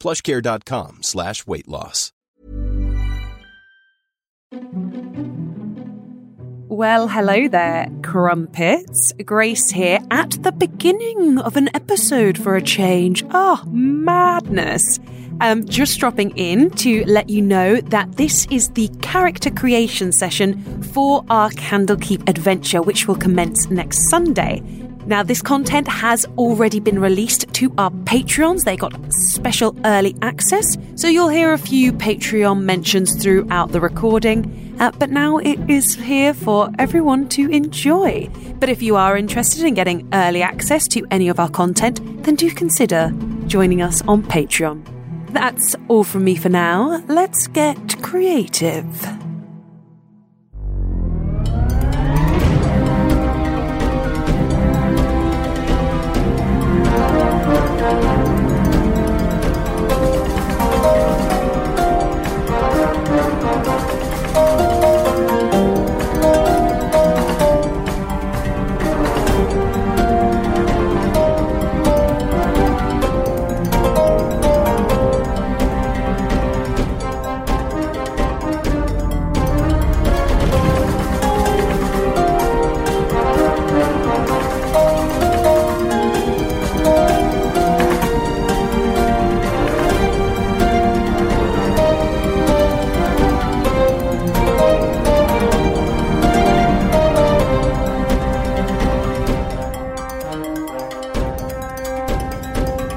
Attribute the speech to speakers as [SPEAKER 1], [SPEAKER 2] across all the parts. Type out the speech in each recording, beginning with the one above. [SPEAKER 1] plushcare.com slash weight loss.
[SPEAKER 2] Well, hello there, crumpets. Grace here at the beginning of an episode for a change. Oh, madness. Um, just dropping in to let you know that this is the character creation session for our Candlekeep adventure, which will commence next Sunday. Now, this content has already been released to our Patreons. They got special early access, so you'll hear a few Patreon mentions throughout the recording. Uh, but now it is here for everyone to enjoy. But if you are interested in getting early access to any of our content, then do consider joining us on Patreon. That's all from me for now. Let's get creative.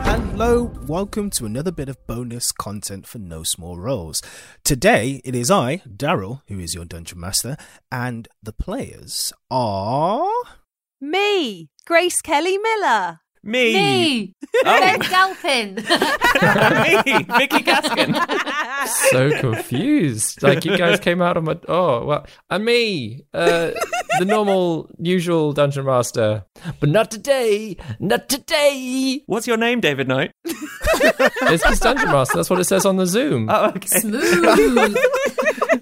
[SPEAKER 3] Hello, welcome to another bit of bonus content for No Small Roles. Today it is I, Daryl, who is your dungeon master, and the players are.
[SPEAKER 2] Me, Grace Kelly Miller.
[SPEAKER 4] me. Oh.
[SPEAKER 5] Me, Ben Galpin.
[SPEAKER 4] me, Vicky Gaskin.
[SPEAKER 6] so confused. Like you guys came out of my oh well, and me, uh, the normal, usual dungeon master, but not today, not today.
[SPEAKER 4] What's your name, David Knight?
[SPEAKER 6] It's just dungeon master. That's what it says on the Zoom.
[SPEAKER 4] Oh, okay.
[SPEAKER 5] Smooth.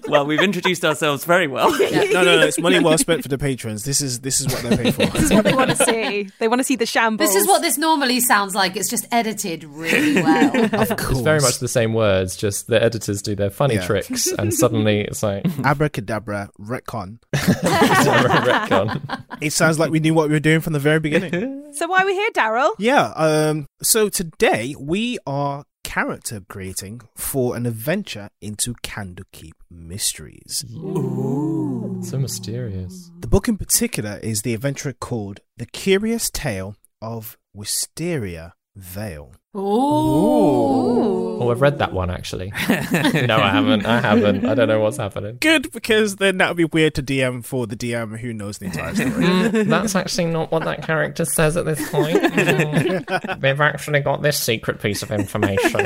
[SPEAKER 4] Well, we've introduced ourselves very well.
[SPEAKER 3] No, no, no, it's money well spent for the patrons. This is this is what they're paid for.
[SPEAKER 2] This is what they want to see. They want to see the shambles.
[SPEAKER 5] this is what this normally sounds like. It's just edited really well.
[SPEAKER 3] of course,
[SPEAKER 6] It's very much the same words, just the editors do their funny
[SPEAKER 3] Yeah.
[SPEAKER 6] tricks, and suddenly it's like
[SPEAKER 3] abracadabra retcon.
[SPEAKER 6] it's a retcon.
[SPEAKER 3] It sounds like we knew what we were doing from the very beginning.
[SPEAKER 2] So why are we here, Daryl?
[SPEAKER 3] Yeah. Um, so today we are character creating for an adventure into Candlekeep Mysteries.
[SPEAKER 6] so mysterious.
[SPEAKER 3] The book in particular is the adventure called The Curious Tale of Wisteria Vale.
[SPEAKER 6] Oh, I've read that one actually. no, I haven't. I haven't. I don't know what's happening.
[SPEAKER 3] Good, because then that would be weird to DM for the DM who knows the entire story.
[SPEAKER 6] Mm, that's actually not what that character says at this point. Mm. They've actually got this secret piece of information.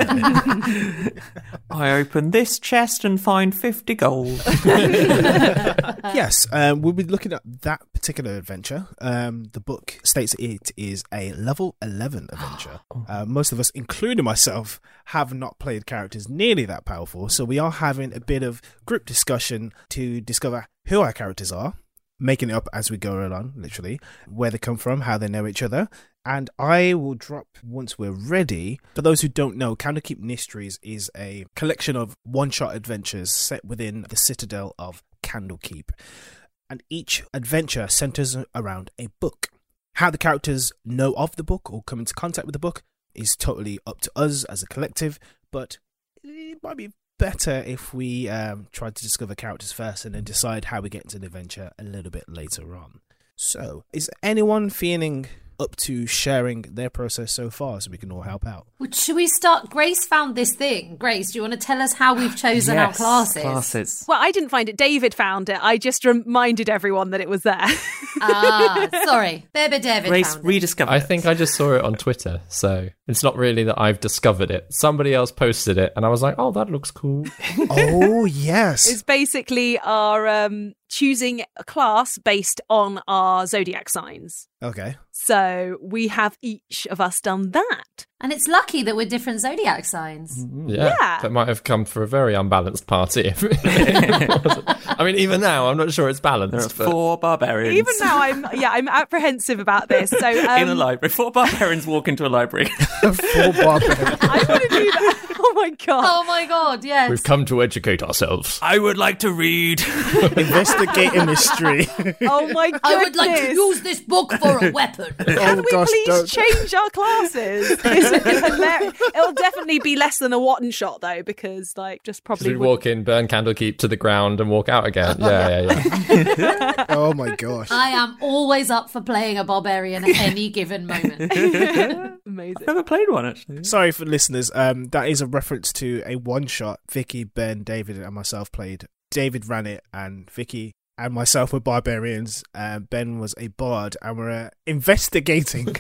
[SPEAKER 4] I open this chest and find 50 gold.
[SPEAKER 3] yes, um, we'll be looking at that particular adventure. Um, the book states it is a level 11 adventure. Uh, most of us, including myself, have not played characters nearly that powerful, so we are having a bit of group discussion to discover who our characters are, making it up as we go along, literally, where they come from, how they know each other. And I will drop once we're ready. For those who don't know, Candlekeep Mysteries is a collection of one shot adventures set within the citadel of Candlekeep. And each adventure centers around a book. How the characters know of the book or come into contact with the book is totally up to us as a collective, but it might be better if we um, tried to discover characters first and then decide how we get into the adventure a little bit later on. So, is anyone feeling up to sharing their process so far so we can all help out?
[SPEAKER 5] Well, should we start? Grace found this thing. Grace, do you want to tell us how we've chosen our
[SPEAKER 7] Yes,
[SPEAKER 5] classes?
[SPEAKER 7] Classes.
[SPEAKER 2] Well, I didn't find it. David found it. I just reminded everyone that it was there.
[SPEAKER 5] ah, sorry. Bebe David
[SPEAKER 4] Grace
[SPEAKER 5] found it.
[SPEAKER 4] rediscovered.
[SPEAKER 6] I
[SPEAKER 4] it.
[SPEAKER 6] think I just saw it on Twitter, so it's not really that I've discovered it. Somebody else posted it, and I was like, "Oh, that looks cool."
[SPEAKER 3] oh, yes.
[SPEAKER 2] it's basically our um, choosing a class based on our zodiac signs.
[SPEAKER 3] okay.
[SPEAKER 2] So we have each of us done that.
[SPEAKER 5] And it's lucky that we're different zodiac signs.
[SPEAKER 3] Mm.
[SPEAKER 6] Yeah,
[SPEAKER 2] Yeah.
[SPEAKER 6] that might have come for a very unbalanced party. If it wasn't. I mean, even now, I'm not sure it's
[SPEAKER 4] there are
[SPEAKER 6] balanced. but-
[SPEAKER 4] four barbarians
[SPEAKER 2] Even now, I'm yeah, I'm apprehensive about this. So
[SPEAKER 4] in a
[SPEAKER 2] um,
[SPEAKER 4] library. Four barbarians walk into a library.
[SPEAKER 3] Full barbarian.
[SPEAKER 2] I want to do that. Oh my god!
[SPEAKER 5] Oh my god, yes.
[SPEAKER 6] We've come to educate ourselves.
[SPEAKER 4] I would like to read.
[SPEAKER 3] Investigate a mystery.
[SPEAKER 2] Oh my goodness!
[SPEAKER 5] I would like to use this book for a weapon.
[SPEAKER 2] Can we
[SPEAKER 3] Oh, gosh,
[SPEAKER 2] please
[SPEAKER 3] don't.
[SPEAKER 2] change our classes? It's hilarious. It'll definitely be less than a Watton shot though, because like just
[SPEAKER 6] So
[SPEAKER 2] probably
[SPEAKER 6] We'd walk in, burn Candlekeep to the ground, and walk out again. Yeah, yeah, yeah.
[SPEAKER 3] oh my gosh.
[SPEAKER 5] I am always up for playing a barbarian at any given moment.
[SPEAKER 2] amazing.
[SPEAKER 4] Never played one actually.
[SPEAKER 3] Sorry for listeners. Um, that is a reference to a one shot Vicky, Ben, David, and myself played. David ran it, and Vicky and myself were barbarians. And ben was a bard, and we we're uh, investigating,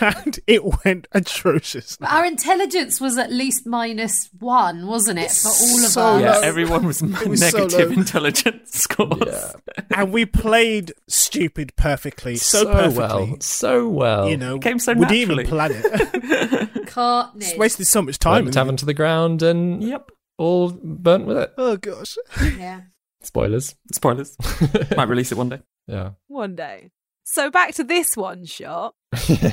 [SPEAKER 3] and it went atrocious.
[SPEAKER 5] But our intelligence was at least minus one, wasn't it? For all of
[SPEAKER 3] So
[SPEAKER 5] us.
[SPEAKER 4] Yeah,
[SPEAKER 3] low.
[SPEAKER 4] everyone was,
[SPEAKER 3] was so
[SPEAKER 4] negative
[SPEAKER 3] low.
[SPEAKER 4] intelligence scores.
[SPEAKER 3] And we played stupid perfectly, so, perfectly.
[SPEAKER 6] well, so well.
[SPEAKER 3] You know,
[SPEAKER 4] It came so
[SPEAKER 3] we didn't
[SPEAKER 4] naturally.
[SPEAKER 3] even plan it.
[SPEAKER 5] Cartney.
[SPEAKER 3] Just wasted so much
[SPEAKER 6] burn
[SPEAKER 3] time.
[SPEAKER 6] the
[SPEAKER 3] in
[SPEAKER 6] tavern
[SPEAKER 3] the-
[SPEAKER 6] to the ground, and
[SPEAKER 4] Yep.
[SPEAKER 6] all burnt with it.
[SPEAKER 3] Oh gosh.
[SPEAKER 5] Yeah.
[SPEAKER 6] Spoilers.
[SPEAKER 4] Spoilers. Might release it one day.
[SPEAKER 6] Yeah.
[SPEAKER 2] One day. So back to this one shot.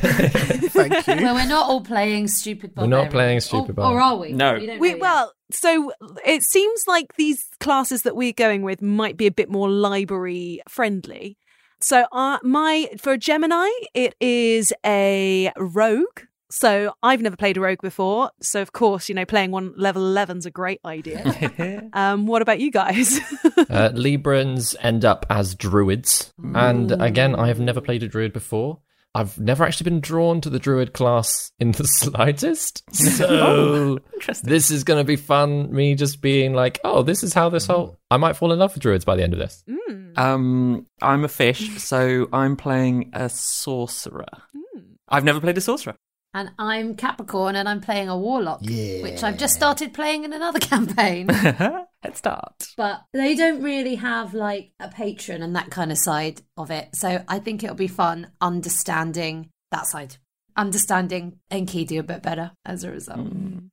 [SPEAKER 3] Thank you.
[SPEAKER 5] Well, we're not all playing stupid
[SPEAKER 6] We're not
[SPEAKER 5] barbarian.
[SPEAKER 6] playing stupid
[SPEAKER 5] or, or
[SPEAKER 6] barbarian.
[SPEAKER 5] are we?
[SPEAKER 4] No.
[SPEAKER 5] don't
[SPEAKER 2] We
[SPEAKER 5] know yet.
[SPEAKER 2] well, so it seems like these classes that we're going with might be a bit more library friendly. So uh, my for Gemini, it is a rogue. So I've never played a rogue before. So of course, you know, playing one level 11's a great idea. um, what about you guys?
[SPEAKER 6] Uh, Librans end up as druids. And again, I have never played a druid before. I've never actually been drawn to the druid class in the slightest. So this is going to be fun. Me just being like, oh, this is how this whole. I might fall in love with druids by the end of this.
[SPEAKER 2] Hmm.
[SPEAKER 4] Um, I'm a fish, so I'm playing a sorcerer.
[SPEAKER 2] Hmm.
[SPEAKER 4] I've never played a sorcerer.
[SPEAKER 5] And I'm Capricorn and I'm playing a warlock, which I've just started playing in another campaign.
[SPEAKER 4] Let's start.
[SPEAKER 5] but they don't really have like a patron and that kind of side of it. So I think it'll be fun understanding that side, understanding Enkidu a bit better as a result.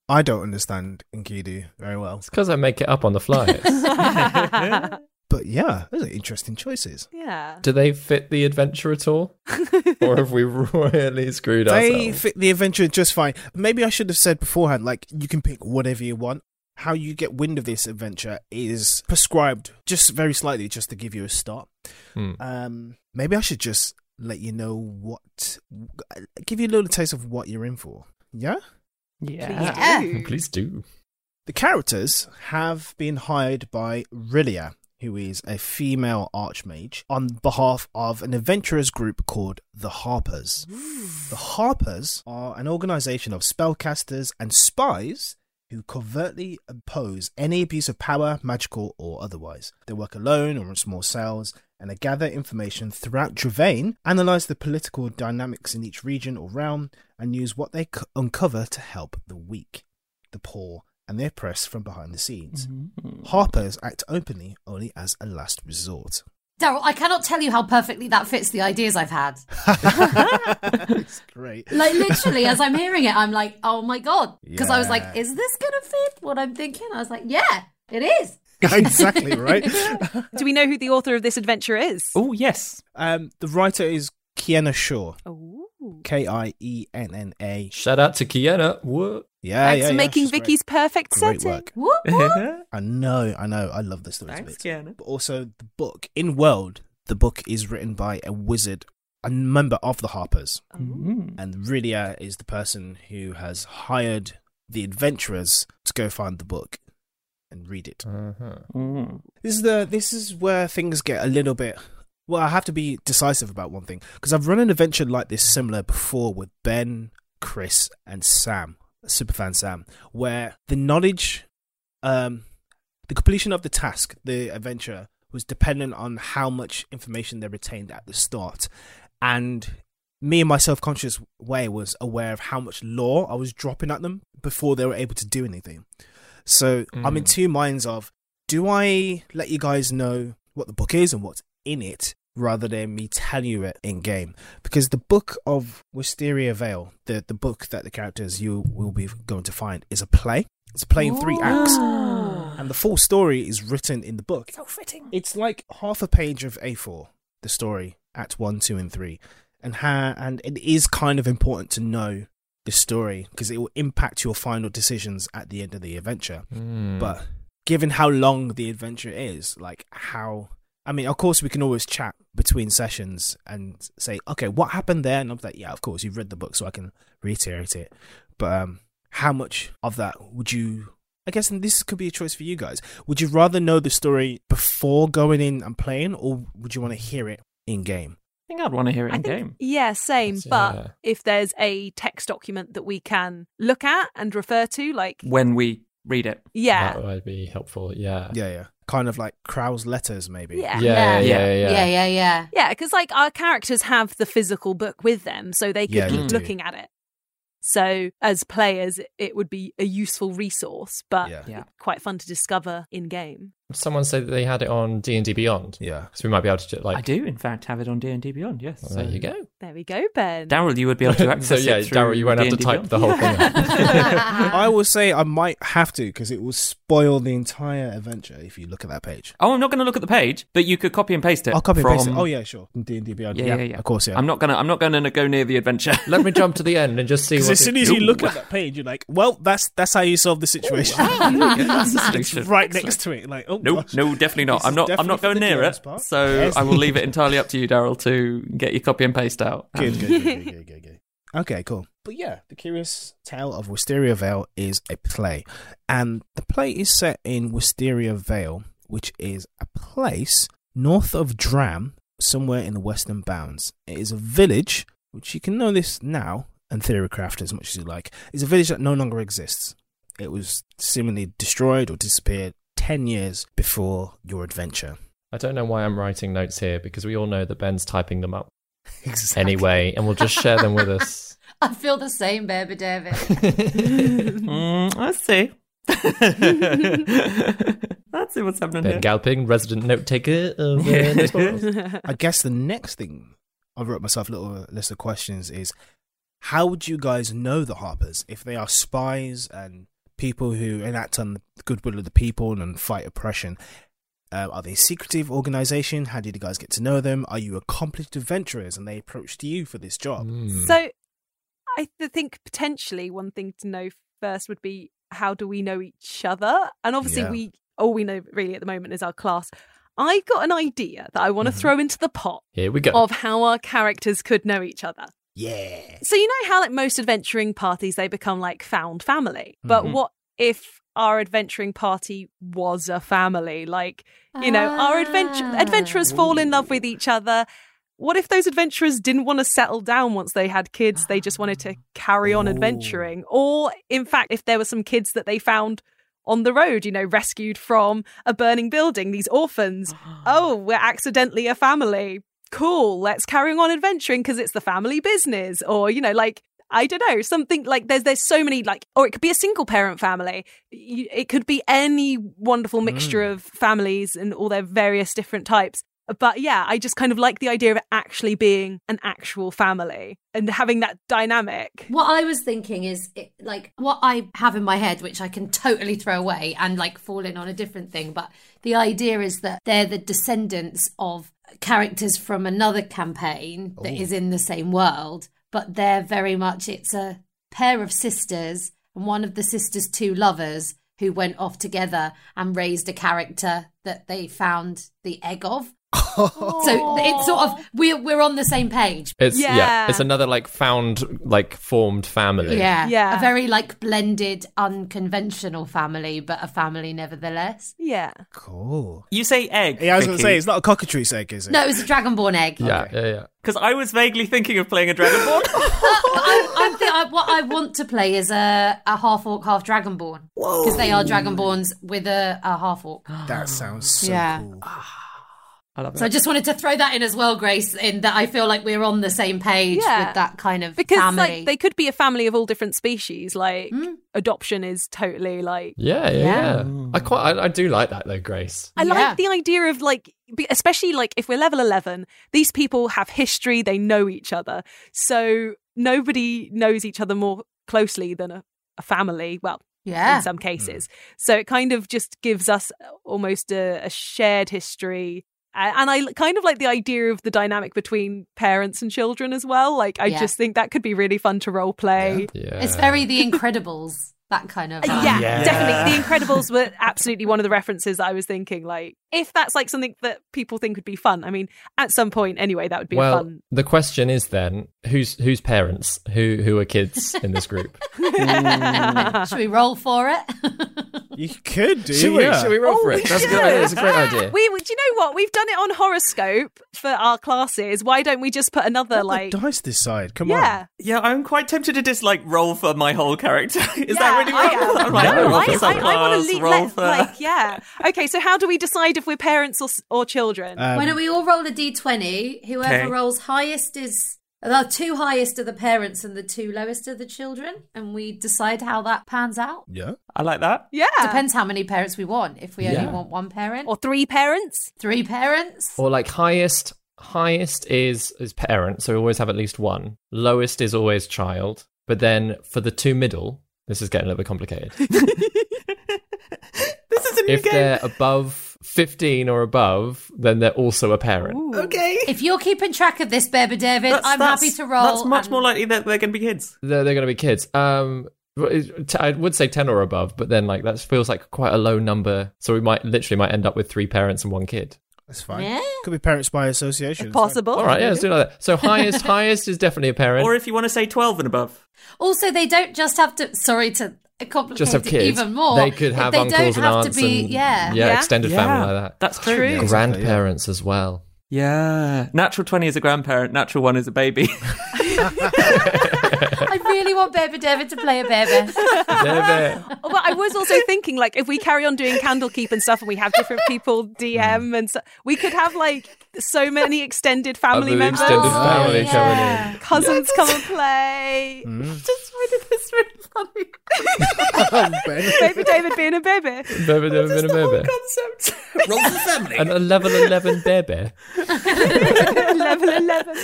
[SPEAKER 3] I don't understand Enkidu very well,
[SPEAKER 6] It's because I make it up on the fly.
[SPEAKER 3] but yeah, those are interesting choices.
[SPEAKER 2] yeah.
[SPEAKER 6] Do they fit the adventure at all? or have we royally screwed
[SPEAKER 3] They
[SPEAKER 6] ourselves?
[SPEAKER 3] fit the adventure just fine. Maybe I should have said beforehand, like you can pick whatever you want. How you get wind of this adventure is prescribed just very slightly, just to give you a start.
[SPEAKER 6] Hmm.
[SPEAKER 3] Um, maybe I should just let you know what, give you a little taste of what you're in for. Yeah,
[SPEAKER 5] Yeah.
[SPEAKER 6] Hmm, Please do.
[SPEAKER 3] the characters have been hired by Rilia, who is a female archmage, on behalf of an adventurers group called the Harpers. The Harpers are an organization of spellcasters and spies who covertly oppose any abuse of power, magical or otherwise. They work alone or in small cells and they gather information throughout Dravain, analyze the political dynamics in each region or realm, and use what they c- uncover to help the weak, the poor, and the oppressed from behind the scenes. Harpers act openly only as a last resort.
[SPEAKER 5] Daryl, I cannot tell you how perfectly that fits the ideas I've had.
[SPEAKER 3] it's great.
[SPEAKER 5] Like literally, as I'm hearing it, I'm like, oh my god, because I was like,
[SPEAKER 3] Yeah.
[SPEAKER 5] is this gonna fit what I'm thinking? I was like, yeah, it is.
[SPEAKER 3] exactly right.
[SPEAKER 2] Do we know who the author of this adventure is?
[SPEAKER 4] Oh yes.
[SPEAKER 3] Um, the writer is Kiana Shaw.
[SPEAKER 2] Ooh.
[SPEAKER 3] K I E N N A.
[SPEAKER 6] Shout out to Kiana. What?
[SPEAKER 3] Yeah,
[SPEAKER 2] Thanks
[SPEAKER 3] yeah,
[SPEAKER 2] for
[SPEAKER 3] yeah.
[SPEAKER 2] making
[SPEAKER 3] She's great.
[SPEAKER 2] Vicky's perfect
[SPEAKER 3] great
[SPEAKER 2] setting.
[SPEAKER 3] work.
[SPEAKER 5] Whoop, whoop.
[SPEAKER 3] I know, I know, I love the story.
[SPEAKER 4] Thanks,
[SPEAKER 3] bit.
[SPEAKER 4] Kiana.
[SPEAKER 3] But also the book in world, the book is written by a wizard, a member of the Harpers,
[SPEAKER 6] Mm.
[SPEAKER 3] and Rilia is the person who has hired the adventurers to go find the book. and read it.
[SPEAKER 6] Uh-huh.
[SPEAKER 4] Mm.
[SPEAKER 3] This is the this is where things get a little bit. Well, I have to be decisive about one thing because I've run an adventure like this similar before with Ben, Chris, and Sam, superfan Sam, where the knowledge, um, the completion of the task, the adventure was dependent on how much information they retained at the start, and me in my self-conscious way was aware of how much lore I was dropping at them before they were able to do anything. So I'm in
[SPEAKER 6] Mm.
[SPEAKER 3] two minds of do I let you guys know what the book is and what's in it rather than me telling you it in game? Because the book of Wisteria Vale, the, the book that the characters you will be going to find, is a play. It's a play in three acts.
[SPEAKER 5] Ah.
[SPEAKER 3] And the full story is written in the book.
[SPEAKER 5] So fitting.
[SPEAKER 3] It's like half a page of A4, the story, Act 1, 2, and 3. And, ha- and it is kind of important to know the story because it will impact your final decisions at the end of the adventure.
[SPEAKER 6] Mm.
[SPEAKER 3] But given how long the adventure is, like how. I mean, of course, we can always chat between sessions and say, okay, what happened there? And I'm like, yeah, of course, you've read the book, so I can reiterate it. But um, how much of that would you I guess and this could be a choice for you guys. Would you rather know the story before going in and playing, or would you want to hear it in game?
[SPEAKER 4] think I'd want to hear it
[SPEAKER 2] I
[SPEAKER 4] in
[SPEAKER 2] think-
[SPEAKER 4] game.
[SPEAKER 2] Yeah, same.
[SPEAKER 6] That's-
[SPEAKER 2] but
[SPEAKER 6] yeah.
[SPEAKER 2] if there's a text document that we can look at and refer to, like,
[SPEAKER 4] When we read it.
[SPEAKER 2] yeah,
[SPEAKER 6] That would be helpful.
[SPEAKER 4] Uh.
[SPEAKER 6] Yeah.
[SPEAKER 3] Yeah, yeah. Kind of like Crow's letters, maybe.
[SPEAKER 2] Yeah.
[SPEAKER 6] Yeah. Yeah.
[SPEAKER 4] Yeah.
[SPEAKER 6] Yeah.
[SPEAKER 5] Yeah, yeah, yeah.
[SPEAKER 2] yeah, because like our characters have the physical book with them, so they could
[SPEAKER 3] Yeah,
[SPEAKER 2] keep
[SPEAKER 4] they
[SPEAKER 3] do.
[SPEAKER 2] looking at it. So as players, it would be a useful resource, but
[SPEAKER 3] Yeah.
[SPEAKER 4] Yeah.
[SPEAKER 2] quite fun to discover in game.
[SPEAKER 6] Someone said that they had it on D and D Beyond,
[SPEAKER 3] Yeah.
[SPEAKER 6] so we might be able to like.
[SPEAKER 4] I do, in fact, have it on D and D Beyond. Yes.
[SPEAKER 6] Well, there you go.
[SPEAKER 2] There we go, Ben.
[SPEAKER 4] Daryl, you would be able to access
[SPEAKER 6] so yeah,
[SPEAKER 4] it through
[SPEAKER 6] Daryl, you won't have to
[SPEAKER 4] D&D
[SPEAKER 6] type
[SPEAKER 4] Beyond.
[SPEAKER 6] the whole thing. Out.
[SPEAKER 3] I will say I might have to because it will spoil the entire adventure if you look at that page.
[SPEAKER 4] Oh, I'm not going to look at the page, but you could copy and paste it.
[SPEAKER 3] I'll copy
[SPEAKER 4] from...
[SPEAKER 3] and paste it. Oh yeah, sure. D and D Beyond.
[SPEAKER 4] Yeah, yeah, yeah,
[SPEAKER 3] Of course, yeah.
[SPEAKER 4] I'm not gonna. I'm not gonna go near the adventure.
[SPEAKER 6] Let me jump to the end and just see.
[SPEAKER 3] because
[SPEAKER 6] What
[SPEAKER 3] as
[SPEAKER 6] it-
[SPEAKER 3] soon as you
[SPEAKER 6] Ooh.
[SPEAKER 3] look at that page, you're like, "Well, that's that's how you solve the situation."
[SPEAKER 4] That's the
[SPEAKER 3] it's
[SPEAKER 4] solution.
[SPEAKER 3] right next to it. Like, oh
[SPEAKER 4] No,
[SPEAKER 3] gosh.
[SPEAKER 4] no, definitely not.
[SPEAKER 3] This
[SPEAKER 4] I'm
[SPEAKER 3] is
[SPEAKER 4] not. I'm
[SPEAKER 3] definitely
[SPEAKER 4] not
[SPEAKER 3] for
[SPEAKER 4] going
[SPEAKER 3] the
[SPEAKER 4] near
[SPEAKER 3] DMs
[SPEAKER 4] it.
[SPEAKER 3] part.
[SPEAKER 4] So
[SPEAKER 3] Yes.
[SPEAKER 4] I will leave it entirely up to you, Daryl, to get your copy and paste out.
[SPEAKER 3] good, good, good, good, good, good, good. Okay, cool. But yeah, The Curious Tale of Wisteria Vale is a play. And the play is set in Wisteria Vale, which is a place north of Dram, somewhere in the western bounds. It is a village, which you can know this now, and Theorycraft as much as you like, is a village that no longer exists. It was seemingly destroyed or disappeared 10 years before your adventure.
[SPEAKER 6] I don't know why I'm writing notes here because we all know that Ben's typing them up anyway, and we'll just share them with us.
[SPEAKER 5] I feel the same, baby David.
[SPEAKER 4] Mm, I see. Let's see what's happening
[SPEAKER 6] ben
[SPEAKER 4] here.
[SPEAKER 6] Galping, resident note taker of uh, this podcast.
[SPEAKER 3] I guess the next thing I wrote myself a little list of questions is how would you guys know the Harpers if they are spies and people who enact on the goodwill of the people and fight oppression? Um, are they a secretive organization? How did you guys get to know them? Are you accomplished adventurers and they approached you for this job?
[SPEAKER 6] Mm.
[SPEAKER 2] So I th- think potentially one thing to know first would be how do we know each other? And obviously
[SPEAKER 3] Yeah.
[SPEAKER 2] we all we know really at the moment is our class. I got an idea that I want to
[SPEAKER 3] Mm-hmm.
[SPEAKER 2] throw into the pot
[SPEAKER 6] here we go.
[SPEAKER 2] of how our characters could know each other.
[SPEAKER 3] Yeah.
[SPEAKER 2] So you know how like most adventuring parties they become like found family. But
[SPEAKER 3] Mhm.
[SPEAKER 2] what if our adventuring party was a family? Like, you know, our adventure
[SPEAKER 5] Ah.
[SPEAKER 2] adventurers fall in love with each other. What if those adventurers didn't want to settle down once they had kids? They just wanted to carry on
[SPEAKER 3] Ooh.
[SPEAKER 2] adventuring. Or in fact, if there were some kids that they found on the road, you know, rescued from a burning building, these orphans. oh, we're accidentally a family. Cool, let's carry on adventuring because it's the family business. Or, you know, like, I don't know, something like there's there's so many like, or it could be a single parent family. You- It could be any wonderful mixture
[SPEAKER 3] Mm.
[SPEAKER 2] of families and all their various different types. But yeah, I just kind of like the idea of it actually being an actual family and having that dynamic.
[SPEAKER 5] What I was thinking is it, like what I have in my head, which I can totally throw away and like fall in on a different thing. But the idea is that they're the descendants of characters from another campaign that is in the same world, but they're very much it's a pair of sisters and one of the sisters' two lovers who went off together and raised a character that they found the egg of. So it's sort of we're we're on the same page.
[SPEAKER 6] It's yeah.
[SPEAKER 2] Yeah.
[SPEAKER 6] it's another like found like formed family.
[SPEAKER 5] Yeah.
[SPEAKER 2] Yeah.
[SPEAKER 5] A very like blended, unconventional family, but a family nevertheless.
[SPEAKER 2] Yeah.
[SPEAKER 3] Cool.
[SPEAKER 4] You say egg.
[SPEAKER 3] Yeah, I was going to say, it's not a cockatrice egg, is it?
[SPEAKER 5] No, it was a dragonborn egg.
[SPEAKER 6] Yeah, yeah, yeah.
[SPEAKER 4] Because I was vaguely thinking of playing a dragonborn.
[SPEAKER 5] I, I'm thi- I, what I want to play is a, a half orc, half dragonborn. Because they are dragonborns with a, a half orc.
[SPEAKER 3] That sounds so
[SPEAKER 5] Yeah.
[SPEAKER 3] cool.
[SPEAKER 4] I love
[SPEAKER 5] So I just wanted to throw that in as well, Grace, in that I feel like we're on the same page
[SPEAKER 2] Yeah.
[SPEAKER 5] with that kind of
[SPEAKER 2] Because
[SPEAKER 5] family. Hmm.
[SPEAKER 2] like they could be a family of all different species. Like adoption is totally like
[SPEAKER 6] Yeah, yeah, yeah. I quite, I, I do like that though, Grace.
[SPEAKER 2] I
[SPEAKER 5] Yeah.
[SPEAKER 2] like the idea of like, be- especially like if we're level 11, these people have history, they know each other. So nobody knows each other more closely than a, a family. Well,
[SPEAKER 5] yeah.
[SPEAKER 2] in some cases. So it kind of just gives us almost a, a shared history. A- And I l- kind of like the idea of the dynamic between parents and children as well. Like, I
[SPEAKER 5] Yeah.
[SPEAKER 2] just think that could be really fun to role play.
[SPEAKER 6] Yeah,
[SPEAKER 5] It's very The Incredibles, that kind of. vibe.
[SPEAKER 2] Uh, Yeah, definitely. The Incredibles were absolutely one of the references I was thinking. Like, if that's like something that people think would be fun, I mean, at some point anyway, that would be
[SPEAKER 6] well,
[SPEAKER 2] fun.
[SPEAKER 6] the question is then, who's who's parents? Who who are kids in this group?
[SPEAKER 5] Should we roll for it?
[SPEAKER 3] You could do,
[SPEAKER 6] should we?
[SPEAKER 3] yeah.
[SPEAKER 6] Should we roll
[SPEAKER 2] Oh,
[SPEAKER 6] for
[SPEAKER 2] we
[SPEAKER 6] it? That's a good
[SPEAKER 2] should.
[SPEAKER 6] idea. That's a great idea.
[SPEAKER 2] We, do you know what? We've done it on horoscope for our classes. Why don't we just put another like?
[SPEAKER 3] the dice this side. Come
[SPEAKER 2] Yeah,
[SPEAKER 4] Yeah, I'm quite tempted to just like roll for my whole character. Is
[SPEAKER 2] Yeah,
[SPEAKER 4] that really
[SPEAKER 2] I am.
[SPEAKER 4] wrong? I'm like,
[SPEAKER 6] No,
[SPEAKER 4] roll
[SPEAKER 2] I,
[SPEAKER 4] for
[SPEAKER 2] I, I want
[SPEAKER 4] subclass,
[SPEAKER 2] to
[SPEAKER 4] roll
[SPEAKER 2] let,
[SPEAKER 4] for.
[SPEAKER 2] like, yeah. Okay, so how do we decide if we're parents or s- or children?
[SPEAKER 3] on. Um,
[SPEAKER 5] Why don't we all roll a d20? Whoever
[SPEAKER 4] Okay.
[SPEAKER 5] rolls highest is. The two highest are the parents and the two lowest are the children, and we decide how that pans out.
[SPEAKER 3] yeah.
[SPEAKER 4] I like that.
[SPEAKER 2] yeah,
[SPEAKER 5] Depends how many parents we want. If we
[SPEAKER 6] Yeah.
[SPEAKER 5] only want one parent
[SPEAKER 2] Or
[SPEAKER 5] or
[SPEAKER 2] three parents.
[SPEAKER 5] three parents,
[SPEAKER 6] Or like highest highest is is parent, so we always have at least one. Lowest is always child. But then for the two middle, this is getting a little bit complicated.
[SPEAKER 4] This is a new
[SPEAKER 6] if
[SPEAKER 4] game.
[SPEAKER 6] they're above 15 or above, then they're also a parent.
[SPEAKER 4] Okay.
[SPEAKER 5] if you're keeping track of this, Berber David,
[SPEAKER 4] That's-
[SPEAKER 5] I'm
[SPEAKER 4] that's-
[SPEAKER 5] happy to roll.
[SPEAKER 4] That's much
[SPEAKER 5] and-
[SPEAKER 4] more likely that they're going to be kids.
[SPEAKER 6] They're, they're going to be kids. Um, but it- t- I would say 10 or above, but then like that feels like quite a low number. So we might literally might end up with three parents and one kid.
[SPEAKER 3] That's fine.
[SPEAKER 5] Yeah.
[SPEAKER 3] Could be parents by association. it's fine.
[SPEAKER 5] Oh,
[SPEAKER 2] Possible.
[SPEAKER 6] All right, yeah, let's do it like that. So highest highest is definitely a parent.
[SPEAKER 4] Or if you want to say 12 and above.
[SPEAKER 5] Also, they don't just have to. Sorry to complicate
[SPEAKER 6] just have
[SPEAKER 5] it
[SPEAKER 6] kids.
[SPEAKER 5] even more.
[SPEAKER 6] They could
[SPEAKER 5] but
[SPEAKER 6] have
[SPEAKER 5] they
[SPEAKER 6] uncles
[SPEAKER 5] don't
[SPEAKER 6] and
[SPEAKER 5] have
[SPEAKER 6] aunts
[SPEAKER 5] to be.
[SPEAKER 6] and
[SPEAKER 5] yeah.
[SPEAKER 6] yeah,
[SPEAKER 2] Yeah.
[SPEAKER 6] extended family like that.
[SPEAKER 4] That's true.
[SPEAKER 2] True.
[SPEAKER 6] grandparents as well.
[SPEAKER 4] Yeah. Natural 20 is a grandparent, natural 1 is a baby.
[SPEAKER 5] I really want Berber David to play a Berber.
[SPEAKER 2] Oh, Well, I was also thinking, like, if we carry on doing candlekeep and stuff, and we have different people DM, and so, we could have like so many extended family
[SPEAKER 6] Other
[SPEAKER 2] members,
[SPEAKER 6] extended
[SPEAKER 3] Oh,
[SPEAKER 6] family
[SPEAKER 5] yeah.
[SPEAKER 6] coming in.
[SPEAKER 2] cousins come and play.
[SPEAKER 5] just wanted this really funny.
[SPEAKER 2] Baby David being a baby.
[SPEAKER 6] Bebe, bebe, bebe, bebe.
[SPEAKER 4] Concept. Roll for family.
[SPEAKER 6] An 11 11 bebe.
[SPEAKER 2] level 11.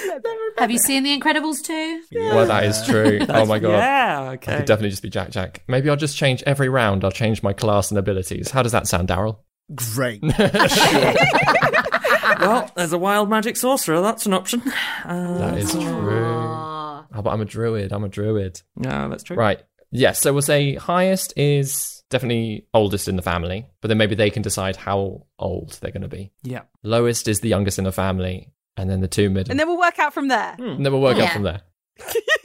[SPEAKER 5] Have you seen The Incredibles too?
[SPEAKER 6] Well, that is true. oh my god.
[SPEAKER 4] Yeah,
[SPEAKER 6] I
[SPEAKER 4] okay.
[SPEAKER 6] could definitely just be Jack Jack. Maybe I'll just change every round. I'll change my class and abilities. How does that sound, Daryl?
[SPEAKER 3] Great.
[SPEAKER 4] well, there's a wild magic sorcerer. That's an option. Uh,
[SPEAKER 6] That is true. How about I'm a druid? I'm a druid.
[SPEAKER 4] no, that's true.
[SPEAKER 6] Right. Yes. So we'll say highest is definitely oldest in the family, but then maybe they can decide how old they're going to be.
[SPEAKER 4] Yeah.
[SPEAKER 6] Lowest is the youngest in the family, and then the two middle.
[SPEAKER 2] And then we'll work out from there.
[SPEAKER 3] Hmm.
[SPEAKER 6] And then we'll work out
[SPEAKER 5] Yeah.
[SPEAKER 6] from there.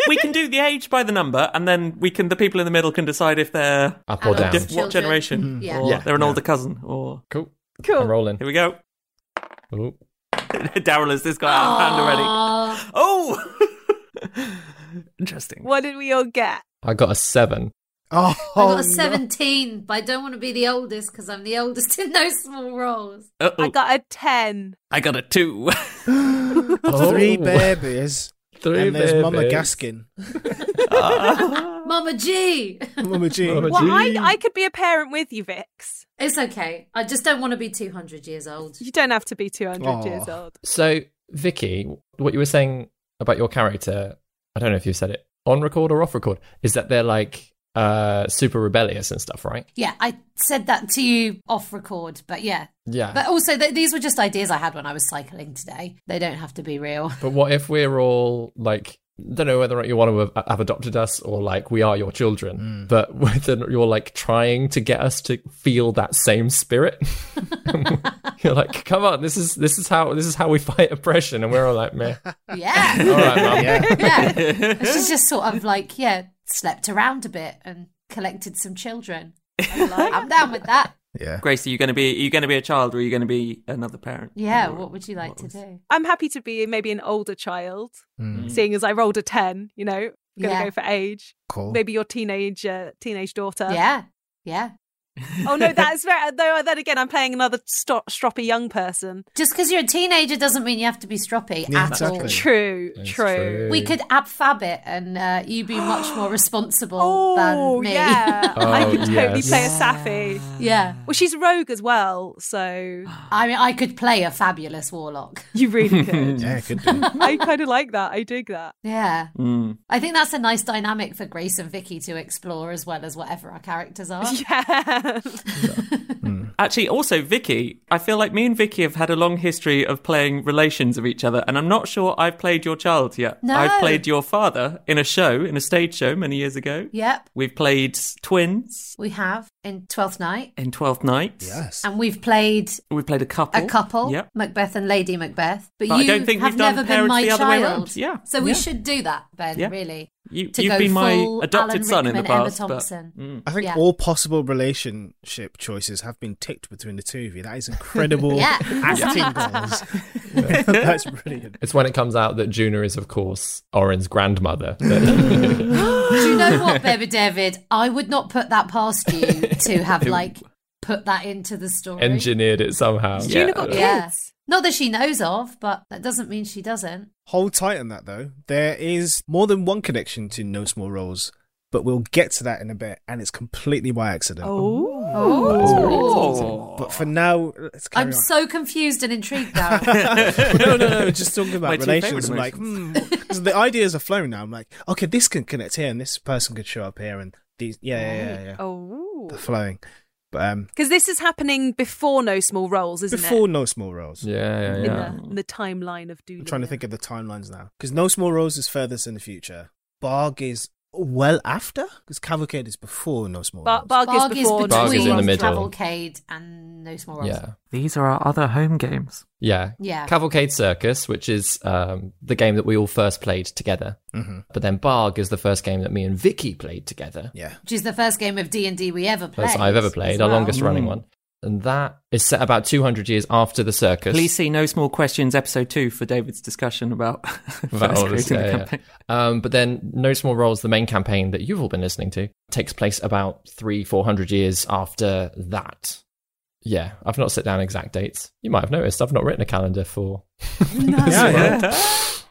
[SPEAKER 4] we can do the age by the number, and then we can the people in the middle can decide if they're
[SPEAKER 6] Up or
[SPEAKER 5] Adult.
[SPEAKER 6] down.
[SPEAKER 4] diff-
[SPEAKER 5] Children. Mm-hmm.
[SPEAKER 4] what generation,
[SPEAKER 5] Yeah.
[SPEAKER 4] or
[SPEAKER 6] Yeah.
[SPEAKER 4] they're an older cousin, or
[SPEAKER 6] Cool. I'm
[SPEAKER 2] Cool.
[SPEAKER 6] rolling.
[SPEAKER 4] here we go.
[SPEAKER 6] Ooh.
[SPEAKER 4] Daryl is this guy out of hand already.
[SPEAKER 5] Aw.
[SPEAKER 4] Oh, interesting.
[SPEAKER 2] What did we all get?
[SPEAKER 6] I got a seven.
[SPEAKER 3] Oh,
[SPEAKER 5] I got a 17, but I don't want to be the oldest because I'm the oldest in those small roles.
[SPEAKER 4] Uh-oh.
[SPEAKER 2] I got a 10.
[SPEAKER 4] I got a two.
[SPEAKER 3] Three
[SPEAKER 6] Oh.
[SPEAKER 3] babies.
[SPEAKER 6] Three
[SPEAKER 3] and there's Mama
[SPEAKER 6] babies.
[SPEAKER 3] Gaskin.
[SPEAKER 5] Mama G!
[SPEAKER 3] Mama Jean.
[SPEAKER 6] Mama
[SPEAKER 2] Well, I,
[SPEAKER 6] Jean.
[SPEAKER 2] I could be a parent with you, Vix.
[SPEAKER 5] It's okay. I just don't want to be 200 years old.
[SPEAKER 2] You don't have to be 200
[SPEAKER 3] Aw.
[SPEAKER 2] years old.
[SPEAKER 6] So, Vicky, what you were saying about your character, I don't know if you've said it on record or off record, is that they're like uh, super rebellious and stuff, right?
[SPEAKER 5] Yeah, I said that to you off record, but yeah.
[SPEAKER 6] Yeah.
[SPEAKER 5] But also, th- these were just ideas I had when I was cycling today. They don't have to be real.
[SPEAKER 6] But what if we're all like, don't know whether or not you want to have- have adopted us or like we are your children, but whether you're like trying to get us to feel that same spirit. You're like, come on, this is this is how this is how we fight oppression, and we're all like, meh.
[SPEAKER 5] Yeah.
[SPEAKER 6] All right, mum.
[SPEAKER 5] yeah. She's just sort of like, yeah, slept around a bit and collected some children. I'm, like, I'm down with that.
[SPEAKER 3] Yeah.
[SPEAKER 4] Grace, are you going to be are you going to be a child or are you going to be another parent?
[SPEAKER 5] Yeah,
[SPEAKER 4] Or
[SPEAKER 5] what would you like
[SPEAKER 4] what
[SPEAKER 5] to
[SPEAKER 4] was-
[SPEAKER 5] do?
[SPEAKER 2] I'm happy to be maybe an older child,
[SPEAKER 3] Mm.
[SPEAKER 2] seeing as I rolled a 10, you know, gonna
[SPEAKER 5] Yeah.
[SPEAKER 2] go for age.
[SPEAKER 3] Cool.
[SPEAKER 2] Maybe your teenage uh, teenage daughter.
[SPEAKER 5] Yeah. Yeah.
[SPEAKER 2] Oh no, that's very though uh, then again I'm playing another sto- stroppy young person.
[SPEAKER 5] Just because you're a teenager doesn't mean you have to be stroppy
[SPEAKER 3] Yeah,
[SPEAKER 5] at all.
[SPEAKER 3] exactly.
[SPEAKER 2] True,
[SPEAKER 6] That's
[SPEAKER 2] true.
[SPEAKER 5] We could ab fab it and uh, you be much more responsible
[SPEAKER 2] Oh
[SPEAKER 5] than me.
[SPEAKER 2] yeah. I
[SPEAKER 6] Oh,
[SPEAKER 2] could totally
[SPEAKER 6] yes.
[SPEAKER 2] play a Sappy.
[SPEAKER 5] yeah.
[SPEAKER 2] Well, she's rogue as well, so
[SPEAKER 5] I mean, I could play a fabulous warlock.
[SPEAKER 2] you really could.
[SPEAKER 3] Yeah, it could be.
[SPEAKER 2] I kind of like that. I dig that.
[SPEAKER 5] Yeah.
[SPEAKER 4] Mm.
[SPEAKER 5] I think that's a nice dynamic for Grace and Vicky to explore as well as whatever our characters are.
[SPEAKER 2] Yeah.
[SPEAKER 4] Actually, also Vicky, I feel like me and Vicky have had a long history of playing relations of each other, and I'm not sure I've played your child yet.
[SPEAKER 5] No.
[SPEAKER 4] I've played your father in a show, in a stage show many years ago.
[SPEAKER 5] Yep.
[SPEAKER 4] We've played twins
[SPEAKER 5] We have in Twelfth Night.
[SPEAKER 4] in Twelfth Night.
[SPEAKER 3] Yes.
[SPEAKER 5] And we've played
[SPEAKER 4] We played a couple.
[SPEAKER 5] a couple,
[SPEAKER 4] Yep.
[SPEAKER 5] Macbeth and Lady Macbeth. But,
[SPEAKER 4] But I
[SPEAKER 5] you
[SPEAKER 4] don't think
[SPEAKER 5] have
[SPEAKER 4] we've done
[SPEAKER 5] never been
[SPEAKER 4] parents
[SPEAKER 5] my
[SPEAKER 4] the other way
[SPEAKER 5] child.
[SPEAKER 4] round. Yeah.
[SPEAKER 5] So we
[SPEAKER 4] Yeah.
[SPEAKER 5] should do that, Ben,
[SPEAKER 4] Yeah.
[SPEAKER 5] really.
[SPEAKER 4] You,
[SPEAKER 5] To
[SPEAKER 4] you've
[SPEAKER 5] go
[SPEAKER 4] been my
[SPEAKER 5] full
[SPEAKER 4] adopted
[SPEAKER 5] Alan
[SPEAKER 4] son in the
[SPEAKER 5] Rickman, Emma
[SPEAKER 4] past. but-
[SPEAKER 5] Thompson.
[SPEAKER 4] Mm.
[SPEAKER 3] I think
[SPEAKER 5] Yeah.
[SPEAKER 3] all possible relationship choices have been ticked between the two of you. That is incredible
[SPEAKER 5] Yeah.
[SPEAKER 3] acting goals. That's brilliant.
[SPEAKER 6] It's when it comes out that Juna is, of course, Oren's grandmother. that-
[SPEAKER 5] Do you know what, Baby David? I would not put that past you to have, like, put that into the story.
[SPEAKER 6] engineered it somehow.
[SPEAKER 4] Juna
[SPEAKER 6] Yeah.
[SPEAKER 4] got
[SPEAKER 5] Yeah. Not that she knows of, but that doesn't mean she doesn't.
[SPEAKER 3] Hold tight on that though. There is more than one connection to No Small Roles, but we'll get to that in a bit, and it's completely by accident.
[SPEAKER 2] Oh.
[SPEAKER 4] Oh.
[SPEAKER 3] But for now, let's carry
[SPEAKER 5] I'm
[SPEAKER 3] on.
[SPEAKER 5] so confused and intrigued now.
[SPEAKER 3] no, no, no. Just talking
[SPEAKER 4] My
[SPEAKER 3] about
[SPEAKER 4] two
[SPEAKER 3] relations. I'm
[SPEAKER 4] favourite
[SPEAKER 3] like, hmm. so the ideas are flowing now. I'm like, okay, this can connect here, and this person could show up here, and these. Yeah, yeah, yeah. yeah.
[SPEAKER 2] Oh.
[SPEAKER 3] They're flowing. But um,
[SPEAKER 2] Because this is happening before No Small Roles, isn't
[SPEAKER 3] before
[SPEAKER 2] it?
[SPEAKER 3] No Small Roles,
[SPEAKER 6] Yeah, yeah,
[SPEAKER 2] In
[SPEAKER 6] yeah.
[SPEAKER 2] the, in the timeline of Doolittle.
[SPEAKER 3] I'm trying to think of the timelines now because No Small Roles is furthest in the future. Barg is well after because Cavalcade is before No Small
[SPEAKER 2] Bar-
[SPEAKER 3] Roles.
[SPEAKER 2] Barg is
[SPEAKER 5] Barg is
[SPEAKER 2] before
[SPEAKER 5] between
[SPEAKER 6] Barg is in the middle.
[SPEAKER 5] Cavalcade and No Small Roles.
[SPEAKER 6] Yeah.
[SPEAKER 4] These are our other home games.
[SPEAKER 6] Yeah.
[SPEAKER 5] Yeah.
[SPEAKER 6] Cavalcade Circus, which is um, the game that we all first played together.
[SPEAKER 4] Mm-hmm.
[SPEAKER 6] But then Barg is the first game that me and Vicky played together.
[SPEAKER 3] yeah,
[SPEAKER 5] Which is the first game of D&D we ever played.
[SPEAKER 6] First I've ever
[SPEAKER 5] as
[SPEAKER 6] played,
[SPEAKER 5] well.
[SPEAKER 6] our longest running
[SPEAKER 4] Mm.
[SPEAKER 6] one. And that is set about 200 years after the circus.
[SPEAKER 4] Please see No Small Questions episode two for David's discussion about
[SPEAKER 6] About
[SPEAKER 4] first
[SPEAKER 6] all this,
[SPEAKER 4] creating the
[SPEAKER 6] yeah, yeah.
[SPEAKER 4] campaign.
[SPEAKER 6] Um, but then No Small Roles, the main campaign that you've all been listening to, takes place about three, four hundred years after that. Yeah, I've not set down exact dates. You might have noticed I've not written a calendar for.
[SPEAKER 2] No.
[SPEAKER 4] Oh,
[SPEAKER 3] yeah, yeah.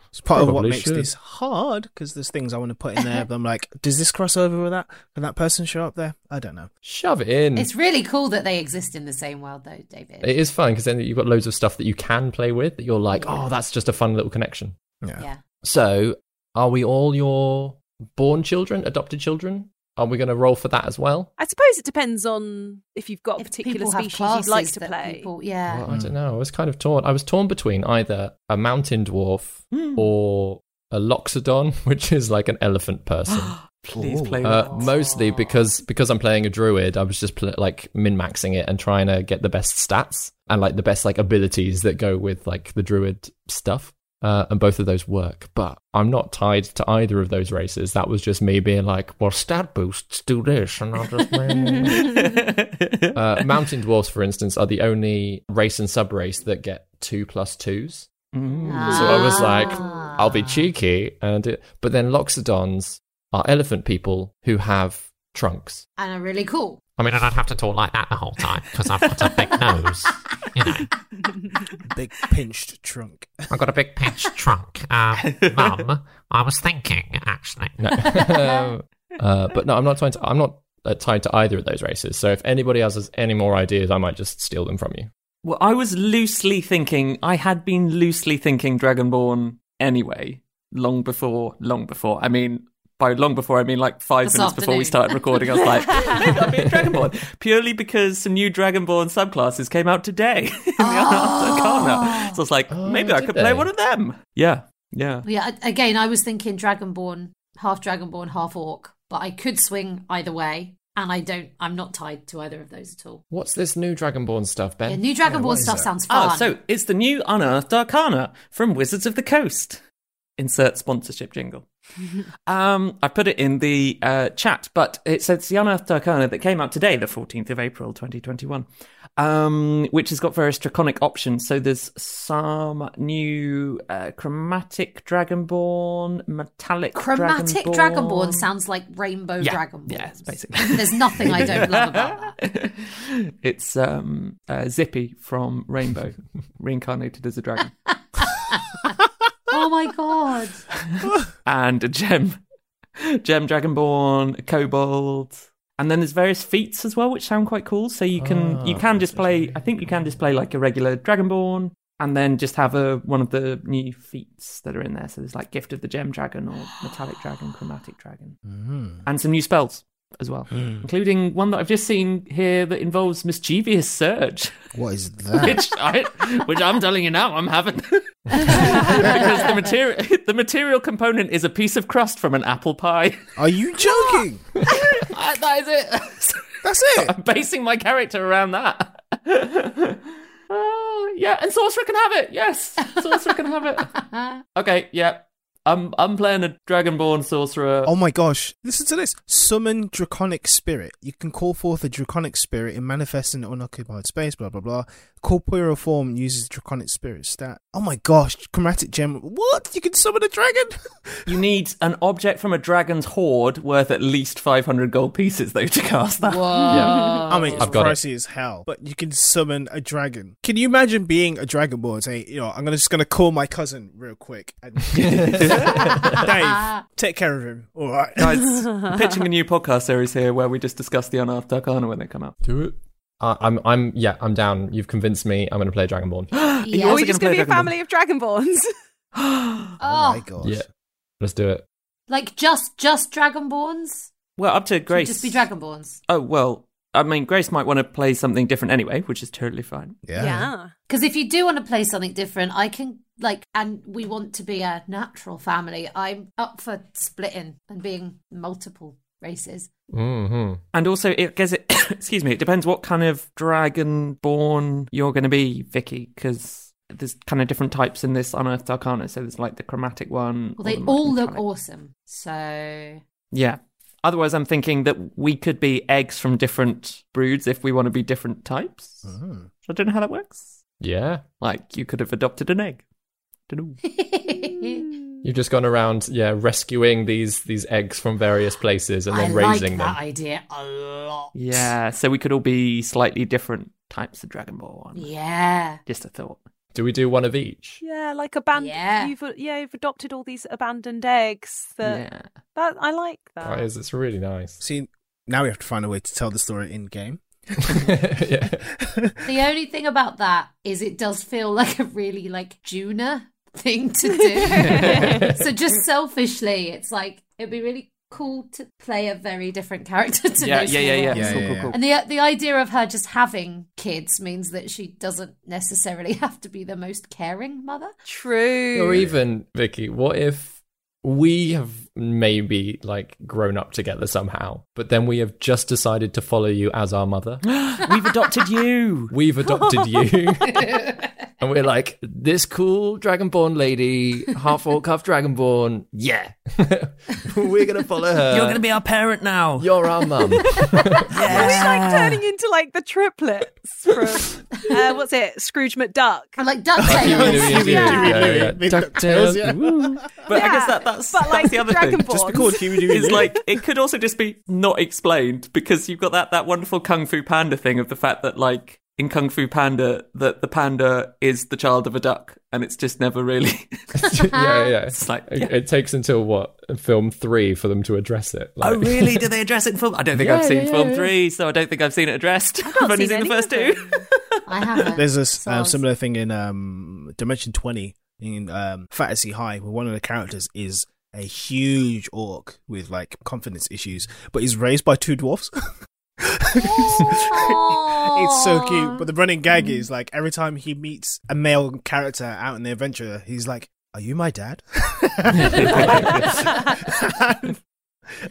[SPEAKER 3] It's part of what
[SPEAKER 6] Probably
[SPEAKER 3] makes
[SPEAKER 6] should.
[SPEAKER 3] this hard because there's things I want to put in there, but I'm like, does this cross over with that? Can that person show up there? I don't know.
[SPEAKER 6] Shove it in.
[SPEAKER 5] It's really cool that they exist in the same world, though, David.
[SPEAKER 6] Mm. It is fun because then you've got loads of stuff that you can play with that you're like, oh, that's just a fun little connection.
[SPEAKER 5] yeah.
[SPEAKER 6] So, are we all your born children, adopted children? Are we going to roll for that as well?
[SPEAKER 2] I suppose it depends on if you've got a
[SPEAKER 5] If
[SPEAKER 2] particular
[SPEAKER 5] people have
[SPEAKER 2] species you'd like
[SPEAKER 5] classes
[SPEAKER 2] to
[SPEAKER 5] that
[SPEAKER 2] play.
[SPEAKER 5] people- yeah.
[SPEAKER 6] Well, I don't know. I was kind of torn. I was torn between either a mountain dwarf or a loxodon, which is like an elephant person.
[SPEAKER 4] Please
[SPEAKER 3] Ooh.
[SPEAKER 4] play
[SPEAKER 6] Uh,
[SPEAKER 4] that.
[SPEAKER 6] mostly because because I'm playing a druid, I was just pl- like min maxing it and trying to get the best stats and like the best like abilities that go with like the druid stuff. Uh, and both of those work, but I'm not tied to either of those races. That was just me being like, "Well, stat boosts do this," and I'll just. uh, mountain dwarfs, for instance, are the only race and subrace that get two plus twos. So I was like,
[SPEAKER 5] Ah.
[SPEAKER 6] I'll be cheeky, and it, but then Loxodons are elephant people who have trunks.
[SPEAKER 5] Ah. And are really cool.
[SPEAKER 8] I mean, I don't have to talk like that the whole time because I've got a big nose. You know,
[SPEAKER 3] Big pinched trunk.
[SPEAKER 8] I've got a big pinched trunk. Um, Mum, I was thinking, actually.
[SPEAKER 6] No. uh, but no, I'm not trying to. I'm not uh, tied to either of those races. So if anybody else has any more ideas, I might just steal them from you.
[SPEAKER 4] Well, I was loosely thinking. I had been loosely thinking Dragonborn anyway, long before, long before. I mean, by long before, I mean like five
[SPEAKER 5] This
[SPEAKER 4] minutes before we
[SPEAKER 5] afternoon.
[SPEAKER 4] started recording. I was like, maybe I'll be a Dragonborn purely because some new Dragonborn subclasses came out today in the
[SPEAKER 5] Oh.
[SPEAKER 4] Arcana. So I was like,
[SPEAKER 6] Oh,
[SPEAKER 4] maybe I
[SPEAKER 6] did
[SPEAKER 4] could play
[SPEAKER 6] they?
[SPEAKER 4] one of them. Yeah, yeah.
[SPEAKER 5] Yeah, a- again, I was thinking Dragonborn, half Dragonborn, half Orc, but I could swing either way. and I don't. I'm not tied to either of those at all.
[SPEAKER 6] What's this new Dragonborn stuff, Ben?
[SPEAKER 5] Yeah, new Dragon Ball stuff sounds fun.
[SPEAKER 4] Ah, so it's the new Unearthed Arcana from Wizards of the Coast. Insert sponsorship jingle. um, I put it in the uh, chat, but it says the Unearthed Arcana that came out today, the 14th of April 2021, um, which has got various draconic options. So there's some new uh, chromatic Dragonborn, metallic
[SPEAKER 5] Chromatic Dragonborn, sounds like Rainbow
[SPEAKER 4] Yeah,
[SPEAKER 5] Dragonborn.
[SPEAKER 4] yeah, it's basically-
[SPEAKER 5] There's nothing I don't love about that.
[SPEAKER 4] it's um, uh, Zippy from Rainbow, reincarnated as a dragon.
[SPEAKER 5] Oh my god!
[SPEAKER 4] and a gem, gem dragonborn, kobold, and then there's various feats as well, which sound quite cool. So you can you can display, I think you can display like a regular dragonborn, and then just have a one of the new feats that are in there. So there's like gift of the gem dragon or metallic dragon, chromatic dragon, and some new spells as well, including one that I've just seen here that involves mischievous surge
[SPEAKER 3] What is that?
[SPEAKER 4] which I, which I'm telling you now, I'm having because the material, the material component is a piece of crust from an apple pie.
[SPEAKER 3] Are you joking?
[SPEAKER 4] I- Uh, that is it. So
[SPEAKER 3] That's it.
[SPEAKER 4] I'm basing my character around that. Oh, yeah, and sorcerer can have it. Yes, sorcerer can have it. Okay, yeah. I'm I'm playing a dragonborn sorcerer.
[SPEAKER 3] Oh my gosh. Listen to this. Summon draconic spirit. You can call forth a draconic spirit and manifest in unoccupied space, blah blah blah. Corporeal form uses draconic spirit stat. Oh my gosh, chromatic gem. What? You can summon a dragon?
[SPEAKER 4] You need an object from a dragon's hoard worth at least 500 gold pieces though to cast that.
[SPEAKER 3] I mean, it's
[SPEAKER 6] I've got it.
[SPEAKER 3] pricey as hell, but you can summon a dragon. Can you imagine being a dragonborn and saying, you know, I'm gonna, just going to call my cousin real quick and Dave, take care of him. All right.
[SPEAKER 4] Guys, I'm pitching a new podcast series here where we just discuss the unearthed arcana when they come out.
[SPEAKER 6] Do it. I Uh, I'm, I'm, yeah, I'm down. You've convinced me. I'm going to play Dragonborn.
[SPEAKER 4] You're
[SPEAKER 2] Are
[SPEAKER 4] also
[SPEAKER 2] we Oh, just
[SPEAKER 4] gonna
[SPEAKER 2] going
[SPEAKER 4] play
[SPEAKER 2] to be a
[SPEAKER 4] Dragon
[SPEAKER 2] family of Dragonborns?
[SPEAKER 3] Oh my
[SPEAKER 5] Oh,
[SPEAKER 3] gosh.
[SPEAKER 6] yeah, let's do it.
[SPEAKER 5] like just just Dragonborns.
[SPEAKER 4] Ball? Well, up to
[SPEAKER 5] Should
[SPEAKER 4] Grace.
[SPEAKER 5] Just be Dragonborns
[SPEAKER 4] Oh well, I mean, Grace might want to play something different anyway, which is totally fine.
[SPEAKER 3] Yeah.
[SPEAKER 5] because if you do want to play something different, I can like, and we want to be a natural family. I'm up for splitting and being multiple races.
[SPEAKER 6] hmm
[SPEAKER 4] And also, it guess it. excuse me. It depends what kind of dragonborn you're going to be, Vicky, because there's kind of different types in this unearthed arcana. So there's like the chromatic one.
[SPEAKER 5] Well,
[SPEAKER 4] or
[SPEAKER 5] they
[SPEAKER 4] the
[SPEAKER 5] all look
[SPEAKER 4] metallic.
[SPEAKER 5] awesome. So
[SPEAKER 4] Yeah. Otherwise, I'm thinking that we could be eggs from different broods if we want to be different types. So I don't know how that works.
[SPEAKER 6] Yeah.
[SPEAKER 4] Like you could have adopted an egg. Dunno.
[SPEAKER 6] You've just gone around, yeah, rescuing these these eggs from various places and
[SPEAKER 5] I
[SPEAKER 6] then
[SPEAKER 5] like
[SPEAKER 6] raising
[SPEAKER 5] that
[SPEAKER 6] them.
[SPEAKER 5] idea a lot.
[SPEAKER 4] Yeah, so we could all be slightly different types of Dragonborn.
[SPEAKER 5] Yeah.
[SPEAKER 4] Just a thought.
[SPEAKER 6] Do we do one of each?
[SPEAKER 2] Yeah, like abandoned.
[SPEAKER 5] Yeah.
[SPEAKER 2] You've, yeah, you've adopted all these abandoned eggs. That,
[SPEAKER 4] yeah.
[SPEAKER 2] that I like that.
[SPEAKER 6] That is, it's really nice.
[SPEAKER 3] See, now we have to find a way to tell the story in game.
[SPEAKER 6] yeah.
[SPEAKER 5] The only thing about that is it does feel like a really like Juna thing to do. so just selfishly, it's like it'd be really cool to play a very different character to
[SPEAKER 4] Yeah,
[SPEAKER 5] those
[SPEAKER 4] yeah, yeah,
[SPEAKER 5] four.
[SPEAKER 3] Yeah,
[SPEAKER 4] yeah. Cool,
[SPEAKER 3] yeah,
[SPEAKER 4] cool,
[SPEAKER 3] yeah.
[SPEAKER 4] cool.
[SPEAKER 5] And the the idea of her just having kids means that she doesn't necessarily have to be the most caring mother.
[SPEAKER 2] True.
[SPEAKER 6] Or even Vicky, what if we have maybe like grown up together somehow, but then we have just decided to follow you as our mother?
[SPEAKER 4] We've adopted you.
[SPEAKER 6] We've adopted you. and we're like, this cool dragonborn lady, half orc, half dragonborn. Yeah. we're going to follow her.
[SPEAKER 4] You're going to be our parent now.
[SPEAKER 6] You're our mum.
[SPEAKER 2] Are we like turning into like the triplets from uh, what's it, Scrooge McDuck?
[SPEAKER 4] Um,
[SPEAKER 5] I'm like DuckTales.
[SPEAKER 3] Maybe DuckTales, yeah.
[SPEAKER 4] but I guess
[SPEAKER 2] Yeah,
[SPEAKER 4] that, that's,
[SPEAKER 2] but
[SPEAKER 4] that's
[SPEAKER 2] like
[SPEAKER 4] the other thing.
[SPEAKER 2] Dragonborn.
[SPEAKER 3] Just be called Huey, Dewey,
[SPEAKER 4] It's
[SPEAKER 3] Louie.
[SPEAKER 4] like it could also just be not explained because you've got that, that wonderful Kung Fu Panda thing of the fact that like in Kung Fu Panda that the panda is the child of a duck and it's just never really
[SPEAKER 6] yeah, yeah.
[SPEAKER 4] It's like,
[SPEAKER 6] It-
[SPEAKER 4] yeah.
[SPEAKER 6] it takes until what film three for them to address it. Like,
[SPEAKER 4] Oh really? Do they address it in film? I don't think I've seen film three, so I don't think I've seen it addressed. I've only seen the first two.
[SPEAKER 5] I haven't.
[SPEAKER 3] There's a
[SPEAKER 5] So I
[SPEAKER 3] um,
[SPEAKER 5] was-
[SPEAKER 3] similar thing in um, Dimension 20 in um, Fantasy High, where one of the characters is a huge orc with like confidence issues, but he's raised by two dwarfs. it's so cute. But the running gag is like every time he meets a male character out in the adventure, he's like, "Are you my dad?"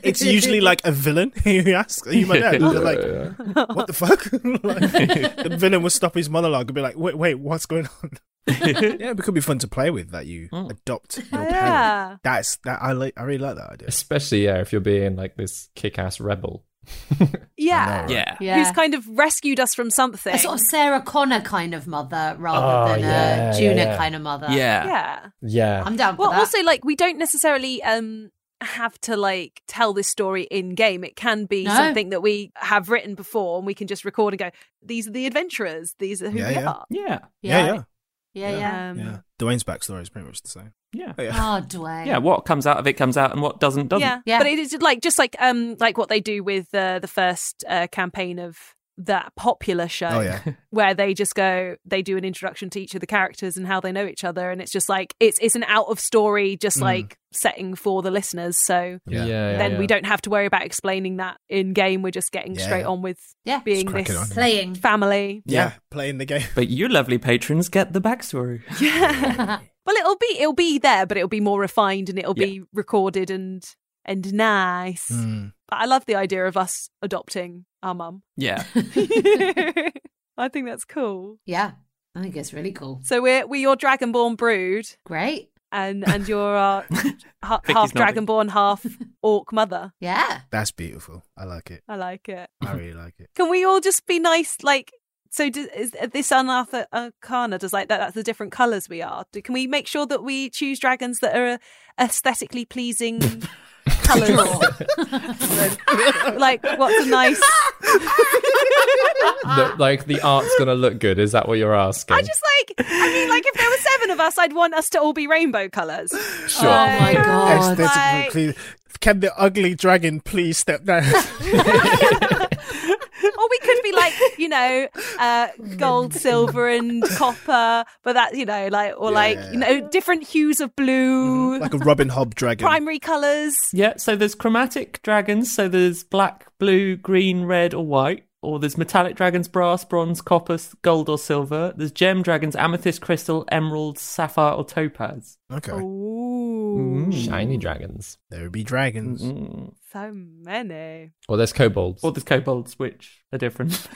[SPEAKER 3] It's usually like a villain who asks, "Are you my dad?" And they're like, "What the fuck?" Like, the villain will stop his monologue and be like, "Wait, wait, what's going on?" yeah, it could be fun to play with that. You adopt your parent.
[SPEAKER 2] Yeah.
[SPEAKER 3] That's that. I like. I really like that idea.
[SPEAKER 6] Especially, yeah, if you're being like this kick ass rebel.
[SPEAKER 2] Yeah.
[SPEAKER 4] Yeah.
[SPEAKER 5] Yeah.
[SPEAKER 2] Who's kind of rescued us from something.
[SPEAKER 5] a sort of Sarah Connor kind of mother
[SPEAKER 6] Oh,
[SPEAKER 5] rather than
[SPEAKER 6] yeah,
[SPEAKER 5] a
[SPEAKER 6] yeah,
[SPEAKER 5] Juno
[SPEAKER 6] yeah.
[SPEAKER 5] kind of mother.
[SPEAKER 4] Yeah.
[SPEAKER 2] yeah.
[SPEAKER 6] Yeah.
[SPEAKER 5] I'm down for
[SPEAKER 2] Well,
[SPEAKER 5] that.
[SPEAKER 2] also like we don't necessarily um have to like tell this story in game. It can be
[SPEAKER 5] No.
[SPEAKER 2] something that we have written before, and we can just record and go. These are the adventurers. These are who
[SPEAKER 3] Yeah,
[SPEAKER 2] we
[SPEAKER 3] yeah.
[SPEAKER 2] are.
[SPEAKER 4] Yeah.
[SPEAKER 3] Yeah, yeah,
[SPEAKER 5] yeah, yeah.
[SPEAKER 2] Yeah. Um,
[SPEAKER 3] yeah. Dwayne's backstory is pretty much the same.
[SPEAKER 4] Yeah.
[SPEAKER 3] Oh, yeah.
[SPEAKER 5] Oh, Dwayne.
[SPEAKER 4] Yeah. What comes out of it comes out, and what doesn't doesn't.
[SPEAKER 2] Yeah.
[SPEAKER 5] Yeah.
[SPEAKER 2] but it is like just like um like what they do with uh, the first uh, campaign of that popular show
[SPEAKER 3] Oh yeah.
[SPEAKER 2] where they just go they do an introduction to each of the characters and how they know each other and it's just like it's it's an out of story just
[SPEAKER 3] Mm.
[SPEAKER 2] like setting for the listeners so
[SPEAKER 6] Yeah. yeah,
[SPEAKER 2] then we
[SPEAKER 6] yeah.
[SPEAKER 2] don't have to worry about explaining that in game. We're just getting
[SPEAKER 3] Yeah.
[SPEAKER 2] straight on with
[SPEAKER 5] Yeah.
[SPEAKER 2] being
[SPEAKER 3] Just crack it
[SPEAKER 2] this
[SPEAKER 3] on.
[SPEAKER 5] Playing.
[SPEAKER 2] family.
[SPEAKER 3] yeah,
[SPEAKER 4] Yeah.
[SPEAKER 3] playing the game.
[SPEAKER 4] But you lovely patrons get the backstory.
[SPEAKER 2] Yeah. well, it'll be it'll be there, but it'll be more refined and it'll
[SPEAKER 4] Yeah.
[SPEAKER 2] be recorded and and nice.
[SPEAKER 3] Mm.
[SPEAKER 2] But I love the idea of us adopting our mum.
[SPEAKER 4] Yeah.
[SPEAKER 2] I think that's cool.
[SPEAKER 5] Yeah. I think it's really cool.
[SPEAKER 2] So we're we're your Dragonborn brood,
[SPEAKER 5] Great.
[SPEAKER 2] and and you're our ha-
[SPEAKER 4] Vicky's
[SPEAKER 2] half
[SPEAKER 4] nodding.
[SPEAKER 2] Dragonborn, half orc mother.
[SPEAKER 5] Yeah.
[SPEAKER 3] That's beautiful. I like it.
[SPEAKER 2] I like it.
[SPEAKER 3] I really like it.
[SPEAKER 2] Can we all just be nice? Like, so do, is uh, this Anartha Arcana does like that? That's the different colors we are. Do, can we make sure that we choose dragons that are aesthetically pleasing colors? like, what's a nice?
[SPEAKER 6] The- like the art's gonna look good. Is that what you're asking?
[SPEAKER 2] Ah. I just like. I mean, like, if there were seven of us, I'd want us to all be rainbow colors.
[SPEAKER 6] sure.
[SPEAKER 5] Oh my god.
[SPEAKER 3] Aesthetically
[SPEAKER 2] like-
[SPEAKER 3] clean. Can the ugly dragon please step down?
[SPEAKER 2] or we could be like, you know, uh, gold, silver, and copper. But that, you know, like, or like, you know, different hues of blue,
[SPEAKER 3] like a Robin Hobb dragon.
[SPEAKER 2] primary colors.
[SPEAKER 4] Yeah, so there's chromatic dragons, so there's black, blue, green, red, or white, or there's metallic dragons, brass, bronze, copper, s- gold, or silver. There's gem dragons, amethyst, crystal, emerald, sapphire, or topaz.
[SPEAKER 3] Okay.
[SPEAKER 2] Ooh,
[SPEAKER 6] Shiny dragons.
[SPEAKER 3] There be dragons.
[SPEAKER 4] Mm.
[SPEAKER 2] so many.
[SPEAKER 6] Or there's kobolds.
[SPEAKER 4] Or there's kobolds, which are different.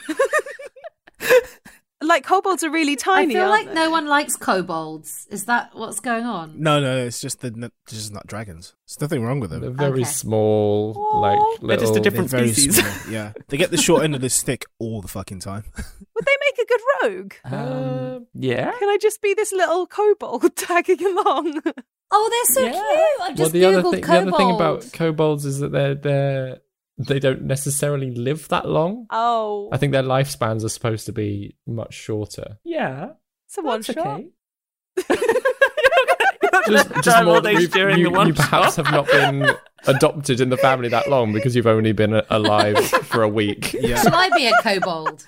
[SPEAKER 2] Like kobolds are really
[SPEAKER 5] I
[SPEAKER 2] tiny.
[SPEAKER 5] feel
[SPEAKER 2] aren't
[SPEAKER 5] like no one likes kobolds. Is that what's going on?
[SPEAKER 3] No, no, it's just the n- it's just not dragons. There's nothing wrong with
[SPEAKER 6] They're
[SPEAKER 3] them.
[SPEAKER 6] very
[SPEAKER 5] Okay.
[SPEAKER 6] small, like little.
[SPEAKER 4] They're just a different
[SPEAKER 3] They're very
[SPEAKER 4] species.
[SPEAKER 3] small. Yeah, they get the short end of the stick all the fucking time.
[SPEAKER 2] they? Would they make a good rogue?
[SPEAKER 6] uh,
[SPEAKER 4] Um, yeah.
[SPEAKER 2] Can I just be this little kobold tagging along?
[SPEAKER 5] Oh, they're so
[SPEAKER 4] Yeah.
[SPEAKER 5] cute. I've
[SPEAKER 6] Well,
[SPEAKER 5] just
[SPEAKER 6] the
[SPEAKER 5] googled
[SPEAKER 6] other thing,
[SPEAKER 5] kobold.
[SPEAKER 6] the other thing about kobolds is that they're they're they don't necessarily live that long.
[SPEAKER 2] Oh,
[SPEAKER 6] I think their lifespans are supposed to be much shorter.
[SPEAKER 4] Yeah.
[SPEAKER 2] it's a one
[SPEAKER 4] That's
[SPEAKER 2] shot.
[SPEAKER 4] okay. Just,
[SPEAKER 6] that we've- you, you perhaps have not been adopted in the family that long because you've only been a- alive for a week.
[SPEAKER 3] Yeah,
[SPEAKER 5] Shall I be a kobold?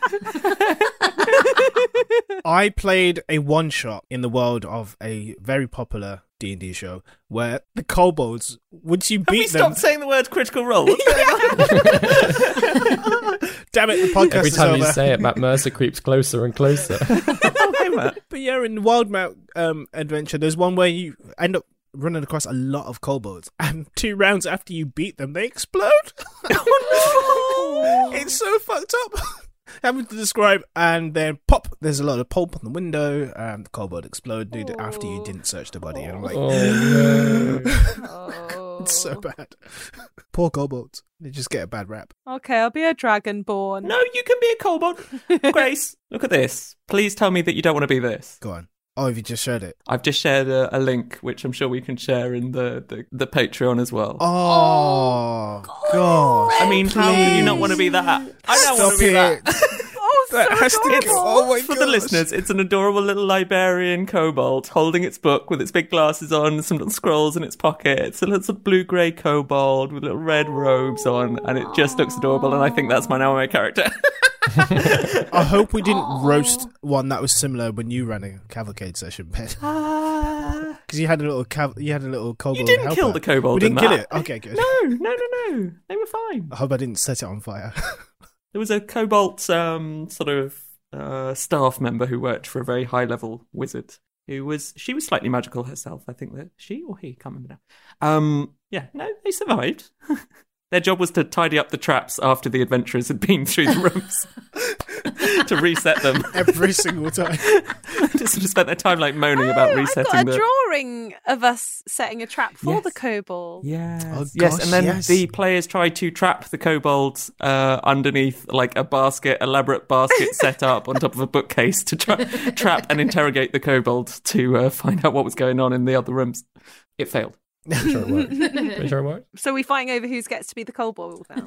[SPEAKER 3] I played a one shot in the world of a very popular D and D show where the kobolds. Once you
[SPEAKER 4] Have we
[SPEAKER 3] beat them,
[SPEAKER 4] stopped saying the word critical role?
[SPEAKER 3] damn it, the podcast
[SPEAKER 6] Every
[SPEAKER 3] is
[SPEAKER 6] time you
[SPEAKER 3] over.
[SPEAKER 6] say it, Matt Mercer creeps closer and closer.
[SPEAKER 3] But yeah, in Wild Mount um, Adventure, there's one where you end up running across a lot of kobolds, and two rounds after you beat them, they explode.
[SPEAKER 2] Oh.
[SPEAKER 3] it's so fucked up. Having to describe, and then pop. There's a lot of pulp on the window, and the kobold exploded after you didn't search the body. And I'm like,
[SPEAKER 6] Oh, no.
[SPEAKER 3] it's so bad. Poor kobolds. They just get a bad rap.
[SPEAKER 2] Okay, I'll be a dragonborn.
[SPEAKER 4] No, you can be a kobold. Grace, look at this. Please tell me that you don't want to be this.
[SPEAKER 3] Go on. Oh, if you just showed it.
[SPEAKER 4] I've just shared a, a link, which I'm sure we can share in the, the, the Patreon as well.
[SPEAKER 3] Oh, God.
[SPEAKER 4] I mean, how can you not want to be that? I don't want to be that.
[SPEAKER 2] Oh, so
[SPEAKER 3] That has to be-
[SPEAKER 2] adorable.
[SPEAKER 3] Oh my
[SPEAKER 4] For the
[SPEAKER 3] gosh.
[SPEAKER 4] listeners, it's an adorable little Liberian kobold holding its book with its big glasses on and some little scrolls in its pocket. It's a little blue-grey kobold with little red robes on, and it just looks adorable, and I think that's my now my character.
[SPEAKER 3] I hope we didn't roast one that was similar when you ran a cavalcade session, Ben. Because you had a little cav- you had a little kobold.
[SPEAKER 4] you didn't
[SPEAKER 3] helper.
[SPEAKER 4] kill the kobold
[SPEAKER 3] We didn't
[SPEAKER 4] in
[SPEAKER 3] kill
[SPEAKER 4] that.
[SPEAKER 3] it. Okay, good.
[SPEAKER 4] No, no, no, no. They were fine.
[SPEAKER 3] I hope I didn't set it on fire.
[SPEAKER 4] There was a Cobalt um, sort of uh, staff member who worked for a very high level wizard who was she was slightly magical herself. I think that she or he can't remember now. Um, yeah, no, they survived. Their job was to tidy up the traps after the adventurers had been through the rooms to reset them.
[SPEAKER 3] every single time.
[SPEAKER 4] Just sort of spent their time like moaning about
[SPEAKER 2] Oh, I've
[SPEAKER 4] resetting
[SPEAKER 2] got a
[SPEAKER 4] the.
[SPEAKER 2] drawing of us setting a trap for
[SPEAKER 4] Yes.
[SPEAKER 2] the kobold.
[SPEAKER 4] Yes.
[SPEAKER 3] Oh,
[SPEAKER 4] yes,
[SPEAKER 3] gosh,
[SPEAKER 4] and then
[SPEAKER 3] yes.
[SPEAKER 4] the players try to trap the kobolds uh, underneath like a basket, elaborate basket set up on top of a bookcase to tra- trap and interrogate the kobold to uh, find out what was going on in the other rooms. It failed.
[SPEAKER 3] Sure it worked.
[SPEAKER 6] Pretty sure it worked.
[SPEAKER 2] So we're fighting over who gets to be the kobold now.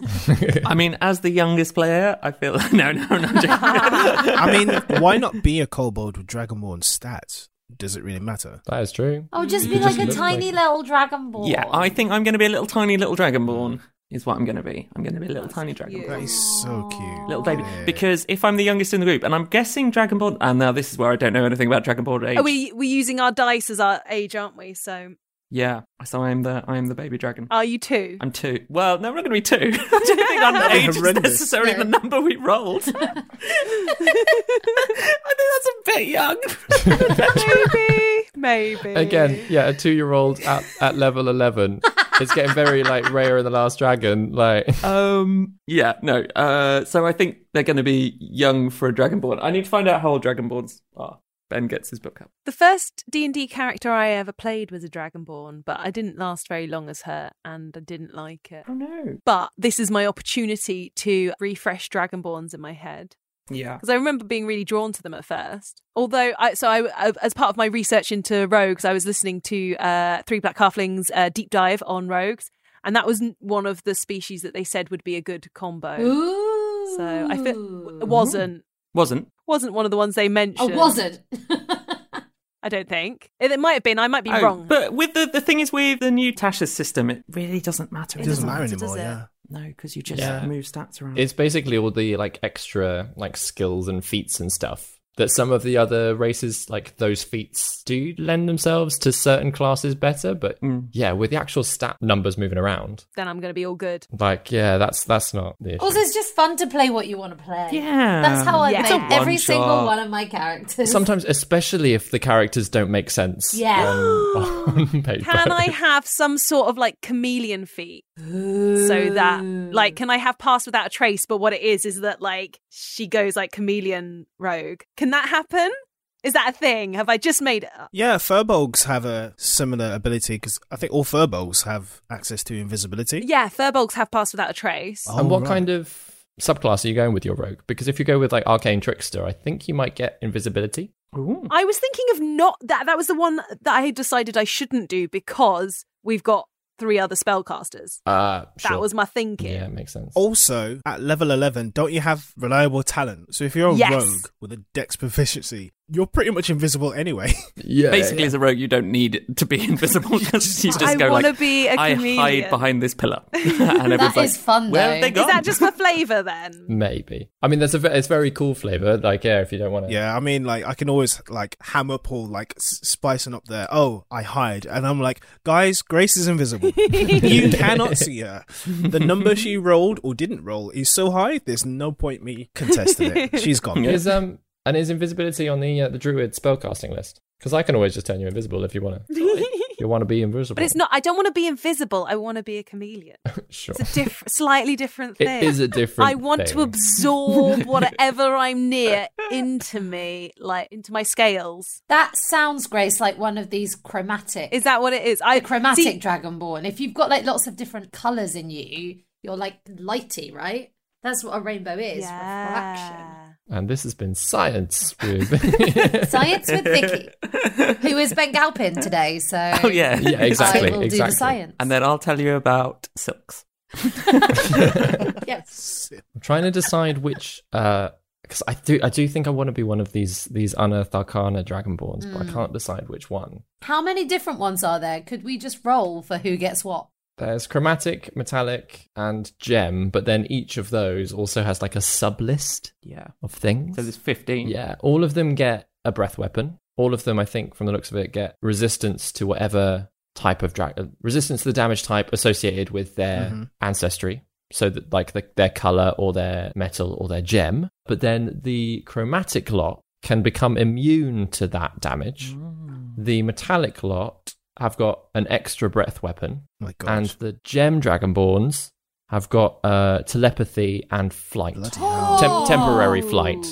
[SPEAKER 4] I mean, as the youngest player, I feel no, no, no. I'm joking.
[SPEAKER 3] I mean, why not be a kobold with Dragonborn stats? Does it really matter?
[SPEAKER 6] That is true.
[SPEAKER 5] Oh, just
[SPEAKER 6] You
[SPEAKER 5] be
[SPEAKER 6] just
[SPEAKER 5] like a
[SPEAKER 6] look
[SPEAKER 5] tiny
[SPEAKER 6] like-
[SPEAKER 5] little dragon ball.
[SPEAKER 4] yeah, I think I'm going to be a little tiny little dragonborn. Is what I'm going to be. I'm going to be a little tiny dragonborn.
[SPEAKER 3] That is so cute.
[SPEAKER 4] Little baby,
[SPEAKER 3] Yeah.
[SPEAKER 4] because if I'm the youngest in the group, and I'm guessing Dragonborn, and now this is where I don't know anything about Dragonborn age.
[SPEAKER 2] Are we we're using our dice as our age, aren't we? So
[SPEAKER 4] Yeah, so I'm the I'm the baby dragon.
[SPEAKER 2] are you two?
[SPEAKER 4] I'm two. Well, no, we're not going to be two. I don't think our
[SPEAKER 3] That'd be
[SPEAKER 4] age is
[SPEAKER 3] horrendous.
[SPEAKER 4] necessarily the number we rolled. I think that's a bit young.
[SPEAKER 2] maybe, maybe.
[SPEAKER 6] Again, yeah, a two-year-old at, at level eleven. It's getting very like rare in the Last Dragon. Like,
[SPEAKER 4] Um, yeah, no. Uh, so I think they're going to be young for a dragonborn. I need to find out how old dragonborns are. Ben gets his book up.
[SPEAKER 2] The first D and D character I ever played was a dragonborn, but I didn't last very long as her, and I didn't like it.
[SPEAKER 4] Oh no.
[SPEAKER 2] But this is my opportunity to refresh dragonborns in my head.
[SPEAKER 4] Yeah.
[SPEAKER 2] because I remember being really drawn to them at first. Although, I, so I, I- as part of my research into rogues, I was listening to uh, Three Black Halflings' uh, deep dive on rogues, and that was n- one of the species that they said would be a good combo.
[SPEAKER 5] Ooh.
[SPEAKER 2] So I feel it wasn't
[SPEAKER 4] Wasn't.
[SPEAKER 2] wasn't one of the ones they
[SPEAKER 5] I
[SPEAKER 2] mentioned.
[SPEAKER 5] wasn't.
[SPEAKER 2] I don't think it, it might have been. I might be
[SPEAKER 4] Oh,
[SPEAKER 2] wrong.
[SPEAKER 4] But with the the thing is with the new Tasha system, it really doesn't matter.
[SPEAKER 3] It
[SPEAKER 2] It
[SPEAKER 3] doesn't
[SPEAKER 2] doesn't
[SPEAKER 3] matter
[SPEAKER 2] matter,
[SPEAKER 3] anymore,
[SPEAKER 2] does it?
[SPEAKER 3] yeah.
[SPEAKER 4] No, because you just
[SPEAKER 6] Yeah.
[SPEAKER 4] move stats around.
[SPEAKER 6] it's basically all the like extra like skills and feats and stuff that some of the other races like those feats do lend themselves to certain classes better. But
[SPEAKER 4] Mm.
[SPEAKER 6] yeah, with the actual stat numbers moving around,
[SPEAKER 2] then I'm going to be all good.
[SPEAKER 6] like yeah, that's that's not the issue.
[SPEAKER 5] also, it's just fun to play what you want to play.
[SPEAKER 4] Yeah.
[SPEAKER 5] That's how I
[SPEAKER 2] Yeah. It's
[SPEAKER 5] made
[SPEAKER 4] a
[SPEAKER 5] every
[SPEAKER 4] one
[SPEAKER 5] single
[SPEAKER 4] shot.
[SPEAKER 5] one of my characters.
[SPEAKER 6] Sometimes, especially if the characters don't make sense.
[SPEAKER 5] Yeah.
[SPEAKER 6] on- on paper.
[SPEAKER 2] Can I have some sort of like chameleon feat? So that like can I have pass without a trace, but what it is is that like she goes like chameleon rogue. Can that happen? Is that a thing? Have I just made it up?
[SPEAKER 3] Yeah, furbolgs have a similar ability because I think all furbolgs have access to invisibility.
[SPEAKER 2] Yeah, furbolgs have pass without a trace.
[SPEAKER 3] Oh,
[SPEAKER 6] and what
[SPEAKER 3] right.
[SPEAKER 6] kind of subclass are you going with your rogue? Because if you go with like arcane trickster, I think you might get invisibility.
[SPEAKER 4] Ooh.
[SPEAKER 2] I was thinking of not that that was the one that I had decided I shouldn't do because we've got three other spellcasters.
[SPEAKER 6] Uh,
[SPEAKER 2] That was my thinking.
[SPEAKER 6] yeah, makes sense.
[SPEAKER 3] Oh, Also, at level 11, don't you have reliable talent? So if you're a
[SPEAKER 2] Yes.
[SPEAKER 3] rogue with a dex proficiency, you're pretty much invisible anyway.
[SPEAKER 6] yeah,
[SPEAKER 4] Basically, as a rogue, you don't need to be invisible. Just, you just
[SPEAKER 2] I
[SPEAKER 4] go
[SPEAKER 2] wanna
[SPEAKER 4] like,
[SPEAKER 2] be a
[SPEAKER 4] I
[SPEAKER 2] chameleon."
[SPEAKER 4] hide behind this pillar, and everyone's like,
[SPEAKER 5] is fun,
[SPEAKER 4] Where have
[SPEAKER 5] though.
[SPEAKER 4] they
[SPEAKER 5] Is
[SPEAKER 4] gone?
[SPEAKER 2] Is that just for flavour then?
[SPEAKER 6] Maybe. I mean, that's a ve- it's very cool flavor. Like, yeah, if you don't want to.
[SPEAKER 3] yeah, I mean, like, I can always, like, hammer pull, like, s- spicing up there. Oh, I hide. And I'm like, guys, Grace is invisible. you cannot see her. The number she rolled or didn't roll is so high, there's no point me contesting it. She's gone.
[SPEAKER 6] Is um and is invisibility on the uh, the druid spellcasting list? Because I can always just turn you invisible if you want to. You want to be invisible.
[SPEAKER 2] But it's not. I don't want to be invisible. I want to be a chameleon.
[SPEAKER 6] sure.
[SPEAKER 2] It's a diff- slightly different
[SPEAKER 6] It
[SPEAKER 2] thing.
[SPEAKER 6] is a different
[SPEAKER 2] I want
[SPEAKER 6] thing.
[SPEAKER 2] to absorb whatever I'm near into me, like into my scales.
[SPEAKER 5] That sounds, Grace, like one of these chromatic.
[SPEAKER 2] Is that what it is? I
[SPEAKER 5] the chromatic
[SPEAKER 2] see,
[SPEAKER 5] dragonborn? If you've got like lots of different colours in you, you're like lighty, right? That's what a rainbow is.
[SPEAKER 2] yeah.
[SPEAKER 6] And this has been science. With...
[SPEAKER 5] Refraction. Science with Vicky, who is Ben Galpin today. So
[SPEAKER 4] "Oh yeah,
[SPEAKER 6] yeah, exactly.
[SPEAKER 5] I will do
[SPEAKER 6] exactly.
[SPEAKER 5] the science.
[SPEAKER 4] And then I'll tell you about silks.
[SPEAKER 5] yes.
[SPEAKER 6] I'm trying to decide which because I do I do think I want to be one of these these unearthed arcana dragonborns, but
[SPEAKER 2] Mm.
[SPEAKER 6] I can't decide which one.
[SPEAKER 5] How many different ones are there? Could we just roll for who gets what?
[SPEAKER 6] There's chromatic, metallic, and gem, but then each of those also has like a sub list
[SPEAKER 4] Yeah.
[SPEAKER 6] of things.
[SPEAKER 4] So there's 15.
[SPEAKER 6] Yeah, all of them get a breath weapon. All of them, I think, from the looks of it, get resistance to whatever type of drag, uh, resistance to the damage type associated with their ancestry. So that, like, the, their color or their metal or their gem. But then the chromatic lot can become immune to that damage. The metallic lot have got an extra breath weapon,
[SPEAKER 3] my God.
[SPEAKER 6] and the gem dragonborns have got uh, telepathy and flight, Tem- temporary flight.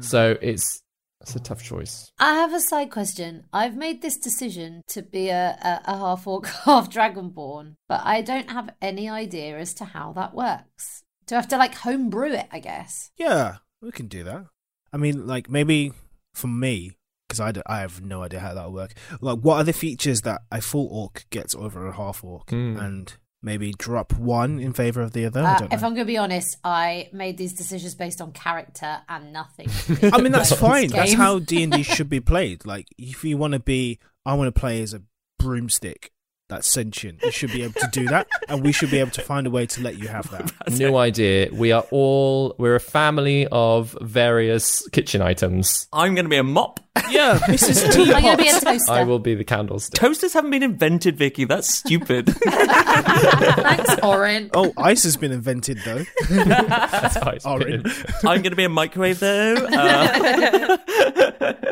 [SPEAKER 6] So it's it's a tough choice.
[SPEAKER 5] I have a side question. I've made this decision to be a, a, a half orc, half dragonborn, but I don't have any idea as to how that works. Do I have to like homebrew it? I guess.
[SPEAKER 3] Yeah, we can do that. I mean, like maybe for me, because I, d- I have no idea how that'll work. Like, what are the features that a full orc gets over a half orc, and maybe drop one in favor of the other? I
[SPEAKER 5] Uh,
[SPEAKER 3] don't
[SPEAKER 5] if
[SPEAKER 3] know.
[SPEAKER 5] I'm going to be honest, I made these decisions based on character and nothing.
[SPEAKER 3] I mean, that's
[SPEAKER 5] Like,
[SPEAKER 3] fine.
[SPEAKER 5] this
[SPEAKER 3] That's
[SPEAKER 5] game.
[SPEAKER 3] how D and D should be played. Like, if you want to be, I want to play as a broomstick that's sentient. You should be able to do that, and we should be able to find a way to let you have that.
[SPEAKER 6] New idea. We are all we're a family of various kitchen items.
[SPEAKER 4] I'm going to be a mop.
[SPEAKER 3] Yeah, Mrs.
[SPEAKER 5] I'm
[SPEAKER 3] Teapot.
[SPEAKER 5] going to be a toaster.
[SPEAKER 6] I will be the candlestick.
[SPEAKER 4] Toasters haven't been invented, Vicky. That's stupid.
[SPEAKER 5] Thanks, Orin.
[SPEAKER 3] Oh, ice has been invented though.
[SPEAKER 6] That's how it's
[SPEAKER 3] Orange.
[SPEAKER 6] been.
[SPEAKER 4] I'm going to be a microwave though. Uh,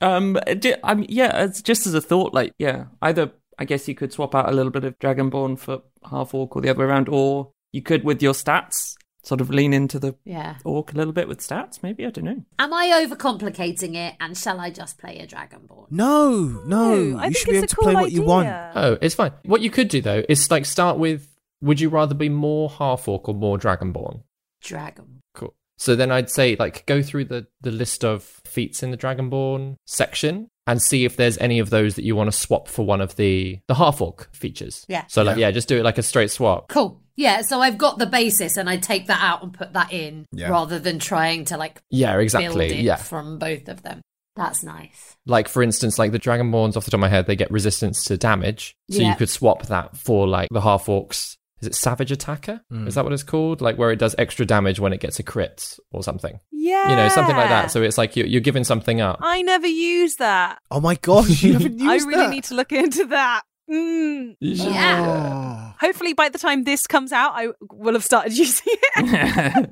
[SPEAKER 4] um, di- I'm yeah. It's just as a thought, like yeah. Either I guess you could swap out a little bit of Dragonborn for half orc, or the other way around, or you could with your stats sort of lean into the
[SPEAKER 5] Yeah.
[SPEAKER 4] orc a little bit with stats. Maybe I don't know.
[SPEAKER 5] Am I overcomplicating it? And shall I just play a dragonborn?
[SPEAKER 3] No, no, you
[SPEAKER 2] I think
[SPEAKER 3] should be able to
[SPEAKER 2] it's a cool
[SPEAKER 3] play what you want.
[SPEAKER 2] idea.
[SPEAKER 6] Oh, it's fine. What you could do though is like start with would you rather be more half orc or more dragonborn?
[SPEAKER 5] Dragon.
[SPEAKER 6] Cool. So then I'd say like go through the the list of feats in the Dragonborn section and see if there's any of those that you want to swap for one of the the half orc features.
[SPEAKER 5] Yeah.
[SPEAKER 6] So like yeah. just do it like a straight swap.
[SPEAKER 5] Cool. Yeah, so I've got the basis and I take that out and put that in
[SPEAKER 3] Yeah.
[SPEAKER 5] rather than trying to like
[SPEAKER 6] Yeah,
[SPEAKER 5] build
[SPEAKER 6] exactly.
[SPEAKER 5] it
[SPEAKER 6] Yeah.
[SPEAKER 5] from both of them. That's nice.
[SPEAKER 6] Like for instance, like the Dragonborns off the top of my head, they get resistance to damage. So
[SPEAKER 5] Yeah.
[SPEAKER 6] you could swap that for like the half orcs. Is it Savage Attacker? Is that what it's called? Like where it does extra damage when it gets a crit or something.
[SPEAKER 2] Yeah.
[SPEAKER 6] You know, something like that. So it's like you, you're giving something up.
[SPEAKER 2] I never use that.
[SPEAKER 3] Oh my gosh, you haven't used
[SPEAKER 2] I really
[SPEAKER 3] that.
[SPEAKER 2] need to look into that. Mm.
[SPEAKER 6] You
[SPEAKER 5] Oh.
[SPEAKER 6] should-
[SPEAKER 5] Yeah.
[SPEAKER 3] Oh,
[SPEAKER 2] Hopefully, by the time this comes out, I will have started using it.
[SPEAKER 4] Get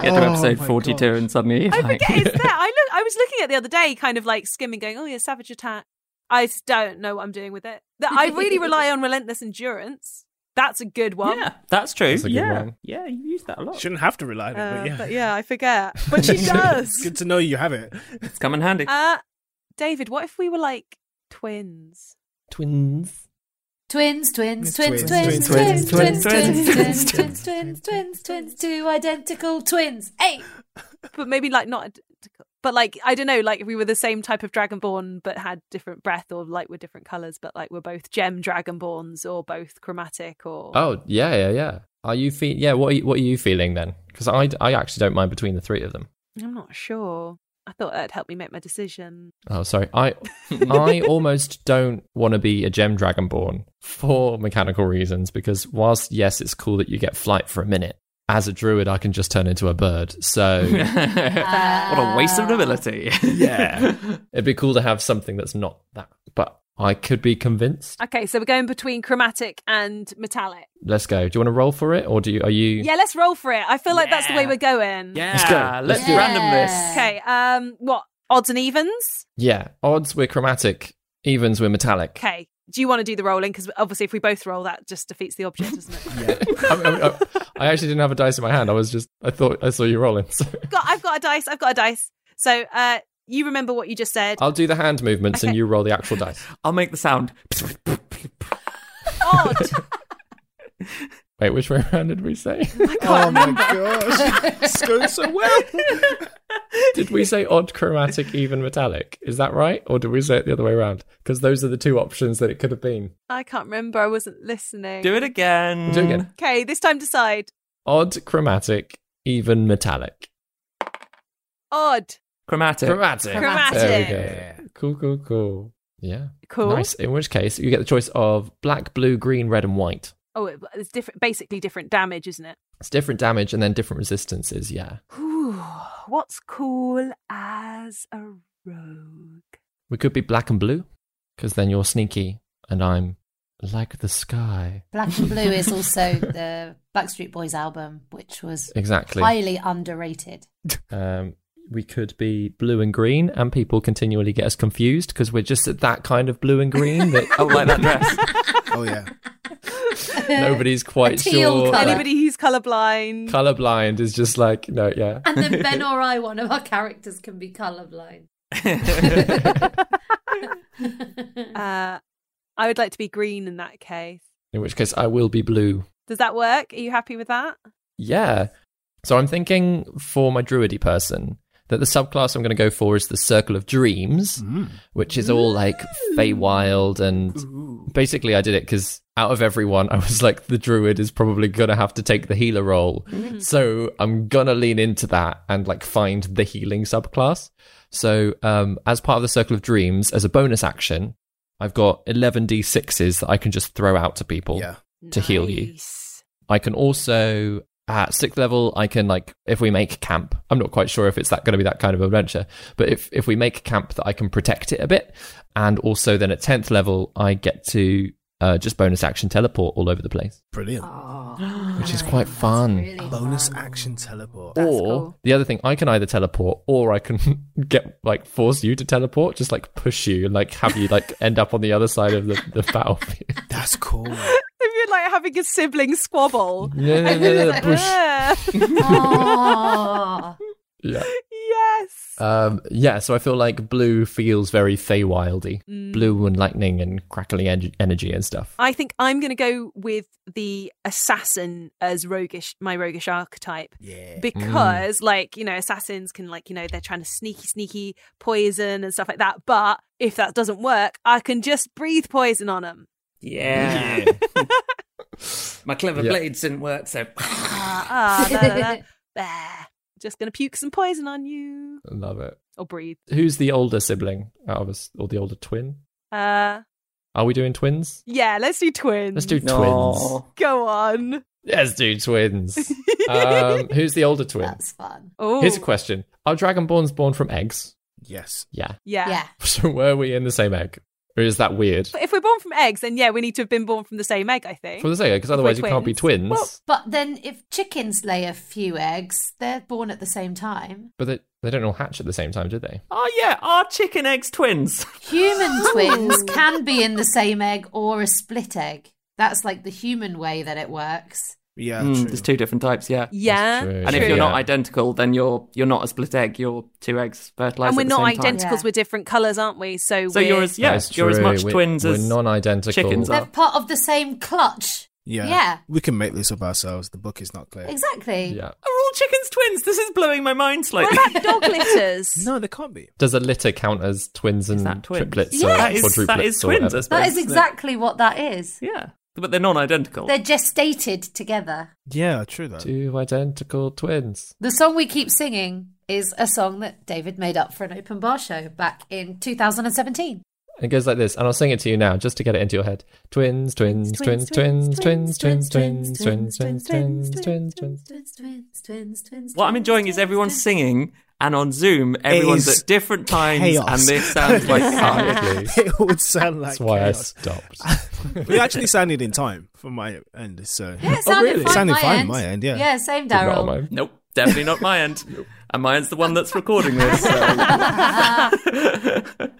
[SPEAKER 3] Oh,
[SPEAKER 4] to episode
[SPEAKER 3] my
[SPEAKER 4] forty-two
[SPEAKER 3] gosh.
[SPEAKER 4] and suddenly
[SPEAKER 2] I
[SPEAKER 4] like,
[SPEAKER 2] forget it's there. I look. I was looking at it the other day, kind of like skimming, going, "Oh yeah, savage attack." I s- don't know what I'm doing with it. That I really rely on relentless endurance. That's a good one.
[SPEAKER 4] yeah, that's true.
[SPEAKER 6] That's a good
[SPEAKER 4] yeah,
[SPEAKER 6] one.
[SPEAKER 4] yeah, you use that a lot.
[SPEAKER 3] shouldn't have to rely on it,
[SPEAKER 2] Uh,
[SPEAKER 3] but yeah,
[SPEAKER 2] But yeah, I forget. But she does.
[SPEAKER 3] good to know you have it.
[SPEAKER 4] It's come in handy.
[SPEAKER 2] Uh, David, what if we were like twins?
[SPEAKER 6] Twins.
[SPEAKER 5] Twins, twins,
[SPEAKER 3] It's
[SPEAKER 5] twins, twins,
[SPEAKER 3] twins,
[SPEAKER 5] twins,
[SPEAKER 4] twins,
[SPEAKER 5] twins, twins, twins,
[SPEAKER 4] twins,
[SPEAKER 5] twins, twins, twins, twins, two identical twins. Hey,
[SPEAKER 2] But maybe like not. identical. But like I don't know, like if we were the same type of dragonborn but had different breath, or like were different colors, but like we're both gem dragonborns, or both chromatic, or
[SPEAKER 6] Oh yeah, yeah, yeah. Are you feel? Yeah. What are you, What are you feeling then? Because I, I actually don't mind between the three of them.
[SPEAKER 2] I'm not sure. I thought that'd help me make my decision.
[SPEAKER 6] Oh, sorry. I, I almost don't want to be a gem dragonborn for mechanical reasons. Because whilst yes, it's cool that you get flight for a minute. As a druid, I can just turn into a bird. So
[SPEAKER 4] what a waste
[SPEAKER 5] Uh,
[SPEAKER 4] of an ability. Yeah.
[SPEAKER 6] it'd be cool to have something that's not that. But I could be convinced.
[SPEAKER 2] Okay, so we're going between chromatic and metallic.
[SPEAKER 6] Let's go. Do you want to roll for it, or do you? Are you?
[SPEAKER 2] Yeah, let's roll for it. I feel like that's the way
[SPEAKER 4] Yeah.
[SPEAKER 2] we're going.
[SPEAKER 4] yeah.
[SPEAKER 6] Let's go.
[SPEAKER 4] Let's
[SPEAKER 6] Let's do it.
[SPEAKER 4] random this.
[SPEAKER 2] Okay. Um. What odds and evens?
[SPEAKER 6] Yeah. Odds we're chromatic. Evens we're metallic.
[SPEAKER 2] Okay. Do you want to do the rolling? Because obviously, if we both roll, that just defeats the object, doesn't it?
[SPEAKER 6] I, mean, I, I actually didn't have a dice in my hand. I was just, I thought I saw you rolling. So
[SPEAKER 2] I've got. I've got a dice. I've got a dice. So, uh, you remember what you just said?
[SPEAKER 4] Uh,
[SPEAKER 6] I'll do the hand movements and
[SPEAKER 2] Okay.
[SPEAKER 6] you roll the actual dice.
[SPEAKER 4] I'll make the sound.
[SPEAKER 2] Odd.
[SPEAKER 6] Wait, which way around did we say?
[SPEAKER 3] Oh my gosh, it's going so well.
[SPEAKER 6] did we say odd, chromatic, even, metallic? Is that right? Or did we say it the other way around? Because those are the two options that it could have been.
[SPEAKER 2] I can't remember. I wasn't listening.
[SPEAKER 4] Do it again.
[SPEAKER 6] Do it again.
[SPEAKER 2] Okay. This time, decide.
[SPEAKER 6] Odd, chromatic, even, metallic.
[SPEAKER 2] Odd.
[SPEAKER 4] Chromatic.
[SPEAKER 6] Chromatic.
[SPEAKER 2] Chromatic.
[SPEAKER 6] There we go. Cool, cool, cool. Yeah.
[SPEAKER 2] Cool.
[SPEAKER 6] Nice. In which case, you get the choice of black, blue, green, red, and white.
[SPEAKER 2] Oh, it- it's different. Basically, different damage, isn't it?
[SPEAKER 6] It's different damage and then different resistances. Yeah.
[SPEAKER 2] Ooh, what's cool as a rogue?
[SPEAKER 6] We could be black and blue, because then you're sneaky and I'm like the sky.
[SPEAKER 5] Black and Blue is also the Backstreet Boys album, which was
[SPEAKER 6] Exactly.
[SPEAKER 5] highly underrated.
[SPEAKER 6] Um, we could be blue and green, and people continually get us confused because we're just at that kind of blue and green. That,
[SPEAKER 4] Oh, like that dress.
[SPEAKER 3] Oh yeah,
[SPEAKER 6] Nobody's quite
[SPEAKER 5] teal
[SPEAKER 6] sure.
[SPEAKER 5] colour.
[SPEAKER 2] Anybody who's colorblind.
[SPEAKER 6] Colorblind is just like, no, yeah.
[SPEAKER 5] And then Ben or I, one of our characters, can be colorblind.
[SPEAKER 2] uh, I would like to be green in that case.
[SPEAKER 6] In which case, I will be blue.
[SPEAKER 2] Does that work? Are you happy with that?
[SPEAKER 6] Yeah. So I'm thinking for my druidy person that the subclass I'm going to go for is the Circle of Dreams, which is all like Feywild and basically I did it because out of everyone I was like the druid is probably going to have to take the healer role. So I'm going to lean into that and like find the healing subclass. So um as part of the Circle of Dreams as a bonus action, I've got 11 d6s that I can just throw out to people
[SPEAKER 3] Yeah.
[SPEAKER 6] to heal you. I can also at sixth level I can like if we make camp. I'm not quite sure if it's that going to be that kind of adventure, but if if we make camp that I can protect it a bit, and also then at tenth level I get to uh, just bonus action teleport all over the place,
[SPEAKER 3] Brilliant.
[SPEAKER 6] which is quite fun.
[SPEAKER 3] Bonus action teleport.
[SPEAKER 6] or the other thing, I can either teleport or I can get like force you to teleport, just like push you and like have you like end up on the other side of the, the battlefield.
[SPEAKER 3] That's cool.
[SPEAKER 2] If you're like having a sibling squabble.
[SPEAKER 6] No, no, no, no, push.
[SPEAKER 2] Yeah.
[SPEAKER 5] Ah.
[SPEAKER 6] Yeah.
[SPEAKER 2] yes.
[SPEAKER 6] Um, yeah, so I feel like blue feels very Feywildy,
[SPEAKER 4] Mm.
[SPEAKER 6] blue and lightning and crackly en- energy and stuff.
[SPEAKER 2] I think I'm going to go with the assassin as roguish, my roguish archetype.
[SPEAKER 3] Yeah.
[SPEAKER 2] Because,
[SPEAKER 6] Mm.
[SPEAKER 2] like, you know, assassins can, like, you know, they're trying to sneaky, sneaky poison and stuff like that. But if that doesn't work, I can just breathe poison on them.
[SPEAKER 9] Yeah. My clever
[SPEAKER 6] Yeah.
[SPEAKER 9] blades didn't work, so
[SPEAKER 2] Ah, ah, da, da, da. Bah. Just going to puke some poison on you
[SPEAKER 6] I love it.
[SPEAKER 2] or breathe.
[SPEAKER 6] Who's the older sibling out of us, or the older twin?
[SPEAKER 2] Uh,
[SPEAKER 6] Are we doing twins?
[SPEAKER 2] yeah, let's do twins.
[SPEAKER 6] Let's do twins.
[SPEAKER 4] No.
[SPEAKER 2] Go on.
[SPEAKER 6] Let's do twins. um, who's the older twin?
[SPEAKER 5] That's fun.
[SPEAKER 2] Oh,
[SPEAKER 6] Here's a question Are dragonborns born from eggs?
[SPEAKER 3] Yes.
[SPEAKER 6] Yeah.
[SPEAKER 2] Yeah.
[SPEAKER 5] Yeah.
[SPEAKER 6] So were we in the same egg? Or is that weird?
[SPEAKER 2] But if we're born from eggs, then yeah, we need to have been born from the same egg, I think.
[SPEAKER 6] From the same egg, because otherwise you can't be twins.
[SPEAKER 2] Well,
[SPEAKER 5] But then if chickens lay a few eggs, they're born at the same time.
[SPEAKER 6] but they, they don't all hatch at the same time, do they?
[SPEAKER 4] Oh yeah, are chicken eggs twins?
[SPEAKER 3] Oh.
[SPEAKER 5] Human twins can be in the same egg or a split egg. That's like the human way that it works.
[SPEAKER 3] Yeah.
[SPEAKER 6] Hmm,
[SPEAKER 4] Mm,
[SPEAKER 3] true.
[SPEAKER 4] there's two different types, yeah.
[SPEAKER 2] yeah.
[SPEAKER 6] true.
[SPEAKER 4] And if
[SPEAKER 6] True.
[SPEAKER 4] you're not
[SPEAKER 6] Yeah.
[SPEAKER 4] identical, then you're you're not a split egg. You're two eggs fertilized.
[SPEAKER 2] And we're
[SPEAKER 4] at the
[SPEAKER 2] not
[SPEAKER 4] same time.
[SPEAKER 2] identicals,
[SPEAKER 5] Yeah.
[SPEAKER 2] we're different colours, aren't we? So,
[SPEAKER 4] So
[SPEAKER 2] we're...
[SPEAKER 4] you're as yeah,
[SPEAKER 6] That's
[SPEAKER 4] you're as
[SPEAKER 6] true.
[SPEAKER 4] much
[SPEAKER 6] We're-
[SPEAKER 4] twins
[SPEAKER 6] we're
[SPEAKER 4] as
[SPEAKER 6] non-identical.
[SPEAKER 4] chickens
[SPEAKER 5] They're
[SPEAKER 4] are.
[SPEAKER 5] part of the same clutch.
[SPEAKER 3] Yeah.
[SPEAKER 5] Yeah.
[SPEAKER 3] We can make this up ourselves. The book is not clear.
[SPEAKER 5] Exactly.
[SPEAKER 6] Yeah.
[SPEAKER 4] Are all chickens twins? This is blowing my mind slightly.
[SPEAKER 2] What about dog litters?
[SPEAKER 3] No, there can't be.
[SPEAKER 6] Does a litter count as twins and
[SPEAKER 4] that twins?
[SPEAKER 6] triplets
[SPEAKER 5] Yes.
[SPEAKER 6] or
[SPEAKER 5] That
[SPEAKER 4] is-
[SPEAKER 6] quadruplets
[SPEAKER 4] that is
[SPEAKER 6] or
[SPEAKER 4] twins,
[SPEAKER 6] whatever?
[SPEAKER 4] I suppose.
[SPEAKER 5] That is exactly what that is.
[SPEAKER 4] yeah, but they're non-identical.
[SPEAKER 5] They're gestated together.
[SPEAKER 3] Yeah, true though.
[SPEAKER 6] Two identical twins.
[SPEAKER 5] The song we keep singing is a song that David made up for an open bar show back in 2017.
[SPEAKER 6] It goes like this, and I'll sing it to you now just to get it into your head. Twins, twins, twins, twins, twins, twins, twins, twins, twins, twins, twins, twins.
[SPEAKER 5] Twins, twins, twins, twins.
[SPEAKER 4] What I'm enjoying is everyone singing, and on Zoom, everyone's
[SPEAKER 3] is
[SPEAKER 4] at different times,
[SPEAKER 3] chaos.
[SPEAKER 4] and this sounds like carnage.
[SPEAKER 3] it would sound like
[SPEAKER 6] That's why I
[SPEAKER 3] chaos.
[SPEAKER 6] stopped.
[SPEAKER 3] We actually sounded in time from my end, so
[SPEAKER 5] Yeah, it sounded
[SPEAKER 6] Oh, really?
[SPEAKER 5] fine.
[SPEAKER 3] Sounded
[SPEAKER 5] my
[SPEAKER 3] fine
[SPEAKER 5] end.
[SPEAKER 3] my end, yeah.
[SPEAKER 5] Yeah, same,
[SPEAKER 6] Not
[SPEAKER 5] Daryl.
[SPEAKER 6] mine.
[SPEAKER 4] Nope, definitely not my end. And mine's the one that's recording this. So.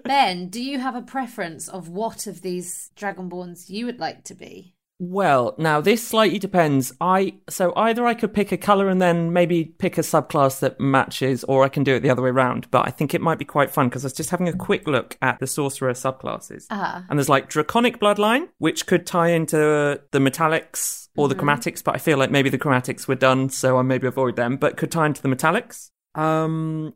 [SPEAKER 5] Ben, do you have a preference of what of these dragonborns you would like to be?
[SPEAKER 4] Well, now this slightly depends. I so either I could pick a color and then maybe pick a subclass that matches, or I can do it the other way around. But I think it might be quite fun because I was just having a quick look at the sorcerer subclasses,
[SPEAKER 5] Ah.
[SPEAKER 4] and there's like draconic bloodline, which could tie into the metallics or the chromatics. But I feel like maybe the chromatics were done, so I maybe avoid them. But could tie into the metallics. Um,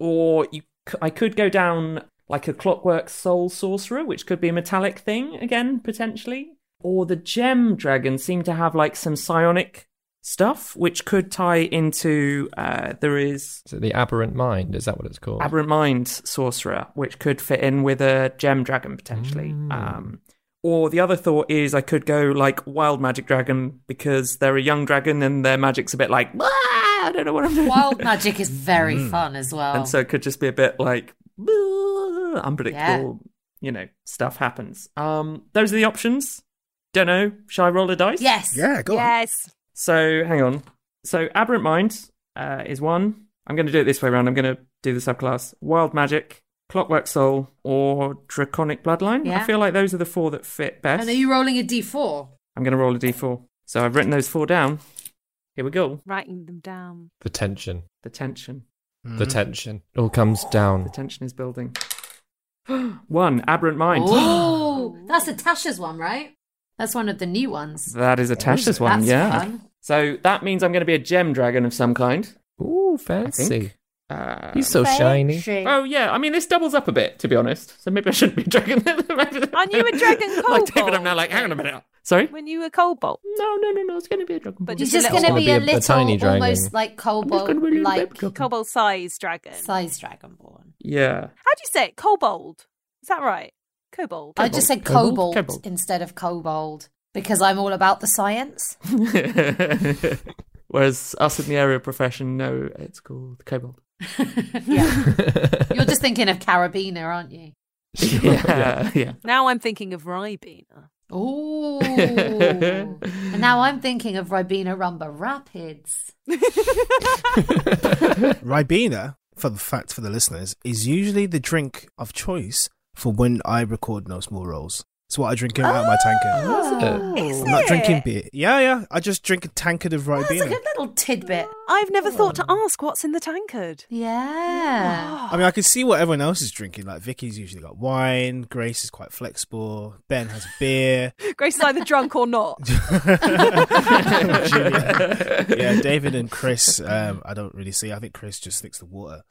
[SPEAKER 4] or you, c- I could go down like a clockwork soul sorcerer, which could be a metallic thing again potentially. Or the gem dragon seem to have like some psionic stuff, which could tie into uh, there is
[SPEAKER 6] Is it the aberrant mind? Is that what it's called?
[SPEAKER 4] aberrant mind sorcerer, which could fit in with a gem dragon potentially. Um, or the other thought is I could go like wild magic dragon because they're a young dragon and their magic's a bit like "Ah, I don't know what I'm doing.
[SPEAKER 5] Wild magic is very fun as well.
[SPEAKER 4] And so it could just be a bit like "Ah, unpredictable, you know, stuff happens. Um, those are the options. Don't know. Shall I roll a dice?
[SPEAKER 5] yes.
[SPEAKER 3] yeah, go on.
[SPEAKER 2] Yes.
[SPEAKER 4] So hang on. So aberrant mind uh, is one. I'm going to do it this way around. I'm going to do the subclass wild magic, clockwork soul, or draconic bloodline.
[SPEAKER 5] Yeah.
[SPEAKER 4] I feel like those are the four that fit best.
[SPEAKER 5] And are you rolling a d4?
[SPEAKER 4] I'm going to roll a d4. So I've written those four down. Here we go.
[SPEAKER 2] Writing them down.
[SPEAKER 6] The tension.
[SPEAKER 4] The tension. Mm-hmm.
[SPEAKER 6] The tension. It all comes down.
[SPEAKER 4] The tension is building. One, aberrant mind.
[SPEAKER 5] Oh, that's a Tasha's one, right? That's one of the new ones.
[SPEAKER 4] That is a Tasha's one,
[SPEAKER 5] That's
[SPEAKER 4] yeah.
[SPEAKER 5] fun.
[SPEAKER 4] So that means I'm going to be a gem dragon of some kind.
[SPEAKER 6] Ooh,
[SPEAKER 4] fancy.
[SPEAKER 6] fancy.
[SPEAKER 4] Uh,
[SPEAKER 6] He's so shiny.
[SPEAKER 4] Oh yeah, I mean this doubles up a bit, to be honest. So maybe I shouldn't be a dragon.
[SPEAKER 2] Aren't you a dragon
[SPEAKER 4] like
[SPEAKER 2] kobold?
[SPEAKER 4] David, I'm now like, hang on a minute. Sorry.
[SPEAKER 2] when you were kobold?
[SPEAKER 4] No, no, no, no. It's going to be a dragon.
[SPEAKER 2] But
[SPEAKER 5] He's
[SPEAKER 2] a
[SPEAKER 5] just
[SPEAKER 2] little-
[SPEAKER 5] going to be a little,
[SPEAKER 6] tiny dragon.
[SPEAKER 5] almost like
[SPEAKER 4] gonna be a
[SPEAKER 5] kobold,
[SPEAKER 4] little
[SPEAKER 5] like
[SPEAKER 4] baby dragon.
[SPEAKER 2] kobold size dragon.
[SPEAKER 5] size dragonborn.
[SPEAKER 4] Yeah.
[SPEAKER 2] How do you say it? Kobold. Is that right? Kobold.
[SPEAKER 5] I just said
[SPEAKER 4] Kobold?
[SPEAKER 5] kobold,
[SPEAKER 4] Kobold.
[SPEAKER 5] instead of kobold because I'm all about the science.
[SPEAKER 4] Whereas us in the area profession, no, it's called kobold.
[SPEAKER 5] yeah. You're just thinking of carabiner, aren't you?
[SPEAKER 4] Yeah, yeah.
[SPEAKER 2] Now I'm thinking of Ribena.
[SPEAKER 5] Oh. and now I'm thinking of Ribena Rumba Rapids.
[SPEAKER 3] Ribena, for the fact for the listeners, is usually the drink of choice for when I record No Small Rolls. It's what I drink out of my
[SPEAKER 5] Oh,
[SPEAKER 3] tankard.
[SPEAKER 2] Is
[SPEAKER 3] I'm not
[SPEAKER 2] it?
[SPEAKER 3] drinking beer. Yeah, yeah. I just drink a tankard of
[SPEAKER 5] Oh, That's a
[SPEAKER 3] Ribena.
[SPEAKER 5] good little tidbit.
[SPEAKER 2] I've never thought to ask what's in the tankard.
[SPEAKER 5] Yeah.
[SPEAKER 3] I mean, I can see what everyone else is drinking. Like Vicky's usually got wine. Grace is quite flexible. Ben has beer.
[SPEAKER 2] Grace is either drunk or not.
[SPEAKER 3] Yeah, David and Chris. Um, I don't really see. I think Chris just sticks to water.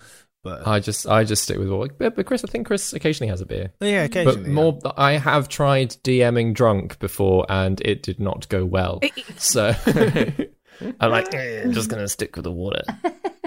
[SPEAKER 3] But
[SPEAKER 6] I just I just stick with water. But, but Chris, I think Chris occasionally has a beer.
[SPEAKER 3] yeah, occasionally.
[SPEAKER 6] But
[SPEAKER 3] yeah.
[SPEAKER 6] more, I have tried DMing drunk before, and it did not go well. so I'm like, "Eh, I'm just gonna stick with the water.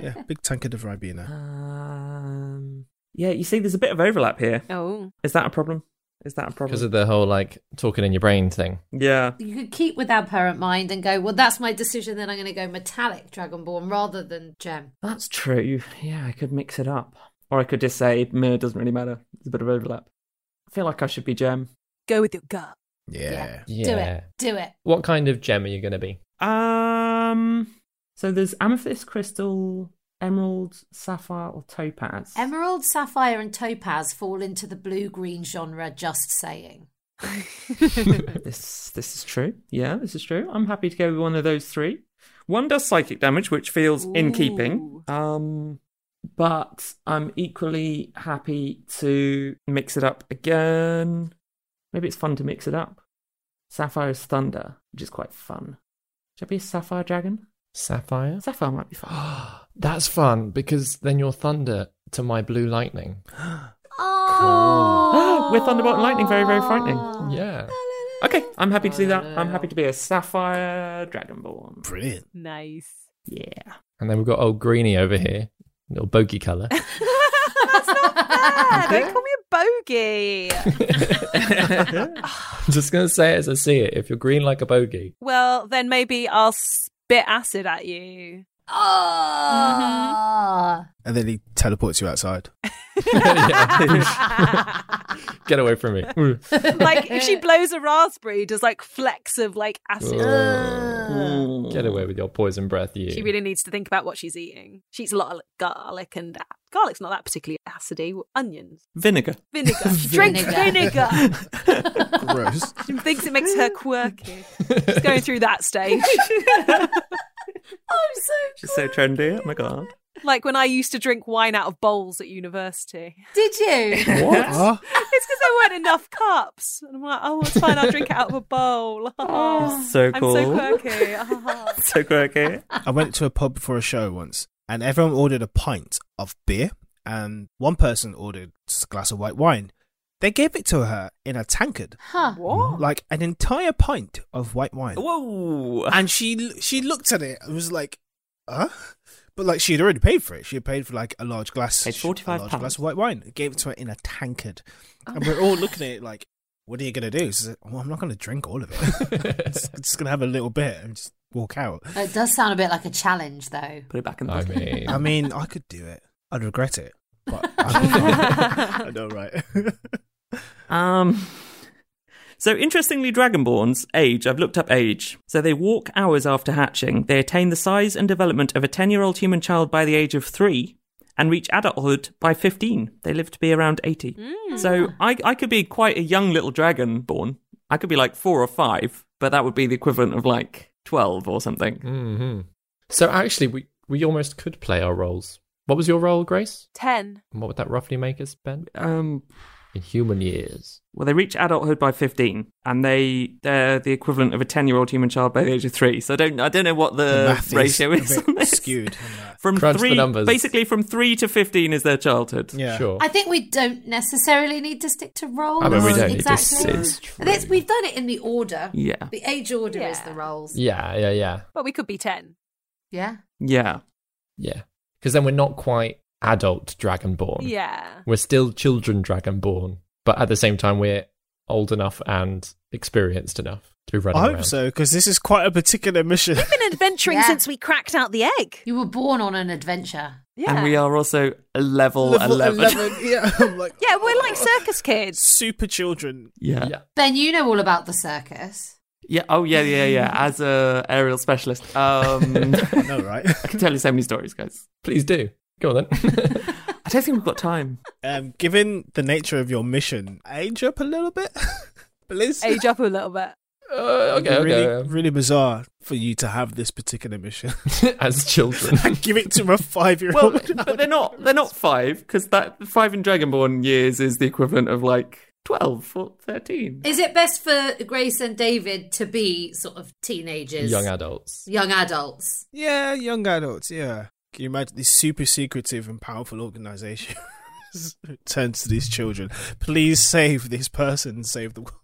[SPEAKER 3] yeah, big tankard of
[SPEAKER 4] Uh,
[SPEAKER 3] Ribena.
[SPEAKER 4] Um, yeah, you see, there's a bit of overlap here.
[SPEAKER 2] Oh.
[SPEAKER 4] Is that a problem? Is that a problem?
[SPEAKER 6] because of the whole like talking in your brain thing.
[SPEAKER 4] Yeah.
[SPEAKER 5] You could keep with our parent mind and go, well, that's my decision. Then I'm going to go metallic dragonborn rather than gem.
[SPEAKER 4] That's true. Yeah, I could mix it up. Or I could just say, meh, it doesn't really matter. There's a bit of overlap. I feel like I should be Gem.
[SPEAKER 2] Go with your gut.
[SPEAKER 3] Yeah.
[SPEAKER 5] Do
[SPEAKER 6] Yeah.
[SPEAKER 5] it. Do it.
[SPEAKER 6] What kind of gem are you gonna be?
[SPEAKER 4] Um, so there's amethyst, crystal, emerald, sapphire, or topaz.
[SPEAKER 5] Emerald, sapphire, and topaz fall into the blue green genre, just saying.
[SPEAKER 4] this this is true. Yeah, this is true. I'm happy to go with one of those three. One does psychic damage, which feels in keeping. Um, but I'm equally happy to mix it up again. Maybe it's fun to mix it up. Sapphire is thunder, which is quite fun. Should I be a sapphire dragon?
[SPEAKER 6] Sapphire.
[SPEAKER 4] Sapphire might be fun.
[SPEAKER 6] That's fun because then you're thunder to my blue lightning.
[SPEAKER 5] Oh.
[SPEAKER 4] With Thunderbolt and Lightning, very, very frightening.
[SPEAKER 6] Yeah.
[SPEAKER 4] Okay, I'm happy to do that. I'm happy to be a sapphire dragonborn.
[SPEAKER 3] Brilliant.
[SPEAKER 2] Nice.
[SPEAKER 4] Yeah.
[SPEAKER 6] And then we've got old greeny over here, little bogey color.
[SPEAKER 2] Ah, don't call me a bogey.
[SPEAKER 6] I'm just gonna say it as I see it. If you're green like a bogey,
[SPEAKER 2] well, then maybe I'll spit acid at you.
[SPEAKER 5] Ah.
[SPEAKER 3] And then he teleports you outside.
[SPEAKER 6] get away from me.
[SPEAKER 2] Like if she blows a raspberry, does like flecks of like acid.
[SPEAKER 6] Oh, get away with your poison breath, you.
[SPEAKER 2] She really needs to think about what she's eating. She eats a lot of garlic and garlic's not that particularly acidy. Onions,
[SPEAKER 4] Vinegar.
[SPEAKER 2] vinegar. She drinks
[SPEAKER 5] Vinegar.
[SPEAKER 2] vinegar.
[SPEAKER 3] Gross.
[SPEAKER 2] she thinks it makes her quirky. She's going through that stage.
[SPEAKER 5] I'm so.
[SPEAKER 4] She's so trendy. Oh my god.
[SPEAKER 2] like when I used to drink wine out of bowls at university.
[SPEAKER 5] Did you?
[SPEAKER 3] what?
[SPEAKER 2] It's because there weren't enough cups. And I'm like, oh, it's fine. I'll drink it out of a bowl.
[SPEAKER 4] So cool.
[SPEAKER 2] I'm so quirky. Ah.
[SPEAKER 4] so quirky.
[SPEAKER 3] I went to a pub for a show once, and everyone ordered a pint of beer, and one person ordered just a glass of white wine. They gave it to her in a tankard,
[SPEAKER 5] Huh.
[SPEAKER 3] like an entire pint of white wine,
[SPEAKER 4] Whoa.
[SPEAKER 3] and she she looked at it and was like, "Huh." But like she had alady paid for it, she had paid for like a large glass,
[SPEAKER 4] Paid 45
[SPEAKER 3] a large
[SPEAKER 4] pounds. Oh.
[SPEAKER 3] glass of white wine. It gave it to her in a tankard, and we're all looking at it like, "What are you gonna do?" She's like, "Well, I'm not gonna drink all of it. just, just gonna have a little bit and just walk out."
[SPEAKER 5] It does sound a bit like a challenge, though.
[SPEAKER 4] Put it back in the
[SPEAKER 6] I
[SPEAKER 4] pocket.
[SPEAKER 6] mean,
[SPEAKER 3] I mean, I could do it. I'd regret it. But I know, right?
[SPEAKER 4] Um. So interestingly, dragonborns age. I've looked up age. So they walk hours after hatching. They attain the size and development of a ten-year-old human child by the age of three, and reach adulthood by fifteen. They live to be around eighty. So I, I could be quite a young little dragonborn. I could be like four or five, but that would be the equivalent of like 12 or something.
[SPEAKER 6] Mm-hmm. So actually, we, we almost could play our roles. What was your role, Grace?
[SPEAKER 2] 10.
[SPEAKER 6] And what would that roughly make us, Ben?
[SPEAKER 4] Um,
[SPEAKER 6] In human years.
[SPEAKER 4] well, they reach adulthood by 15, and they they're the equivalent of a 10 year old human child by the age of three. So I don't I don't know what
[SPEAKER 3] The
[SPEAKER 4] the,
[SPEAKER 3] math is
[SPEAKER 4] ratio
[SPEAKER 3] a
[SPEAKER 4] is.
[SPEAKER 3] bit
[SPEAKER 4] on this.
[SPEAKER 3] skewed
[SPEAKER 4] From
[SPEAKER 6] Crunch the
[SPEAKER 4] three,
[SPEAKER 6] numbers.
[SPEAKER 4] basically from three to 15 is their childhood.
[SPEAKER 3] Yeah.
[SPEAKER 6] Sure.
[SPEAKER 5] I think we don't necessarily need to stick to roles.
[SPEAKER 6] I mean, we don't need to-
[SPEAKER 5] exactly.
[SPEAKER 6] it's
[SPEAKER 5] I think we've done it in the order.
[SPEAKER 4] Yeah.
[SPEAKER 5] The age order is
[SPEAKER 2] Yeah.
[SPEAKER 5] the roles.
[SPEAKER 6] Yeah, yeah, yeah,
[SPEAKER 2] But we could be 10.
[SPEAKER 5] Yeah.
[SPEAKER 4] Yeah.
[SPEAKER 6] yeah. Because then we're not quite adult Dragonborn.
[SPEAKER 2] Yeah.
[SPEAKER 6] We're still children Dragonborn, but at the same time, we're old enough and experienced enough to be running
[SPEAKER 3] I hope
[SPEAKER 6] around.
[SPEAKER 3] so because this is quite a particular mission.
[SPEAKER 2] We've been adventuring
[SPEAKER 5] Yeah.
[SPEAKER 2] since we cracked out the egg.
[SPEAKER 5] You were born on an adventure.
[SPEAKER 2] Yeah.
[SPEAKER 4] And we are also a level, 11.
[SPEAKER 3] yeah, I'm like
[SPEAKER 2] Yeah, we're like circus kids.
[SPEAKER 3] super children.
[SPEAKER 4] yeah. yeah.
[SPEAKER 6] Yeah.
[SPEAKER 5] Ben, you know all about the circus.
[SPEAKER 4] Oh, yeah, yeah, yeah. As a aerial specialist. Um, I
[SPEAKER 3] No, right?
[SPEAKER 4] can tell you so many stories, guys.
[SPEAKER 6] Please do. Go on then.
[SPEAKER 4] I don't think we've got time.
[SPEAKER 3] Um, given the nature of your mission, age up a little bit, please.
[SPEAKER 2] Age up a little bit.
[SPEAKER 6] Uh, okay,
[SPEAKER 3] really,
[SPEAKER 6] okay.
[SPEAKER 3] really bizarre for you to have this particular mission.
[SPEAKER 6] As children.
[SPEAKER 3] Give it to a
[SPEAKER 4] Well,
[SPEAKER 3] five-year-old.
[SPEAKER 4] but they're not. They're not five because that five in Dragonborn years is the equivalent of like twelve or thirteen.
[SPEAKER 5] Is it best for Grace and David to be sort of teenagers?
[SPEAKER 6] Young adults.
[SPEAKER 5] Young adults.
[SPEAKER 3] yeah, young adults. Yeah, can you imagine this super secretive and powerful organization turns to these children? Please save this person. Save the world.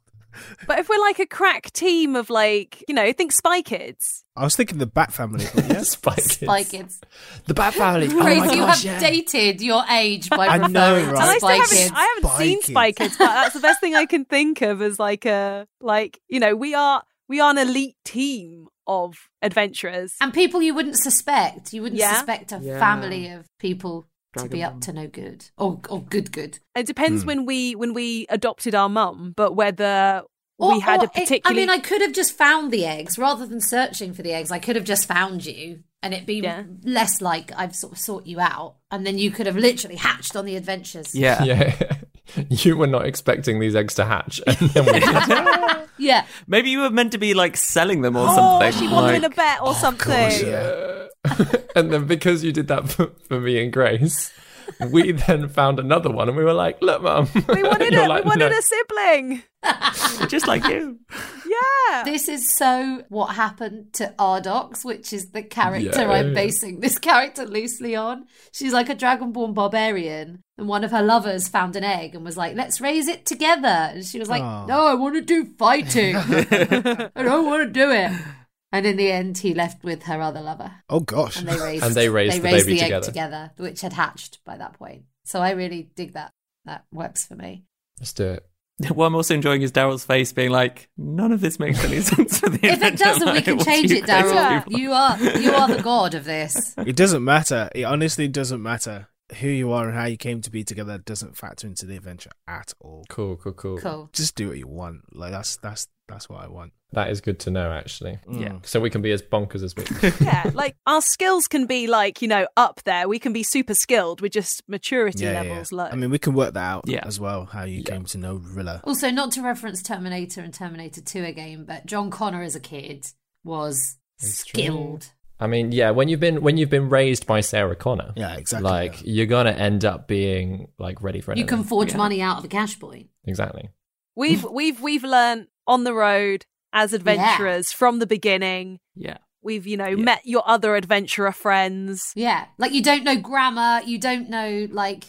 [SPEAKER 2] But if we're like a crack team of like, you know, think Spy Kids.
[SPEAKER 3] I was thinking the Bat Family. But yeah.
[SPEAKER 6] Spy Kids.
[SPEAKER 5] Spy Kids.
[SPEAKER 6] The Bat Family. Oh
[SPEAKER 5] Grace,
[SPEAKER 6] my
[SPEAKER 5] you
[SPEAKER 6] gosh,
[SPEAKER 5] have
[SPEAKER 6] yeah.
[SPEAKER 5] dated your age by
[SPEAKER 3] I
[SPEAKER 5] referring
[SPEAKER 3] know,
[SPEAKER 5] to
[SPEAKER 3] right?
[SPEAKER 2] And I still
[SPEAKER 5] Spy
[SPEAKER 2] haven't,
[SPEAKER 5] Kids.
[SPEAKER 2] I haven't
[SPEAKER 3] Spy
[SPEAKER 2] seen
[SPEAKER 3] Kids.
[SPEAKER 2] Spy Kids, but that's the best thing I can think of as like a, like, you know, we are, we are an elite team of adventurers.
[SPEAKER 5] And people you wouldn't suspect. You wouldn't
[SPEAKER 2] Yeah.
[SPEAKER 5] suspect a
[SPEAKER 4] Yeah.
[SPEAKER 5] family of people to be
[SPEAKER 4] Dragonborn.
[SPEAKER 5] up to no good. Or or good good.
[SPEAKER 2] It depends
[SPEAKER 3] Hmm.
[SPEAKER 2] when we, when we adopted our mum, but whether we had a
[SPEAKER 5] it-
[SPEAKER 2] particularly.
[SPEAKER 5] I mean, I could have just found the eggs rather than searching for the eggs. I could have just found you, and it'd be
[SPEAKER 2] Yeah.
[SPEAKER 5] less like I've sort of sought you out, and then you could have literally hatched on the adventures.
[SPEAKER 4] Yeah.
[SPEAKER 6] Yeah. you were not expecting these eggs to hatch. And then we did.
[SPEAKER 5] yeah.
[SPEAKER 4] Maybe you were meant to be like selling them or
[SPEAKER 2] Oh,
[SPEAKER 4] something.
[SPEAKER 2] she won them in a
[SPEAKER 4] like-
[SPEAKER 2] bet or something.
[SPEAKER 3] Oh,
[SPEAKER 6] and then because you did that for, for me and Grace, we then found another one and we were like, look, mum.
[SPEAKER 2] We wanted
[SPEAKER 6] You're
[SPEAKER 2] a,
[SPEAKER 6] like,
[SPEAKER 2] we wanted
[SPEAKER 6] "No."
[SPEAKER 2] a sibling.
[SPEAKER 4] just like you.
[SPEAKER 2] Yeah.
[SPEAKER 5] This is so what happened to Ardox, which is the character
[SPEAKER 6] Yeah.
[SPEAKER 5] I'm basing this character loosely on. She's like a dragonborn barbarian, and one of her lovers found an egg and was like, let's raise it together. And she was like,
[SPEAKER 3] Aw.
[SPEAKER 5] no, I want to do fighting. I don't want to do it. And in the end, he left with her other lover.
[SPEAKER 3] Oh gosh.
[SPEAKER 5] And they raised,
[SPEAKER 6] And they raised the baby
[SPEAKER 5] egg
[SPEAKER 6] together.
[SPEAKER 5] together, which had hatched by that point. So I really dig that. That works for me.
[SPEAKER 6] Let's do it.
[SPEAKER 4] What I'm also enjoying is Daryl's face being like, none of this makes any sense for the
[SPEAKER 5] If it
[SPEAKER 4] adventure.
[SPEAKER 5] doesn't, we
[SPEAKER 4] Like,
[SPEAKER 5] can
[SPEAKER 4] what do
[SPEAKER 5] change
[SPEAKER 4] you
[SPEAKER 5] it,
[SPEAKER 4] guys
[SPEAKER 5] Daryl.
[SPEAKER 4] do?
[SPEAKER 5] You are you are the god of this.
[SPEAKER 3] It doesn't matter. It honestly doesn't matter who you are and how you came to be together. Doesn't factor into the adventure at all.
[SPEAKER 6] Cool, cool, cool.
[SPEAKER 5] Cool.
[SPEAKER 3] Just do what you want. Like that's that's that's what I want.
[SPEAKER 6] That is good to know, actually.
[SPEAKER 3] Mm.
[SPEAKER 4] Yeah.
[SPEAKER 6] So we can be as bonkers as we
[SPEAKER 2] yeah, like our skills can be like, you know, up there. We can be super skilled. We're just maturity
[SPEAKER 3] Yeah, yeah,
[SPEAKER 2] levels
[SPEAKER 3] yeah.
[SPEAKER 2] low.
[SPEAKER 3] I mean, we can work that out
[SPEAKER 4] Yeah.
[SPEAKER 3] as well. How you came to know Rilla.
[SPEAKER 5] Also, not to reference Terminator and Terminator 2 again, but John Connor as a kid was
[SPEAKER 6] It's true.
[SPEAKER 5] skilled.
[SPEAKER 6] I mean, yeah, when you've been when you've been raised by Sarah Connor,
[SPEAKER 3] Yeah, exactly,
[SPEAKER 6] Like
[SPEAKER 3] yeah.
[SPEAKER 6] you're gonna end up being like ready for
[SPEAKER 5] You
[SPEAKER 6] anything.
[SPEAKER 5] can forge
[SPEAKER 4] Yeah.
[SPEAKER 5] money out of a cash point.
[SPEAKER 6] exactly.
[SPEAKER 2] We've we've we've learned on the road as adventurers from the beginning.
[SPEAKER 4] Yeah.
[SPEAKER 2] We've, you know,
[SPEAKER 4] Yeah.
[SPEAKER 2] met your other adventurer friends.
[SPEAKER 5] Yeah. Like, you don't know grammar, you don't know, like,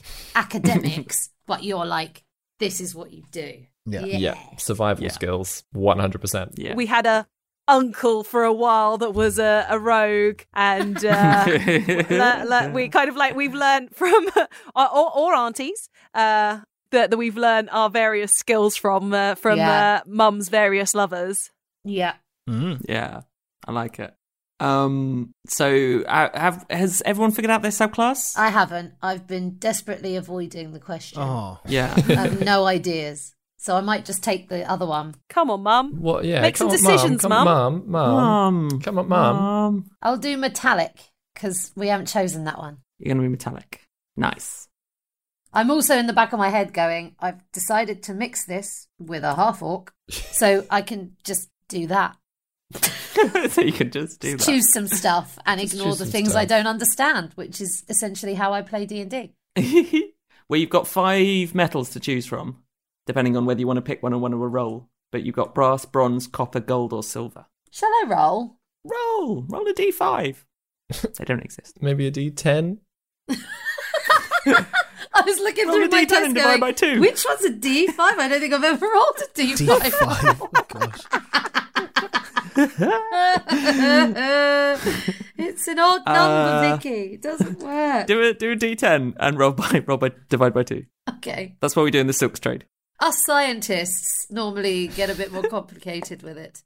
[SPEAKER 5] academics, but you're like, this is what you do.
[SPEAKER 3] Yeah.
[SPEAKER 6] Yeah, survival
[SPEAKER 4] Yeah.
[SPEAKER 6] skills, one hundred percent.
[SPEAKER 4] Yeah.
[SPEAKER 2] We had a uncle for a while that was a, a rogue and uh, le- le- we kind of like we've learned from or, or, or aunties uh, that, that we've learned our various skills from uh, from
[SPEAKER 5] Yeah.
[SPEAKER 2] uh, mum's various lovers.
[SPEAKER 5] Yeah. uh,
[SPEAKER 3] Mm.
[SPEAKER 4] Yeah, I like it. Um, so uh, have has everyone figured out their subclass?
[SPEAKER 5] I haven't. I've been desperately avoiding the question.
[SPEAKER 3] Oh,
[SPEAKER 4] yeah,
[SPEAKER 5] I have no ideas. So I might just take the other one.
[SPEAKER 2] Come on, mum.
[SPEAKER 6] What? Yeah.
[SPEAKER 2] Make
[SPEAKER 6] come
[SPEAKER 2] some
[SPEAKER 6] on,
[SPEAKER 2] decisions,
[SPEAKER 6] mum. Come on, Mum, mum.
[SPEAKER 4] mom.
[SPEAKER 6] Come on, mum.
[SPEAKER 4] Mum.
[SPEAKER 5] I'll do metallic because we haven't chosen that one.
[SPEAKER 4] You're gonna be metallic. Nice.
[SPEAKER 5] I'm also in the back of my head going, I've decided to mix this with a half orc so I can just do that.
[SPEAKER 4] so you could just do that.
[SPEAKER 5] Choose some stuff and
[SPEAKER 4] Just
[SPEAKER 5] ignore
[SPEAKER 4] choose
[SPEAKER 5] the
[SPEAKER 4] some
[SPEAKER 5] things
[SPEAKER 4] stuff.
[SPEAKER 5] I don't understand, which is essentially how I play D and D.
[SPEAKER 4] Well, you've got five metals to choose from, depending on whether you want to pick one or want to roll. But you've got brass, bronze, copper, gold, or silver.
[SPEAKER 5] Shall I roll?
[SPEAKER 4] Roll, roll a d5. They don't exist.
[SPEAKER 6] Maybe a D10.
[SPEAKER 5] I was looking
[SPEAKER 4] Roll
[SPEAKER 5] through
[SPEAKER 4] a
[SPEAKER 5] my
[SPEAKER 4] D10
[SPEAKER 5] desk
[SPEAKER 4] and divide
[SPEAKER 5] going,
[SPEAKER 4] by two.
[SPEAKER 5] which one's a D5? I don't think I've ever rolled a
[SPEAKER 3] Oh,
[SPEAKER 5] D5. it's an odd number,
[SPEAKER 4] Uh,
[SPEAKER 5] Vicky. It doesn't work.
[SPEAKER 4] Do a do a d10 and roll by roll by divide by two.
[SPEAKER 5] Okay.
[SPEAKER 4] That's what we do in the silks trade.
[SPEAKER 5] Us scientists normally get a bit more complicated with it.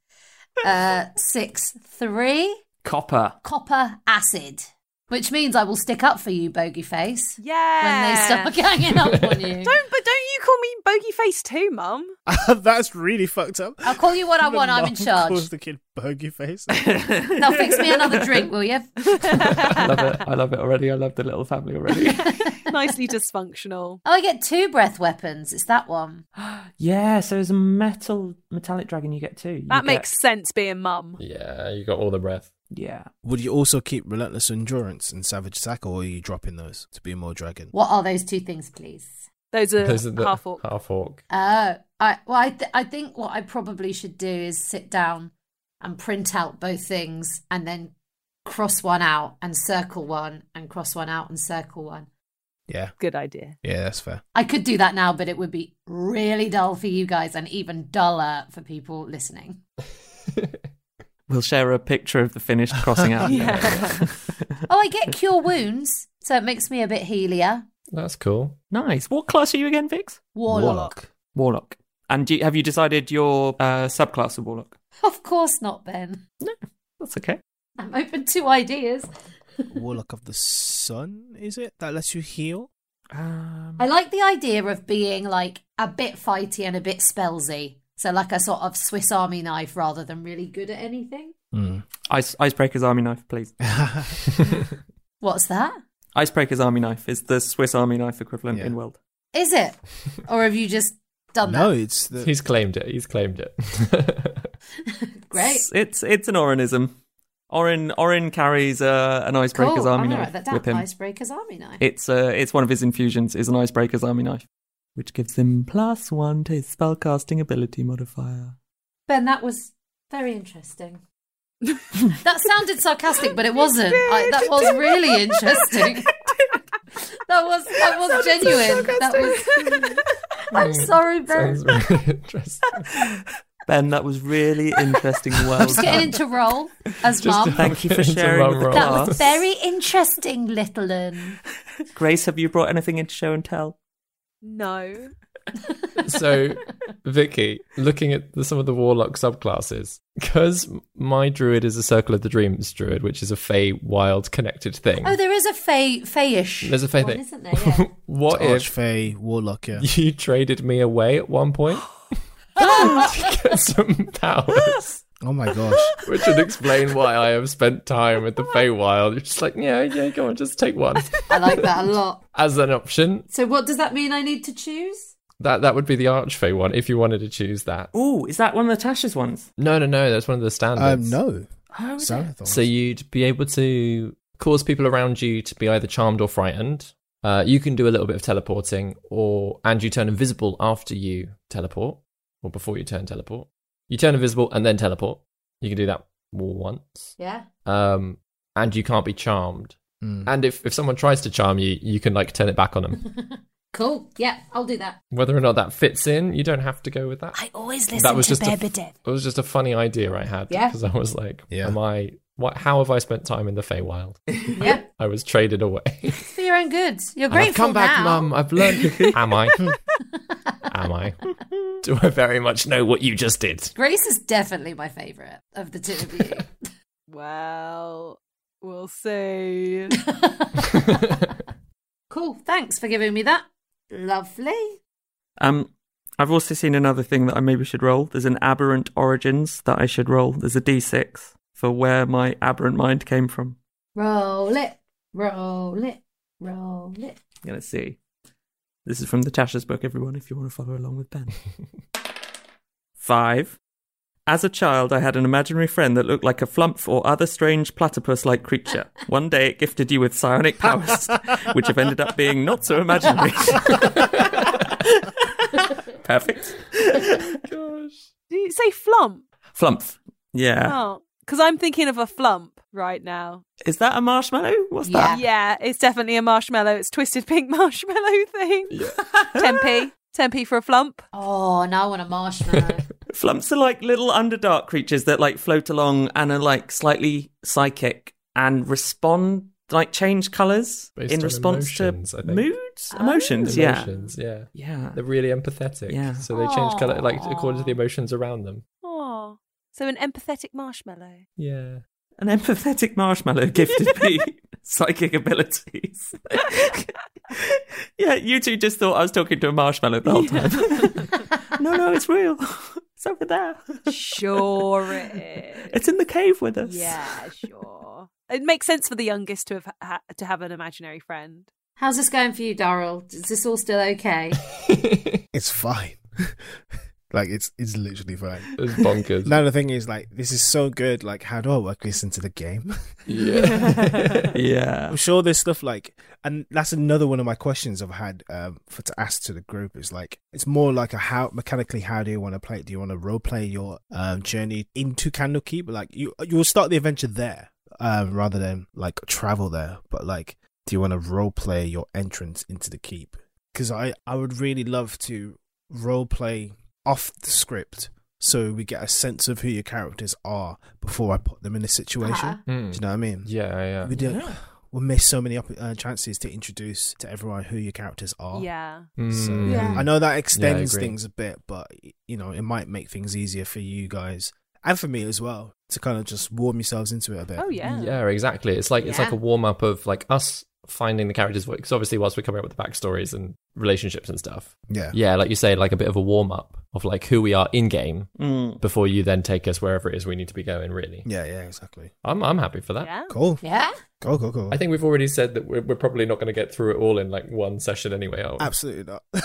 [SPEAKER 5] Uh, six, three,
[SPEAKER 4] Copper.
[SPEAKER 5] copper acid, which means I will stick up for you, bogey face.
[SPEAKER 2] Yeah.
[SPEAKER 5] When they start ganging up on you.
[SPEAKER 2] Don't, but don't you call me bogey face too, Mum?
[SPEAKER 3] That's really fucked up.
[SPEAKER 5] I'll call you what I
[SPEAKER 3] The
[SPEAKER 5] want. I'm in
[SPEAKER 3] mum
[SPEAKER 5] charge.
[SPEAKER 3] Calls the kid bogey face.
[SPEAKER 5] Now fix me another drink, will you? Oh,
[SPEAKER 4] I love it. I love it already. I love the little family already.
[SPEAKER 2] Nicely dysfunctional.
[SPEAKER 5] Oh, I get two breath weapons. It's that one.
[SPEAKER 4] yeah. So as a metal metallic dragon, you get two. You
[SPEAKER 2] That
[SPEAKER 4] get-
[SPEAKER 2] makes sense being Mum.
[SPEAKER 6] Yeah, you got all the breath.
[SPEAKER 4] yeah.
[SPEAKER 3] Would you also keep relentless endurance and savage attack, or are you dropping those to be more dragon?
[SPEAKER 5] What are those two things, please?
[SPEAKER 2] Those are,
[SPEAKER 6] Those are the-
[SPEAKER 2] half orc.
[SPEAKER 6] Half orc.
[SPEAKER 5] Oh, I well, I, th- I think what I probably should do is sit down and print out both things, and then cross one out and circle one, and cross one out and circle one.
[SPEAKER 3] Yeah,
[SPEAKER 2] Good idea.
[SPEAKER 3] yeah, that's fair.
[SPEAKER 5] I could do that now, but it would be really dull for you guys, and even duller for people listening.
[SPEAKER 4] We'll share a picture of the finished crossing out.
[SPEAKER 2] Yeah.
[SPEAKER 5] Oh, I get cure wounds, so it makes me a bit healier.
[SPEAKER 6] That's cool.
[SPEAKER 4] Nice. What class are you again, Vix?
[SPEAKER 5] Warlock.
[SPEAKER 4] Warlock. And do you, have you decided your uh, subclass of warlock?
[SPEAKER 5] Of course not, Ben.
[SPEAKER 4] That's okay.
[SPEAKER 5] I'm open to ideas.
[SPEAKER 3] Warlock of the Sun, is it? That lets you heal?
[SPEAKER 4] Um,
[SPEAKER 5] I like the idea of being like a bit fighty and a bit spellsy. So like a sort of Swiss Army knife rather than really good at anything.
[SPEAKER 4] Ice, icebreaker's army knife, please.
[SPEAKER 5] What's that?
[SPEAKER 4] Icebreaker's army knife is the Swiss army knife equivalent
[SPEAKER 3] Yeah.
[SPEAKER 4] in world.
[SPEAKER 5] Is it? Or have you just done
[SPEAKER 3] No,
[SPEAKER 5] that?
[SPEAKER 3] it's the.
[SPEAKER 6] He's claimed it. He's claimed it.
[SPEAKER 5] Great.
[SPEAKER 4] It's it's, it's an Orinism. Orin Orin carries uh, an
[SPEAKER 5] Cool.
[SPEAKER 4] icebreaker's
[SPEAKER 5] I'm
[SPEAKER 4] army
[SPEAKER 5] gonna
[SPEAKER 4] knife
[SPEAKER 5] write that down.
[SPEAKER 4] with him.
[SPEAKER 5] Icebreaker's army knife.
[SPEAKER 4] It's uh, it's one of his infusions. Is an icebreaker's army knife, which gives him plus one to his spellcasting ability modifier.
[SPEAKER 5] ben, that was very interesting. that sounded sarcastic, but it wasn't. I, that was really interesting. that was that was genuine. that was. I'm sorry, Ben.
[SPEAKER 6] Sounds really interesting.
[SPEAKER 4] Ben, that was really interesting. Well
[SPEAKER 5] Just getting
[SPEAKER 4] done.
[SPEAKER 5] into role as mum.
[SPEAKER 4] Thank you for
[SPEAKER 6] It's a
[SPEAKER 4] sharing
[SPEAKER 6] rum
[SPEAKER 4] with the
[SPEAKER 6] roll.
[SPEAKER 5] That was
[SPEAKER 4] class.
[SPEAKER 5] very interesting, little un.
[SPEAKER 4] Grace, have you brought anything into show and tell?
[SPEAKER 2] No.
[SPEAKER 6] so, Vicky, looking at the, some of the warlock subclasses, because my druid is a circle of the dreams druid, which is a fey wild connected thing.
[SPEAKER 5] Oh, there is a fey, feyish.
[SPEAKER 6] There's a fey
[SPEAKER 5] one,
[SPEAKER 6] thing.
[SPEAKER 5] isn't there? Yeah.
[SPEAKER 6] what if
[SPEAKER 3] Archfey, Warlock, yeah.
[SPEAKER 6] you traded me away at one point
[SPEAKER 5] Oh,
[SPEAKER 6] to get some powers?
[SPEAKER 3] Oh my gosh.
[SPEAKER 6] Which would explain why I have spent time at the Feywild. You're just like, yeah, yeah, go on, just take one
[SPEAKER 5] I like that a lot.
[SPEAKER 6] as an option.
[SPEAKER 5] So, what does that mean? I need to choose.
[SPEAKER 6] That that would be the Archfey one if you wanted to choose that.
[SPEAKER 4] Ooh, is that one of Natasha's ones?
[SPEAKER 6] No, no, no, that's one of the standards.
[SPEAKER 3] Um, no.
[SPEAKER 4] Oh, is it?
[SPEAKER 3] Xanathar.
[SPEAKER 6] So you'd be able to cause people around you to be either charmed or frightened. Uh, you can do a little bit of teleporting, or and you turn invisible after you teleport, or before you turn teleport. You turn invisible and then teleport. You can do that more once.
[SPEAKER 5] Yeah.
[SPEAKER 6] Um, and you can't be charmed.
[SPEAKER 3] Mm.
[SPEAKER 6] And if, if someone tries to charm you, you can like turn it back on them.
[SPEAKER 5] Cool. Yeah, I'll do that.
[SPEAKER 6] Whether or not that fits in, you don't have to go with that.
[SPEAKER 5] I always listen
[SPEAKER 6] That was
[SPEAKER 5] to
[SPEAKER 6] just a-
[SPEAKER 5] Bebedev.
[SPEAKER 6] It was just a funny idea I had
[SPEAKER 5] Yeah.
[SPEAKER 6] because I was like,
[SPEAKER 3] Yeah.
[SPEAKER 6] "Am I? What? How have I spent time in the Feywild?
[SPEAKER 5] yeah,
[SPEAKER 6] I was traded away."
[SPEAKER 5] it's for your own good. You're
[SPEAKER 6] And I've
[SPEAKER 5] grateful
[SPEAKER 6] come back,
[SPEAKER 5] now.
[SPEAKER 6] Mum. I've learned. Am I? Am I? Do I very much know what you just did?
[SPEAKER 5] Grace is definitely my favourite of the two of you.
[SPEAKER 2] Well, we'll see.
[SPEAKER 5] cool. Thanks for giving me that. Lovely.
[SPEAKER 4] Um, I've also seen another thing that I maybe should roll. There's an aberrant origins that I should roll. There's a d6 for where my aberrant mind came from.
[SPEAKER 5] Roll it. Roll it. Roll it.
[SPEAKER 4] I'm gonna see. This is from Natasha's book, everyone. If you want to follow along with Ben, five, As a child, I had an imaginary friend that looked like a flumph or other strange platypus like creature. One day it gifted you with psionic powers, which have ended up being not so imaginary. Perfect.
[SPEAKER 2] Gosh. Did you say flump?
[SPEAKER 4] Flumph. Yeah.
[SPEAKER 2] Oh, because I'm thinking of a flump right now.
[SPEAKER 4] Is that a marshmallow? What's
[SPEAKER 2] Yeah.
[SPEAKER 4] that?
[SPEAKER 2] it's definitely a marshmallow. It's twisted pink marshmallow thing. Tempe. Tempe for a flump.
[SPEAKER 5] Oh, now I want a marshmallow.
[SPEAKER 4] Flumps are like little underdark creatures that like float along and are like slightly psychic and respond like change colours
[SPEAKER 6] Based
[SPEAKER 4] in
[SPEAKER 6] on
[SPEAKER 4] response
[SPEAKER 6] emotions, I
[SPEAKER 4] to
[SPEAKER 6] think.
[SPEAKER 4] moods,
[SPEAKER 2] Oh.
[SPEAKER 4] emotions. Yeah.
[SPEAKER 6] Emotions, yeah.
[SPEAKER 4] Yeah.
[SPEAKER 6] They're really empathetic.
[SPEAKER 4] Yeah.
[SPEAKER 6] So they change colour like according to the emotions around them.
[SPEAKER 2] Oh, so an empathetic marshmallow.
[SPEAKER 6] Yeah.
[SPEAKER 4] An empathetic marshmallow gifted me psychic abilities. yeah, you two just thought I was talking to a marshmallow the whole time. no, no, it's real. It's over there.
[SPEAKER 2] Sure it is.
[SPEAKER 4] It's in the cave with us.
[SPEAKER 2] Yeah, sure. It makes sense for the youngest to have ha- to have an imaginary friend.
[SPEAKER 5] How's this going for you, Daryl? Is this all still okay?
[SPEAKER 3] It's fine. like it's it's literally fine.
[SPEAKER 6] It's bonkers.
[SPEAKER 3] Now the thing is, like, this is so good. Like, how do I work this into the game?
[SPEAKER 6] Yeah.
[SPEAKER 4] yeah.
[SPEAKER 3] I'm sure there's stuff like, and that's another one of my questions I've had um, for to ask to the group is like, it's more like a how mechanically, how do you want to play it? Do you want to role play your um, journey into Candlekeep? Like, you you will start the adventure there um, rather than like travel there. But like, do you want to role play your entrance into the keep? Because I I would really love to role play off the script. So we get a sense of who your characters are before I put them in a situation.
[SPEAKER 5] Uh-huh.
[SPEAKER 6] Hmm.
[SPEAKER 3] Do you know what I mean?
[SPEAKER 6] Yeah, yeah.
[SPEAKER 3] We don't. We miss so many oppo- uh, chances to introduce to everyone who your characters are.
[SPEAKER 2] Yeah.
[SPEAKER 3] So,
[SPEAKER 6] Mm.
[SPEAKER 5] Yeah.
[SPEAKER 3] I know that extends
[SPEAKER 6] agree.
[SPEAKER 3] things a bit, but you know it might make things easier for you guys and for me as well to kind of just warm yourselves into it a bit.
[SPEAKER 2] Oh yeah.
[SPEAKER 6] Yeah, exactly. It's like it's like
[SPEAKER 5] Yeah.
[SPEAKER 6] a warm up of like us finding the characters because obviously whilst we're coming up with the backstories and relationships and stuff.
[SPEAKER 3] Yeah.
[SPEAKER 6] Yeah, like you say, like a bit of a warm up of like who we are in game
[SPEAKER 4] Mm.
[SPEAKER 6] before you then take us wherever it is we need to be going. Really,
[SPEAKER 3] Yeah, yeah, exactly.
[SPEAKER 6] I'm I'm happy for that.
[SPEAKER 2] Yeah.
[SPEAKER 3] Cool.
[SPEAKER 5] yeah.
[SPEAKER 3] Cool, cool, cool.
[SPEAKER 6] I think we've already said that we're, we're probably not going to get through it all in like one session anyway. Oh, Are we?
[SPEAKER 3] Absolutely not.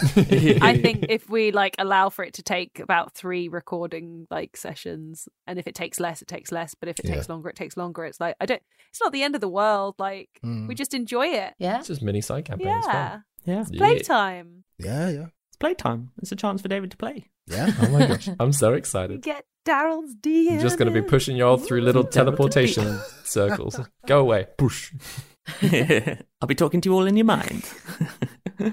[SPEAKER 2] I think if we like allow for it to take about three recording like sessions, and if it takes less, it takes less. But if it
[SPEAKER 3] Yeah.
[SPEAKER 2] takes longer, it takes longer. It's like I don't. It's not the end of the world. Like
[SPEAKER 3] Mm.
[SPEAKER 2] we just enjoy it.
[SPEAKER 5] Yeah.
[SPEAKER 6] it's just mini side campaign. as
[SPEAKER 2] Yeah,
[SPEAKER 6] well.
[SPEAKER 4] Yeah.
[SPEAKER 2] it's playtime.
[SPEAKER 3] yeah, yeah,
[SPEAKER 4] It's playtime. It's a chance for David to play.
[SPEAKER 3] yeah.
[SPEAKER 6] Oh my gosh, I'm so
[SPEAKER 2] You
[SPEAKER 6] excited.
[SPEAKER 2] Get Daryl's DM.
[SPEAKER 6] I'm just going to be pushing you all through little teleportation circles. Go away. Push.
[SPEAKER 4] I'll be talking to you all in your mind.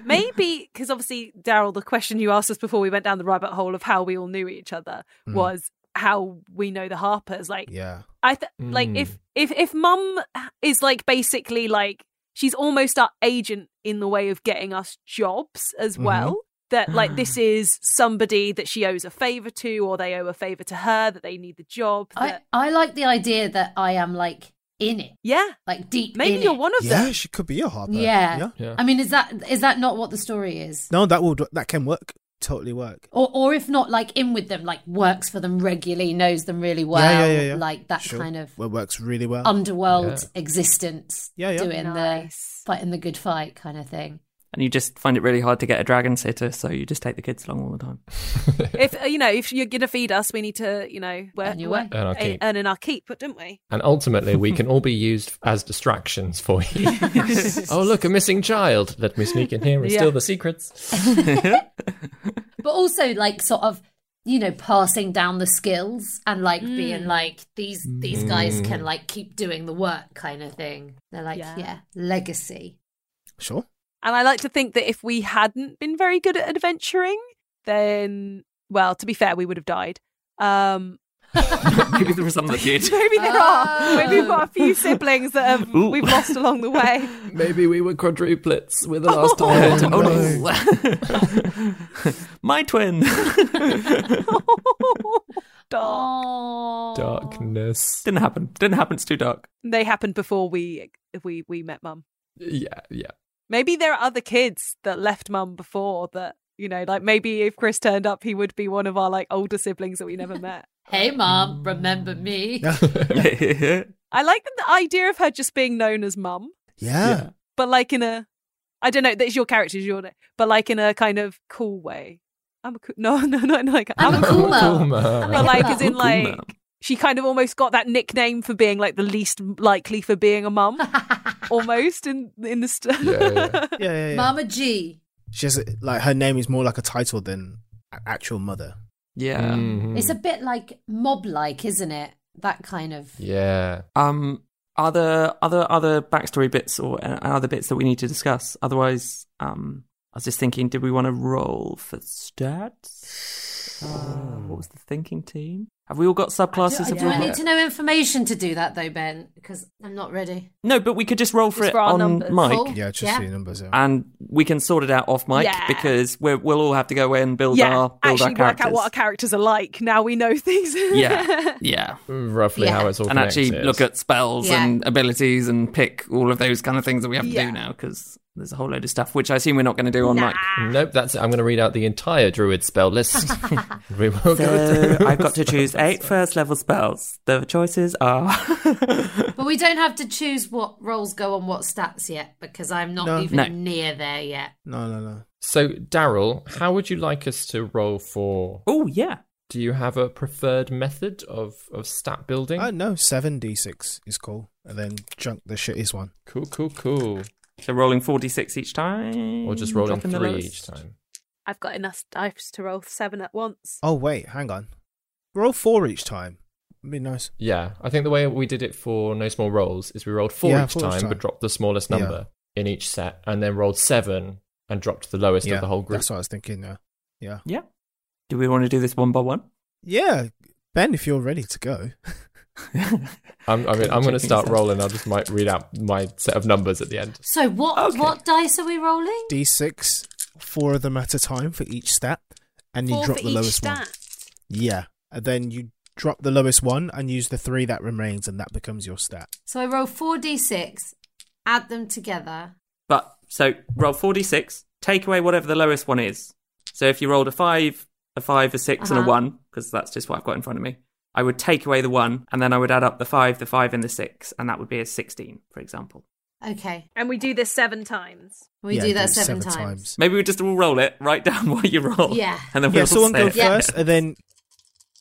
[SPEAKER 2] Maybe because obviously, Daryl, the question you asked us before we went down the rabbit hole of how we all knew each other
[SPEAKER 3] Mm.
[SPEAKER 2] was how we know the Harpers. Like,
[SPEAKER 3] yeah.
[SPEAKER 2] I th- like
[SPEAKER 6] Mm.
[SPEAKER 2] if if if mum is like basically like she's almost our agent in the way of getting us jobs as
[SPEAKER 6] Mm-hmm.
[SPEAKER 3] Mhm.
[SPEAKER 2] well. That like this is somebody that she owes a favor to, or they owe a favor to her that they need the job.
[SPEAKER 5] I,
[SPEAKER 2] that-
[SPEAKER 5] I like the idea that I am like in it,
[SPEAKER 2] yeah,
[SPEAKER 5] like deep.
[SPEAKER 2] maybe
[SPEAKER 5] in
[SPEAKER 2] you're
[SPEAKER 5] it.
[SPEAKER 2] one of
[SPEAKER 3] Yeah,
[SPEAKER 2] them.
[SPEAKER 3] she could be your Harper.
[SPEAKER 5] Yeah.
[SPEAKER 6] Yeah.
[SPEAKER 5] I mean, is that is that not what the story is?
[SPEAKER 3] No, that would that can work. Totally work.
[SPEAKER 5] Or, or if not, like in with them, like works for them regularly, knows them really well,
[SPEAKER 3] yeah, yeah, yeah.
[SPEAKER 5] like that
[SPEAKER 3] Sure.
[SPEAKER 5] kind of Um,
[SPEAKER 3] Well, works really well.
[SPEAKER 5] underworld
[SPEAKER 6] Yeah.
[SPEAKER 5] existence,
[SPEAKER 3] Yeah, yeah.
[SPEAKER 5] doing
[SPEAKER 2] Nice.
[SPEAKER 5] the fighting the good fight kind of thing.
[SPEAKER 4] And you just find it really hard to get a dragon sitter, so you just take the kids along all the time.
[SPEAKER 2] If uh, you know, if you're gonna feed us, we need to, you know, work,
[SPEAKER 5] Earn your
[SPEAKER 2] work-
[SPEAKER 5] way.
[SPEAKER 6] Earn our
[SPEAKER 2] eh,
[SPEAKER 6] keep.
[SPEAKER 2] earn in our keep, but don't we?
[SPEAKER 6] And ultimately, we can all be used as distractions for you. oh, look, a missing child. Let me sneak in here and
[SPEAKER 2] Yeah.
[SPEAKER 6] steal the secrets.
[SPEAKER 5] But also, like, sort of, you know, passing down the skills and like being like these these guys can like keep doing the work kind of thing. They're like,
[SPEAKER 2] Yeah.
[SPEAKER 5] yeah, legacy.
[SPEAKER 3] Sure.
[SPEAKER 2] And I like to think that if we hadn't been very good at adventuring, then, well, to be fair, we would have died. Um,
[SPEAKER 4] Maybe there was some that did.
[SPEAKER 2] maybe there
[SPEAKER 5] Oh.
[SPEAKER 2] are. Maybe we've got a few siblings that have,
[SPEAKER 4] Ooh.
[SPEAKER 2] we've lost along the way.
[SPEAKER 6] Maybe we were quadruplets with the last
[SPEAKER 4] Oh,
[SPEAKER 6] time.
[SPEAKER 4] no. My twin.
[SPEAKER 2] Dark.
[SPEAKER 5] Oh,
[SPEAKER 6] Darkness.
[SPEAKER 4] Didn't happen. Didn't happen. It's too dark.
[SPEAKER 2] They happened before we we we met mum.
[SPEAKER 6] Yeah, yeah.
[SPEAKER 2] Maybe there are other kids that left mum before that. You know, like maybe if Chris turned up, he would be one of our like older siblings that we never met.
[SPEAKER 5] Hey, mom, remember me?
[SPEAKER 2] I like the idea of her just being known as mum.
[SPEAKER 3] Yeah.
[SPEAKER 2] but like in a I don't know, that's your character's your name, but like in a kind of cool way. I'm a cool. No, no, no, no. Like, I'm,
[SPEAKER 5] a cool mum. I'm a
[SPEAKER 2] But like,
[SPEAKER 5] cool
[SPEAKER 2] as in
[SPEAKER 5] mum.
[SPEAKER 2] like, she kind of almost got that nickname for being like the least likely for being a mum, almost in in the st-
[SPEAKER 3] yeah, yeah, yeah.
[SPEAKER 5] Mama G.
[SPEAKER 3] She has a, like her name is more like a title than a- actual mother.
[SPEAKER 4] Yeah.
[SPEAKER 6] Mm. Mm-hmm.
[SPEAKER 5] It's a bit like mob like, isn't it? That kind of.
[SPEAKER 6] Yeah.
[SPEAKER 4] Um, are there other other backstory bits or uh, other bits that we need to discuss? Otherwise, um, I was just thinking, did we want to roll for stats? Uh, what was the thinking team? Have we all got subclasses
[SPEAKER 5] Do
[SPEAKER 4] of
[SPEAKER 5] do I
[SPEAKER 4] roll?
[SPEAKER 5] need to know information to do that though, Ben? Because I'm not ready.
[SPEAKER 4] No, but we could just roll for
[SPEAKER 5] Just
[SPEAKER 4] it
[SPEAKER 5] for our
[SPEAKER 4] on
[SPEAKER 5] numbers.
[SPEAKER 4] mic,
[SPEAKER 5] Cool.
[SPEAKER 3] Yeah, just
[SPEAKER 5] Yeah.
[SPEAKER 3] see numbers. Yeah.
[SPEAKER 4] and we can sort it out off mic
[SPEAKER 2] Yeah.
[SPEAKER 4] because we're, we'll all have to go away and build
[SPEAKER 2] yeah,
[SPEAKER 4] our build
[SPEAKER 2] actually
[SPEAKER 4] our
[SPEAKER 2] work
[SPEAKER 4] characters.
[SPEAKER 2] out what our characters are like. Now we know things.
[SPEAKER 4] yeah, yeah.
[SPEAKER 6] Roughly
[SPEAKER 5] Yeah.
[SPEAKER 6] how it's all
[SPEAKER 4] and actually
[SPEAKER 6] connected.
[SPEAKER 4] look at spells
[SPEAKER 5] Yeah.
[SPEAKER 4] and abilities and pick all of those kind of things that we have to
[SPEAKER 2] Yeah.
[SPEAKER 4] do now because there's a whole load of stuff which I assume we're not going to do on mic.
[SPEAKER 6] Nope, that's it. I'm going to read out the entire druid spell list. we will go
[SPEAKER 4] So
[SPEAKER 6] through.
[SPEAKER 4] I've got to choose eight first level spells. The choices are
[SPEAKER 5] But we don't have to choose what roles go on what stats yet because I'm not
[SPEAKER 3] No.
[SPEAKER 5] even
[SPEAKER 4] No.
[SPEAKER 5] near there yet.
[SPEAKER 3] No, no, no.
[SPEAKER 6] So, Daryl, how would you like us to roll for?
[SPEAKER 4] oh yeah,
[SPEAKER 6] Do you have a preferred method of, of stat building?
[SPEAKER 3] Oh no, seven d six is cool, and then junk the shit is one.
[SPEAKER 6] Cool, cool, cool.
[SPEAKER 4] so rolling forty six each time,
[SPEAKER 6] Or
[SPEAKER 3] Mm,
[SPEAKER 6] just rolling
[SPEAKER 4] dropping the
[SPEAKER 6] three
[SPEAKER 4] lowest.
[SPEAKER 6] each time.
[SPEAKER 2] I've got enough dice to roll seven at once.
[SPEAKER 3] Oh wait, hang on. Roll four each time. Would be nice.
[SPEAKER 6] Yeah, I think the way we did it for no small rolls is we rolled four
[SPEAKER 3] Yeah,
[SPEAKER 6] each
[SPEAKER 3] four each
[SPEAKER 6] time,
[SPEAKER 3] time.
[SPEAKER 6] but dropped the smallest number in each set, and then rolled seven and dropped the lowest
[SPEAKER 3] yeah,
[SPEAKER 6] of the whole group.
[SPEAKER 3] That's what I was thinking. Yeah, yeah,
[SPEAKER 4] Yeah. Do we want to do this one by one?
[SPEAKER 3] yeah. Ben, if you're ready to go,
[SPEAKER 6] I'm, I mean, I'm going to
[SPEAKER 4] Checking
[SPEAKER 6] start
[SPEAKER 4] stats.
[SPEAKER 6] rolling. I just might read out my set of numbers at the end.
[SPEAKER 5] So what
[SPEAKER 4] Okay.
[SPEAKER 5] what dice are we rolling?
[SPEAKER 3] d6, four of them at a time for each stat, and you
[SPEAKER 2] Four
[SPEAKER 3] drop
[SPEAKER 2] for
[SPEAKER 3] the
[SPEAKER 2] each
[SPEAKER 3] lowest
[SPEAKER 2] stat.
[SPEAKER 3] one. Yeah, and then you drop the lowest one and use the three that remains, and that becomes your stat.
[SPEAKER 5] So I roll four d six, add them together.
[SPEAKER 4] But so roll forty six, take away whatever the lowest one is. So if you rolled a five, a five, a 6 and
[SPEAKER 5] Uh-huh.
[SPEAKER 4] a one, because that's just what I've got in front of me. I would take away the one, and then I would add up the five, the five, and the six, and that would be a sixteen, for example.
[SPEAKER 5] Okay.
[SPEAKER 2] And we do this seven times.
[SPEAKER 5] We
[SPEAKER 3] Yeah,
[SPEAKER 5] do
[SPEAKER 3] you
[SPEAKER 5] that
[SPEAKER 3] it
[SPEAKER 5] seven, times.
[SPEAKER 4] Maybe we just all roll it, write down what you roll.
[SPEAKER 5] Yeah.
[SPEAKER 4] And then
[SPEAKER 3] Yeah,
[SPEAKER 4] we'll
[SPEAKER 3] someone
[SPEAKER 4] say
[SPEAKER 3] go
[SPEAKER 4] it.
[SPEAKER 3] first, and then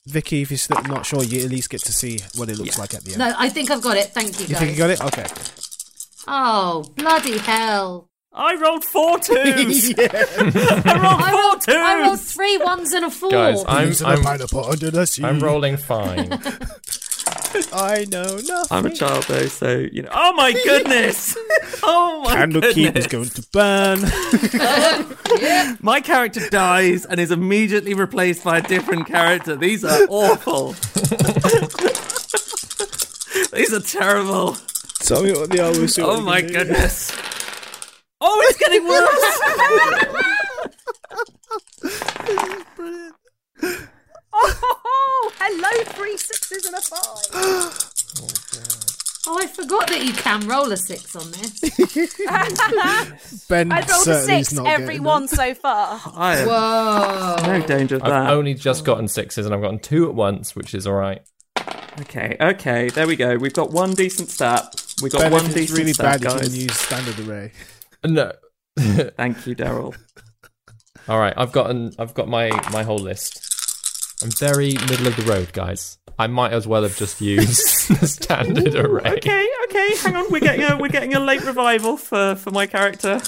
[SPEAKER 3] Vicky, if you're still not sure, you at least get to see what it looks
[SPEAKER 4] Yeah.
[SPEAKER 3] like at the end.
[SPEAKER 5] No, I think I've got it. Thank you,
[SPEAKER 3] you
[SPEAKER 5] guys.
[SPEAKER 3] think you got it? Okay.
[SPEAKER 5] Oh, bloody hell.
[SPEAKER 4] I rolled four twos. I rolled
[SPEAKER 5] I
[SPEAKER 4] four
[SPEAKER 5] rolled,
[SPEAKER 4] twos.
[SPEAKER 5] I rolled three ones and a four.
[SPEAKER 6] Guys, I- I'm-
[SPEAKER 3] Leaves in a
[SPEAKER 6] I'm-
[SPEAKER 3] pineapple under the sea.
[SPEAKER 6] I'm rolling fine.
[SPEAKER 3] I know nothing.
[SPEAKER 4] I'm a child though, so you know. Oh my goodness! oh my
[SPEAKER 3] Candle keep
[SPEAKER 4] goodness!
[SPEAKER 3] is going to burn.
[SPEAKER 4] My character dies and is immediately replaced by a different character. These are awful. These are terrible.
[SPEAKER 3] Tell me what the hour is.
[SPEAKER 4] Oh my goodness! Oh, it's getting worse.
[SPEAKER 2] Oh, hello, three sixes and a five.
[SPEAKER 5] oh, I forgot that you can roll a six on this.
[SPEAKER 3] Ben
[SPEAKER 2] I've rolled a
[SPEAKER 3] certainly is
[SPEAKER 2] six
[SPEAKER 3] not
[SPEAKER 2] every
[SPEAKER 3] getting
[SPEAKER 2] one so far.
[SPEAKER 4] I am
[SPEAKER 5] Whoa.
[SPEAKER 4] no danger of
[SPEAKER 6] I've
[SPEAKER 4] that.
[SPEAKER 6] only just gotten sixes, and I've gotten two at once, which is all right.
[SPEAKER 4] Okay, okay, there we go. We've got one decent stat. We've
[SPEAKER 3] it.
[SPEAKER 4] got
[SPEAKER 3] Ben,
[SPEAKER 4] one
[SPEAKER 3] if it's
[SPEAKER 4] decent
[SPEAKER 3] really
[SPEAKER 4] stat,
[SPEAKER 3] bad, you can
[SPEAKER 4] guys.
[SPEAKER 3] use standard array.
[SPEAKER 6] No.
[SPEAKER 4] Thank you, Daryl.
[SPEAKER 6] All right, I've gotten, I've got my my whole list. I'm very middle of the road, guys. I might as well have just used the standard array.
[SPEAKER 4] Okay, okay, hang on. We're getting a we're getting a late revival for for my character.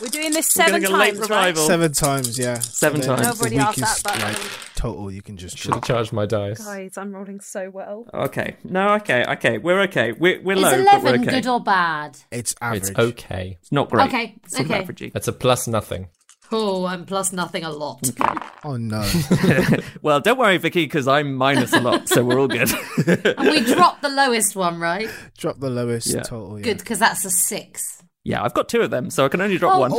[SPEAKER 2] We're doing this
[SPEAKER 4] We're
[SPEAKER 2] seven
[SPEAKER 4] getting a late
[SPEAKER 2] times, right?
[SPEAKER 4] revival.
[SPEAKER 3] Seven times, yeah.
[SPEAKER 4] Oh. Seven
[SPEAKER 3] And
[SPEAKER 4] times.
[SPEAKER 3] the
[SPEAKER 2] I've already asked
[SPEAKER 3] weakest,
[SPEAKER 2] that, but-
[SPEAKER 3] like, total, you can just
[SPEAKER 6] Should have
[SPEAKER 3] drop.
[SPEAKER 6] charged my dice.
[SPEAKER 2] Guys, I'm rolling so well.
[SPEAKER 4] Okay, no, okay, okay. We're okay. We're we're
[SPEAKER 5] Is
[SPEAKER 4] low, but we're
[SPEAKER 5] 11
[SPEAKER 4] okay.
[SPEAKER 5] good or bad?
[SPEAKER 3] It's average.
[SPEAKER 6] It's okay.
[SPEAKER 4] It's not great.
[SPEAKER 5] Okay,
[SPEAKER 4] It's sort of
[SPEAKER 5] okay.
[SPEAKER 4] averagey.
[SPEAKER 6] That's a plus nothing.
[SPEAKER 5] Oh, and plus nothing a lot.
[SPEAKER 3] Oh no.
[SPEAKER 4] Well, don't worry, Vicky, because I'm minus a lot, so we're all good.
[SPEAKER 5] And we dropped the lowest one, right?
[SPEAKER 3] drop the lowest
[SPEAKER 4] Yeah.
[SPEAKER 3] total. Yeah.
[SPEAKER 5] Good, because that's a six.
[SPEAKER 4] yeah, I've got two of them, so I can only drop
[SPEAKER 5] Oh,
[SPEAKER 4] one.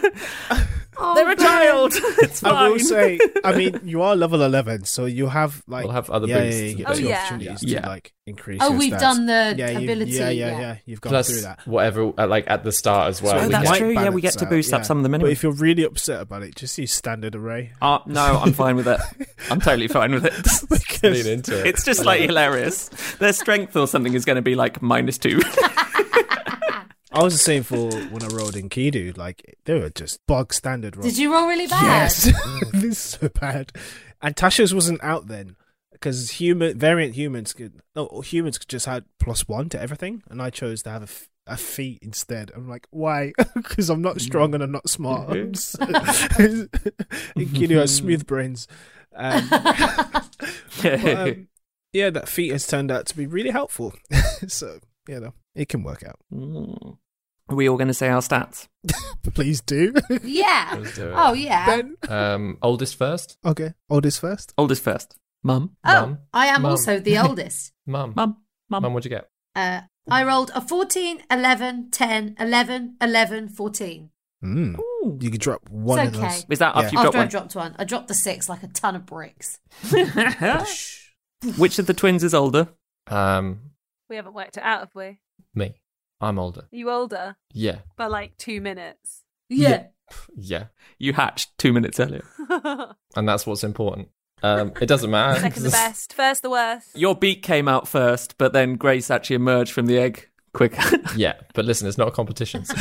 [SPEAKER 5] bless.
[SPEAKER 4] They're a child. it's fine.
[SPEAKER 3] I will say, I mean, you are level eleven, so you have like
[SPEAKER 6] We'll have other
[SPEAKER 3] yeah,
[SPEAKER 6] boosts
[SPEAKER 3] Yeah, yeah,
[SPEAKER 6] and
[SPEAKER 3] you get
[SPEAKER 2] bits. Oh, yeah.
[SPEAKER 3] opportunities
[SPEAKER 4] Yeah.
[SPEAKER 3] to like increase.
[SPEAKER 5] Oh,
[SPEAKER 3] your
[SPEAKER 5] we've
[SPEAKER 3] stats.
[SPEAKER 5] done the
[SPEAKER 3] yeah, you-
[SPEAKER 5] ability,
[SPEAKER 3] Yeah, yeah,
[SPEAKER 5] yeah.
[SPEAKER 3] yeah, You've gone
[SPEAKER 6] Plus
[SPEAKER 3] through that.
[SPEAKER 6] whatever, uh, like at the start as well.
[SPEAKER 4] Oh,
[SPEAKER 6] we
[SPEAKER 4] that's
[SPEAKER 6] get-
[SPEAKER 3] might
[SPEAKER 4] true, yeah, we
[SPEAKER 3] balance
[SPEAKER 4] get to
[SPEAKER 3] out,
[SPEAKER 4] boost up
[SPEAKER 3] yeah.
[SPEAKER 4] some of the
[SPEAKER 3] But
[SPEAKER 4] minimum.
[SPEAKER 3] if you're really upset about it, just use standard array.
[SPEAKER 4] Uh, no, I'm fine with it. I'm totally fine with it.
[SPEAKER 6] lean into it.
[SPEAKER 4] It's just like hilarious. Their strength or something is going to be like minus two.
[SPEAKER 3] I was the same for when I rolled in Kidu. Like they were just bog standard rolls.
[SPEAKER 5] Did you roll really bad?
[SPEAKER 3] Yes, this is so bad. And Tasha's wasn't out then because human variant humans could no humans could just had plus one to everything, and I chose to have a, f- a feat instead. I'm like, why? Because I'm not strong and I'm not smart.
[SPEAKER 5] Mm-hmm.
[SPEAKER 3] I'm so- Kidu has smooth brains. Um, but, um, yeah, that feat has turned out to be really helpful. so you know, it can work out.
[SPEAKER 4] Are we all going to say our stats?
[SPEAKER 3] Please do.
[SPEAKER 5] Yeah.
[SPEAKER 6] Let's do it.
[SPEAKER 5] Oh yeah.
[SPEAKER 3] Ben.
[SPEAKER 6] Um, oldest first.
[SPEAKER 3] Okay, oldest first.
[SPEAKER 4] Oldest first. Mum.
[SPEAKER 5] oh,
[SPEAKER 6] Mum.
[SPEAKER 5] I am
[SPEAKER 6] Mum.
[SPEAKER 5] also the oldest.
[SPEAKER 6] Mum.
[SPEAKER 4] Mum.
[SPEAKER 6] Mum,
[SPEAKER 4] Mum.
[SPEAKER 6] what'd you get?
[SPEAKER 5] Uh, I rolled a 14, 11, 10, 11, 11, 14.
[SPEAKER 3] Mm.
[SPEAKER 4] Ooh.
[SPEAKER 3] You could drop one
[SPEAKER 5] It's
[SPEAKER 3] of
[SPEAKER 5] okay.
[SPEAKER 3] those.
[SPEAKER 4] Is that after
[SPEAKER 3] Yeah.
[SPEAKER 4] you've
[SPEAKER 5] After
[SPEAKER 4] got
[SPEAKER 5] I
[SPEAKER 4] one?
[SPEAKER 5] dropped one, I dropped a six like a ton of bricks.
[SPEAKER 4] Which of the twins is older?
[SPEAKER 6] Um,
[SPEAKER 2] We haven't worked it out, have we? Are
[SPEAKER 6] me. I'm older.
[SPEAKER 2] you older
[SPEAKER 6] Yeah.
[SPEAKER 2] by like two minutes?
[SPEAKER 5] Yeah.
[SPEAKER 6] Yeah.
[SPEAKER 4] You hatched two minutes earlier.
[SPEAKER 6] And that's what's important. Um, it doesn't
[SPEAKER 4] Uh,
[SPEAKER 6] matter.
[SPEAKER 2] Second the best, first the worst.
[SPEAKER 4] Your beak came out first, but then Grace actually emerged from the egg quicker.
[SPEAKER 6] Yeah, but listen, it's not a competition. so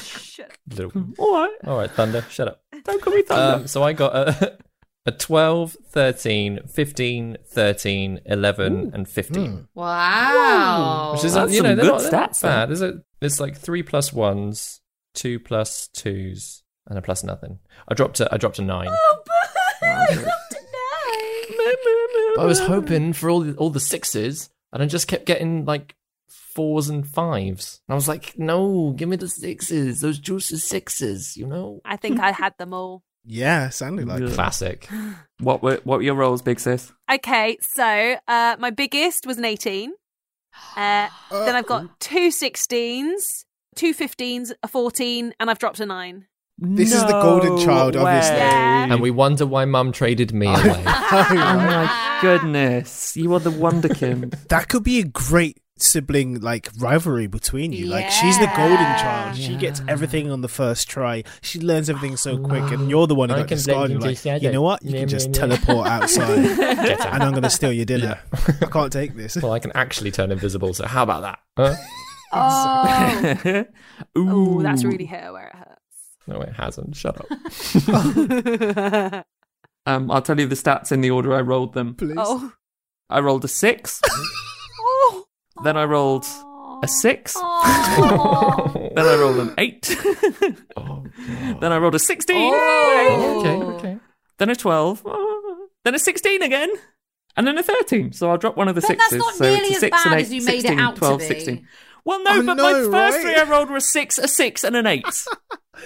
[SPEAKER 6] shut- Little.
[SPEAKER 4] all right.
[SPEAKER 6] All right, Thunder, shut up.
[SPEAKER 4] Don't call me thunder.
[SPEAKER 6] Um, so I got a, a 12, 13, 15, 13, 11, and 15.
[SPEAKER 5] Wow.
[SPEAKER 6] Which is,
[SPEAKER 4] that's
[SPEAKER 6] you know,
[SPEAKER 4] some
[SPEAKER 6] they're
[SPEAKER 4] good
[SPEAKER 6] not, they're not
[SPEAKER 4] stats,
[SPEAKER 6] bad. There's, a, there's like three plus ones, two plus twos, and a plus nothing. I dropped a, I dropped a nine. But I was hoping for all the, all the sixes, and I just kept getting like fours and fives. And I was like, no, give me the sixes. Those juices sixes, you know?
[SPEAKER 2] I think I had them all.
[SPEAKER 3] Yeah, sounded like it.
[SPEAKER 6] Classic.
[SPEAKER 4] What were what were your roles, big sis?
[SPEAKER 2] Okay, so uh, my biggest was an 18. Uh, then I've got two 16s, two 15s, a 14, and I've dropped a 9.
[SPEAKER 3] This is the golden child, obviously.
[SPEAKER 2] Yeah.
[SPEAKER 6] And we wonder why mum traded me away.
[SPEAKER 4] Oh my goodness, you are the wonderkind.
[SPEAKER 3] that could be a great sibling like rivalry between you. Like she's the golden child. She gets everything on the first try. She learns everything so quick, and you're the one who
[SPEAKER 6] Oh. I
[SPEAKER 3] got
[SPEAKER 6] can blend
[SPEAKER 3] discarded. You're
[SPEAKER 6] into
[SPEAKER 3] Like,
[SPEAKER 6] shadow.
[SPEAKER 3] you know what? You
[SPEAKER 6] Yeah,
[SPEAKER 3] can just
[SPEAKER 6] yeah, yeah."
[SPEAKER 3] teleport outside, and I'm gonna steal your dinner. I can't take this.
[SPEAKER 6] well, I can actually turn invisible, so how about that? Huh?
[SPEAKER 5] Oh.
[SPEAKER 2] Oh, that's really hurt where it hurts.
[SPEAKER 6] No, it hasn't. Shut up.
[SPEAKER 4] Um, I'll tell you the stats in the order I rolled them.
[SPEAKER 3] Please.
[SPEAKER 2] Oh.
[SPEAKER 4] I rolled a six,
[SPEAKER 2] oh.
[SPEAKER 4] then I rolled a six,
[SPEAKER 2] Oh.
[SPEAKER 4] then I rolled an eight, then I rolled a sixteen,
[SPEAKER 6] Okay, okay.
[SPEAKER 4] then a twelve, Ah. then a sixteen again, and then a thirteen. So I'll drop one of the
[SPEAKER 5] But that's
[SPEAKER 4] sixes.
[SPEAKER 5] not
[SPEAKER 4] so
[SPEAKER 5] nearly
[SPEAKER 4] it's a
[SPEAKER 5] as
[SPEAKER 4] six,
[SPEAKER 5] bad
[SPEAKER 4] an eight,
[SPEAKER 5] as you made it
[SPEAKER 4] 16,
[SPEAKER 5] out to
[SPEAKER 4] 12,
[SPEAKER 5] be.
[SPEAKER 4] 16. Well, no,
[SPEAKER 3] I
[SPEAKER 4] but
[SPEAKER 3] know,
[SPEAKER 4] my first
[SPEAKER 3] right?
[SPEAKER 4] three I rolled were a six, a six, and an eight.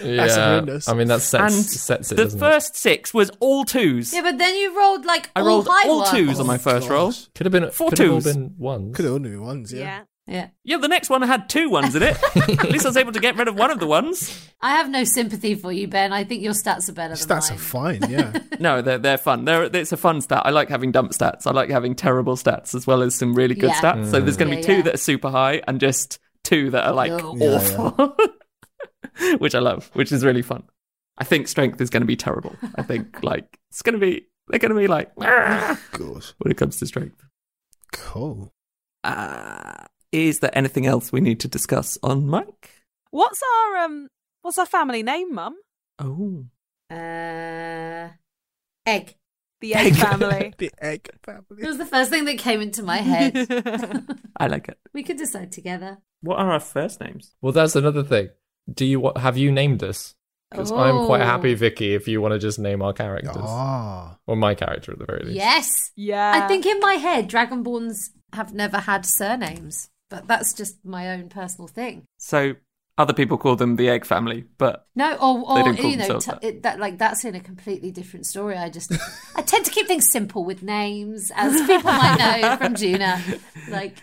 [SPEAKER 6] Yeah,
[SPEAKER 3] horrendous.
[SPEAKER 6] I mean, that sets,
[SPEAKER 4] and
[SPEAKER 6] sets it.
[SPEAKER 4] the
[SPEAKER 6] doesn't it?
[SPEAKER 4] first six was all twos.
[SPEAKER 5] Yeah, but then you rolled like
[SPEAKER 4] I
[SPEAKER 5] all
[SPEAKER 4] rolled
[SPEAKER 5] high
[SPEAKER 4] all
[SPEAKER 5] ones.
[SPEAKER 4] twos on
[SPEAKER 6] Oh,
[SPEAKER 4] my first roll.
[SPEAKER 6] Could have been
[SPEAKER 4] Four
[SPEAKER 6] could have all
[SPEAKER 4] twos.
[SPEAKER 6] been ones.
[SPEAKER 3] Could have only been ones. Yeah.
[SPEAKER 2] Yeah.
[SPEAKER 5] Yeah.
[SPEAKER 4] Yeah, the next one had two ones in it. At least I was able to get rid of one of the ones.
[SPEAKER 5] I have no sympathy for you, Ben. I think your stats are better than
[SPEAKER 3] Stats are
[SPEAKER 5] mine.
[SPEAKER 3] fine. Yeah.
[SPEAKER 4] No, they're they're fun. They're it's a fun stat. I like having dump stats. I like having terrible stats as well as some really good
[SPEAKER 5] Yeah.
[SPEAKER 4] stats. So there's going to
[SPEAKER 5] Yeah,
[SPEAKER 4] be two
[SPEAKER 5] yeah.
[SPEAKER 4] that are super high and just two that are like
[SPEAKER 5] No.
[SPEAKER 4] awful, which I love, which is really fun. I think strength is going to be terrible. I think like it's going to be they're going to be like "Ah,"
[SPEAKER 3] Good.
[SPEAKER 4] when it comes to strength.
[SPEAKER 3] Cool.
[SPEAKER 4] Uh, is there anything else we need to discuss on Mike?
[SPEAKER 2] What's our um what's our family name, Mum?
[SPEAKER 4] Oh,
[SPEAKER 5] Uh, egg.
[SPEAKER 2] The egg family.
[SPEAKER 3] The egg
[SPEAKER 5] It
[SPEAKER 3] family.
[SPEAKER 5] was the first thing that came into my head.
[SPEAKER 4] I like it.
[SPEAKER 5] we could decide together.
[SPEAKER 4] What are our first names?
[SPEAKER 6] Well, that's another thing. Do you wa- have you named us? Because I'm quite
[SPEAKER 5] Oh.
[SPEAKER 6] happy, Vicky, if you want to just name our characters
[SPEAKER 3] Ah.
[SPEAKER 6] or my character at the very least.
[SPEAKER 5] Yes.
[SPEAKER 2] yeah.
[SPEAKER 5] I
[SPEAKER 4] Uh,
[SPEAKER 5] think in my head, Dragonborns have never had surnames, but that's just my own personal thing.
[SPEAKER 4] So other people call them the egg family, but
[SPEAKER 5] No, or,
[SPEAKER 4] They
[SPEAKER 5] or
[SPEAKER 4] don't call
[SPEAKER 5] you know,
[SPEAKER 4] themselves
[SPEAKER 5] t-
[SPEAKER 4] that.
[SPEAKER 5] It, that like that's in a completely different story. I just I tend to keep things simple with names, as people might know from Juna. Like,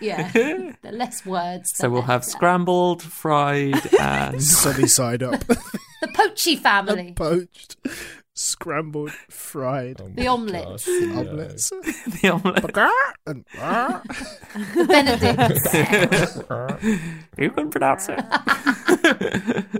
[SPEAKER 5] yeah, the less words.
[SPEAKER 4] so
[SPEAKER 5] the
[SPEAKER 4] we'll have
[SPEAKER 5] better.
[SPEAKER 4] scrambled, fried, and
[SPEAKER 3] Sunny side up,
[SPEAKER 5] the Poachy family.
[SPEAKER 3] poached, scrambled, fried
[SPEAKER 6] Oh my
[SPEAKER 5] The omelets.
[SPEAKER 6] gosh, yeah.
[SPEAKER 3] omelets.
[SPEAKER 4] the omelette.
[SPEAKER 3] And, ah.
[SPEAKER 5] the Benedicts.
[SPEAKER 4] You can pronounce it.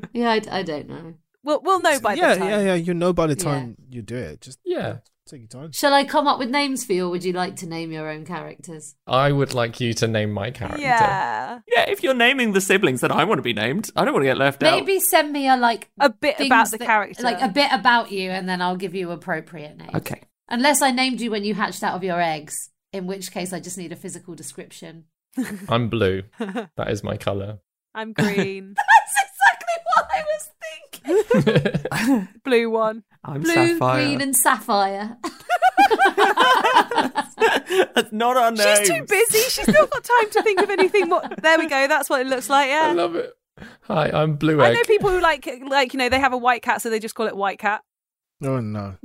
[SPEAKER 5] yeah, I, I don't know.
[SPEAKER 2] we'll we'll know by
[SPEAKER 3] yeah,
[SPEAKER 2] the time.
[SPEAKER 3] yeah, yeah. You know by the
[SPEAKER 5] Yeah.
[SPEAKER 3] time you do it. Just
[SPEAKER 6] Yeah.
[SPEAKER 3] Take your time.
[SPEAKER 5] Shall I come up with names for you, or would you like to name your own characters?
[SPEAKER 6] I would like you to name my character.
[SPEAKER 5] Yeah.
[SPEAKER 4] Yeah, if you're naming the siblings, then I want to be named. I don't want to get left out.
[SPEAKER 5] Maybe send me a like
[SPEAKER 2] a bit about the character.
[SPEAKER 5] like a bit about you, and then I'll give you appropriate names.
[SPEAKER 4] Okay.
[SPEAKER 5] Unless I named you when you hatched out of your eggs, in which case I just need a physical description.
[SPEAKER 6] I'm blue. That is my color.
[SPEAKER 2] I'm green.
[SPEAKER 5] That's exactly what I was thinking.
[SPEAKER 2] Blue one.
[SPEAKER 4] I'm
[SPEAKER 5] Blue,
[SPEAKER 4] Sapphire.
[SPEAKER 5] green, and sapphire.
[SPEAKER 4] That's not our name.
[SPEAKER 2] She's too busy. She's not got time to think of anything. More. There we go. That's what it looks like.
[SPEAKER 6] I
[SPEAKER 2] Yeah.
[SPEAKER 6] love it. Hi, I'm blue
[SPEAKER 2] I
[SPEAKER 6] egg.
[SPEAKER 2] know people who like like you know they have a white cat, so they just call it white cat.
[SPEAKER 3] Oh no.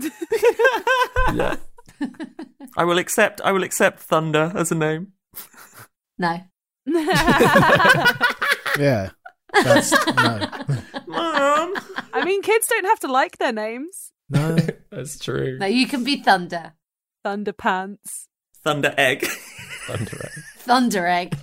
[SPEAKER 4] yeah. I will accept. I will accept Thunder as a name.
[SPEAKER 5] No.
[SPEAKER 3] Yeah. That's no.
[SPEAKER 4] Mom.
[SPEAKER 2] I mean, kids don't have to like their names.
[SPEAKER 3] No.
[SPEAKER 6] That's true.
[SPEAKER 5] No, you can be Thunder.
[SPEAKER 2] Thunderpants.
[SPEAKER 4] Thunder Egg.
[SPEAKER 6] Thunder egg.
[SPEAKER 5] Thunder Egg.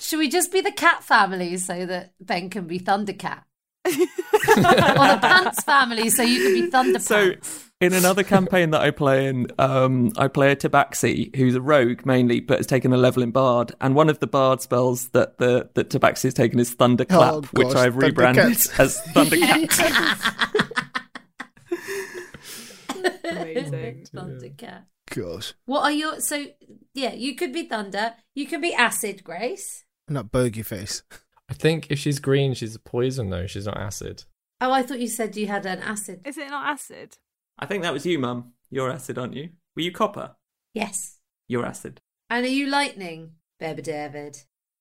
[SPEAKER 5] Should we just be the cat family so that Ben can be Thundercat? or the pants family so you can be Thunderpants?
[SPEAKER 4] So, in another campaign that I play in, um, I play a Tabaxi who's a rogue mainly, but has taken a level in Bard. And one of the Bard spells that the that Tabaxi has taken is Thunderclap,
[SPEAKER 3] Oh, gosh,
[SPEAKER 4] which I've rebranded
[SPEAKER 3] Thundercat.
[SPEAKER 4] as Thundercat.
[SPEAKER 2] Amazing.
[SPEAKER 5] Thundercat.
[SPEAKER 3] Gosh.
[SPEAKER 5] What are your so yeah, you could be Thunder, you can be Acid Grace.
[SPEAKER 3] And that bogey face.
[SPEAKER 6] I think if she's green, she's a poison though. She's not acid.
[SPEAKER 5] Oh, I thought you said you had an acid.
[SPEAKER 2] Is it not acid?
[SPEAKER 4] I think that was you, Mum. You're acid, aren't you? Were you copper?
[SPEAKER 5] Yes.
[SPEAKER 4] You're acid.
[SPEAKER 5] And are you lightning, Beba David?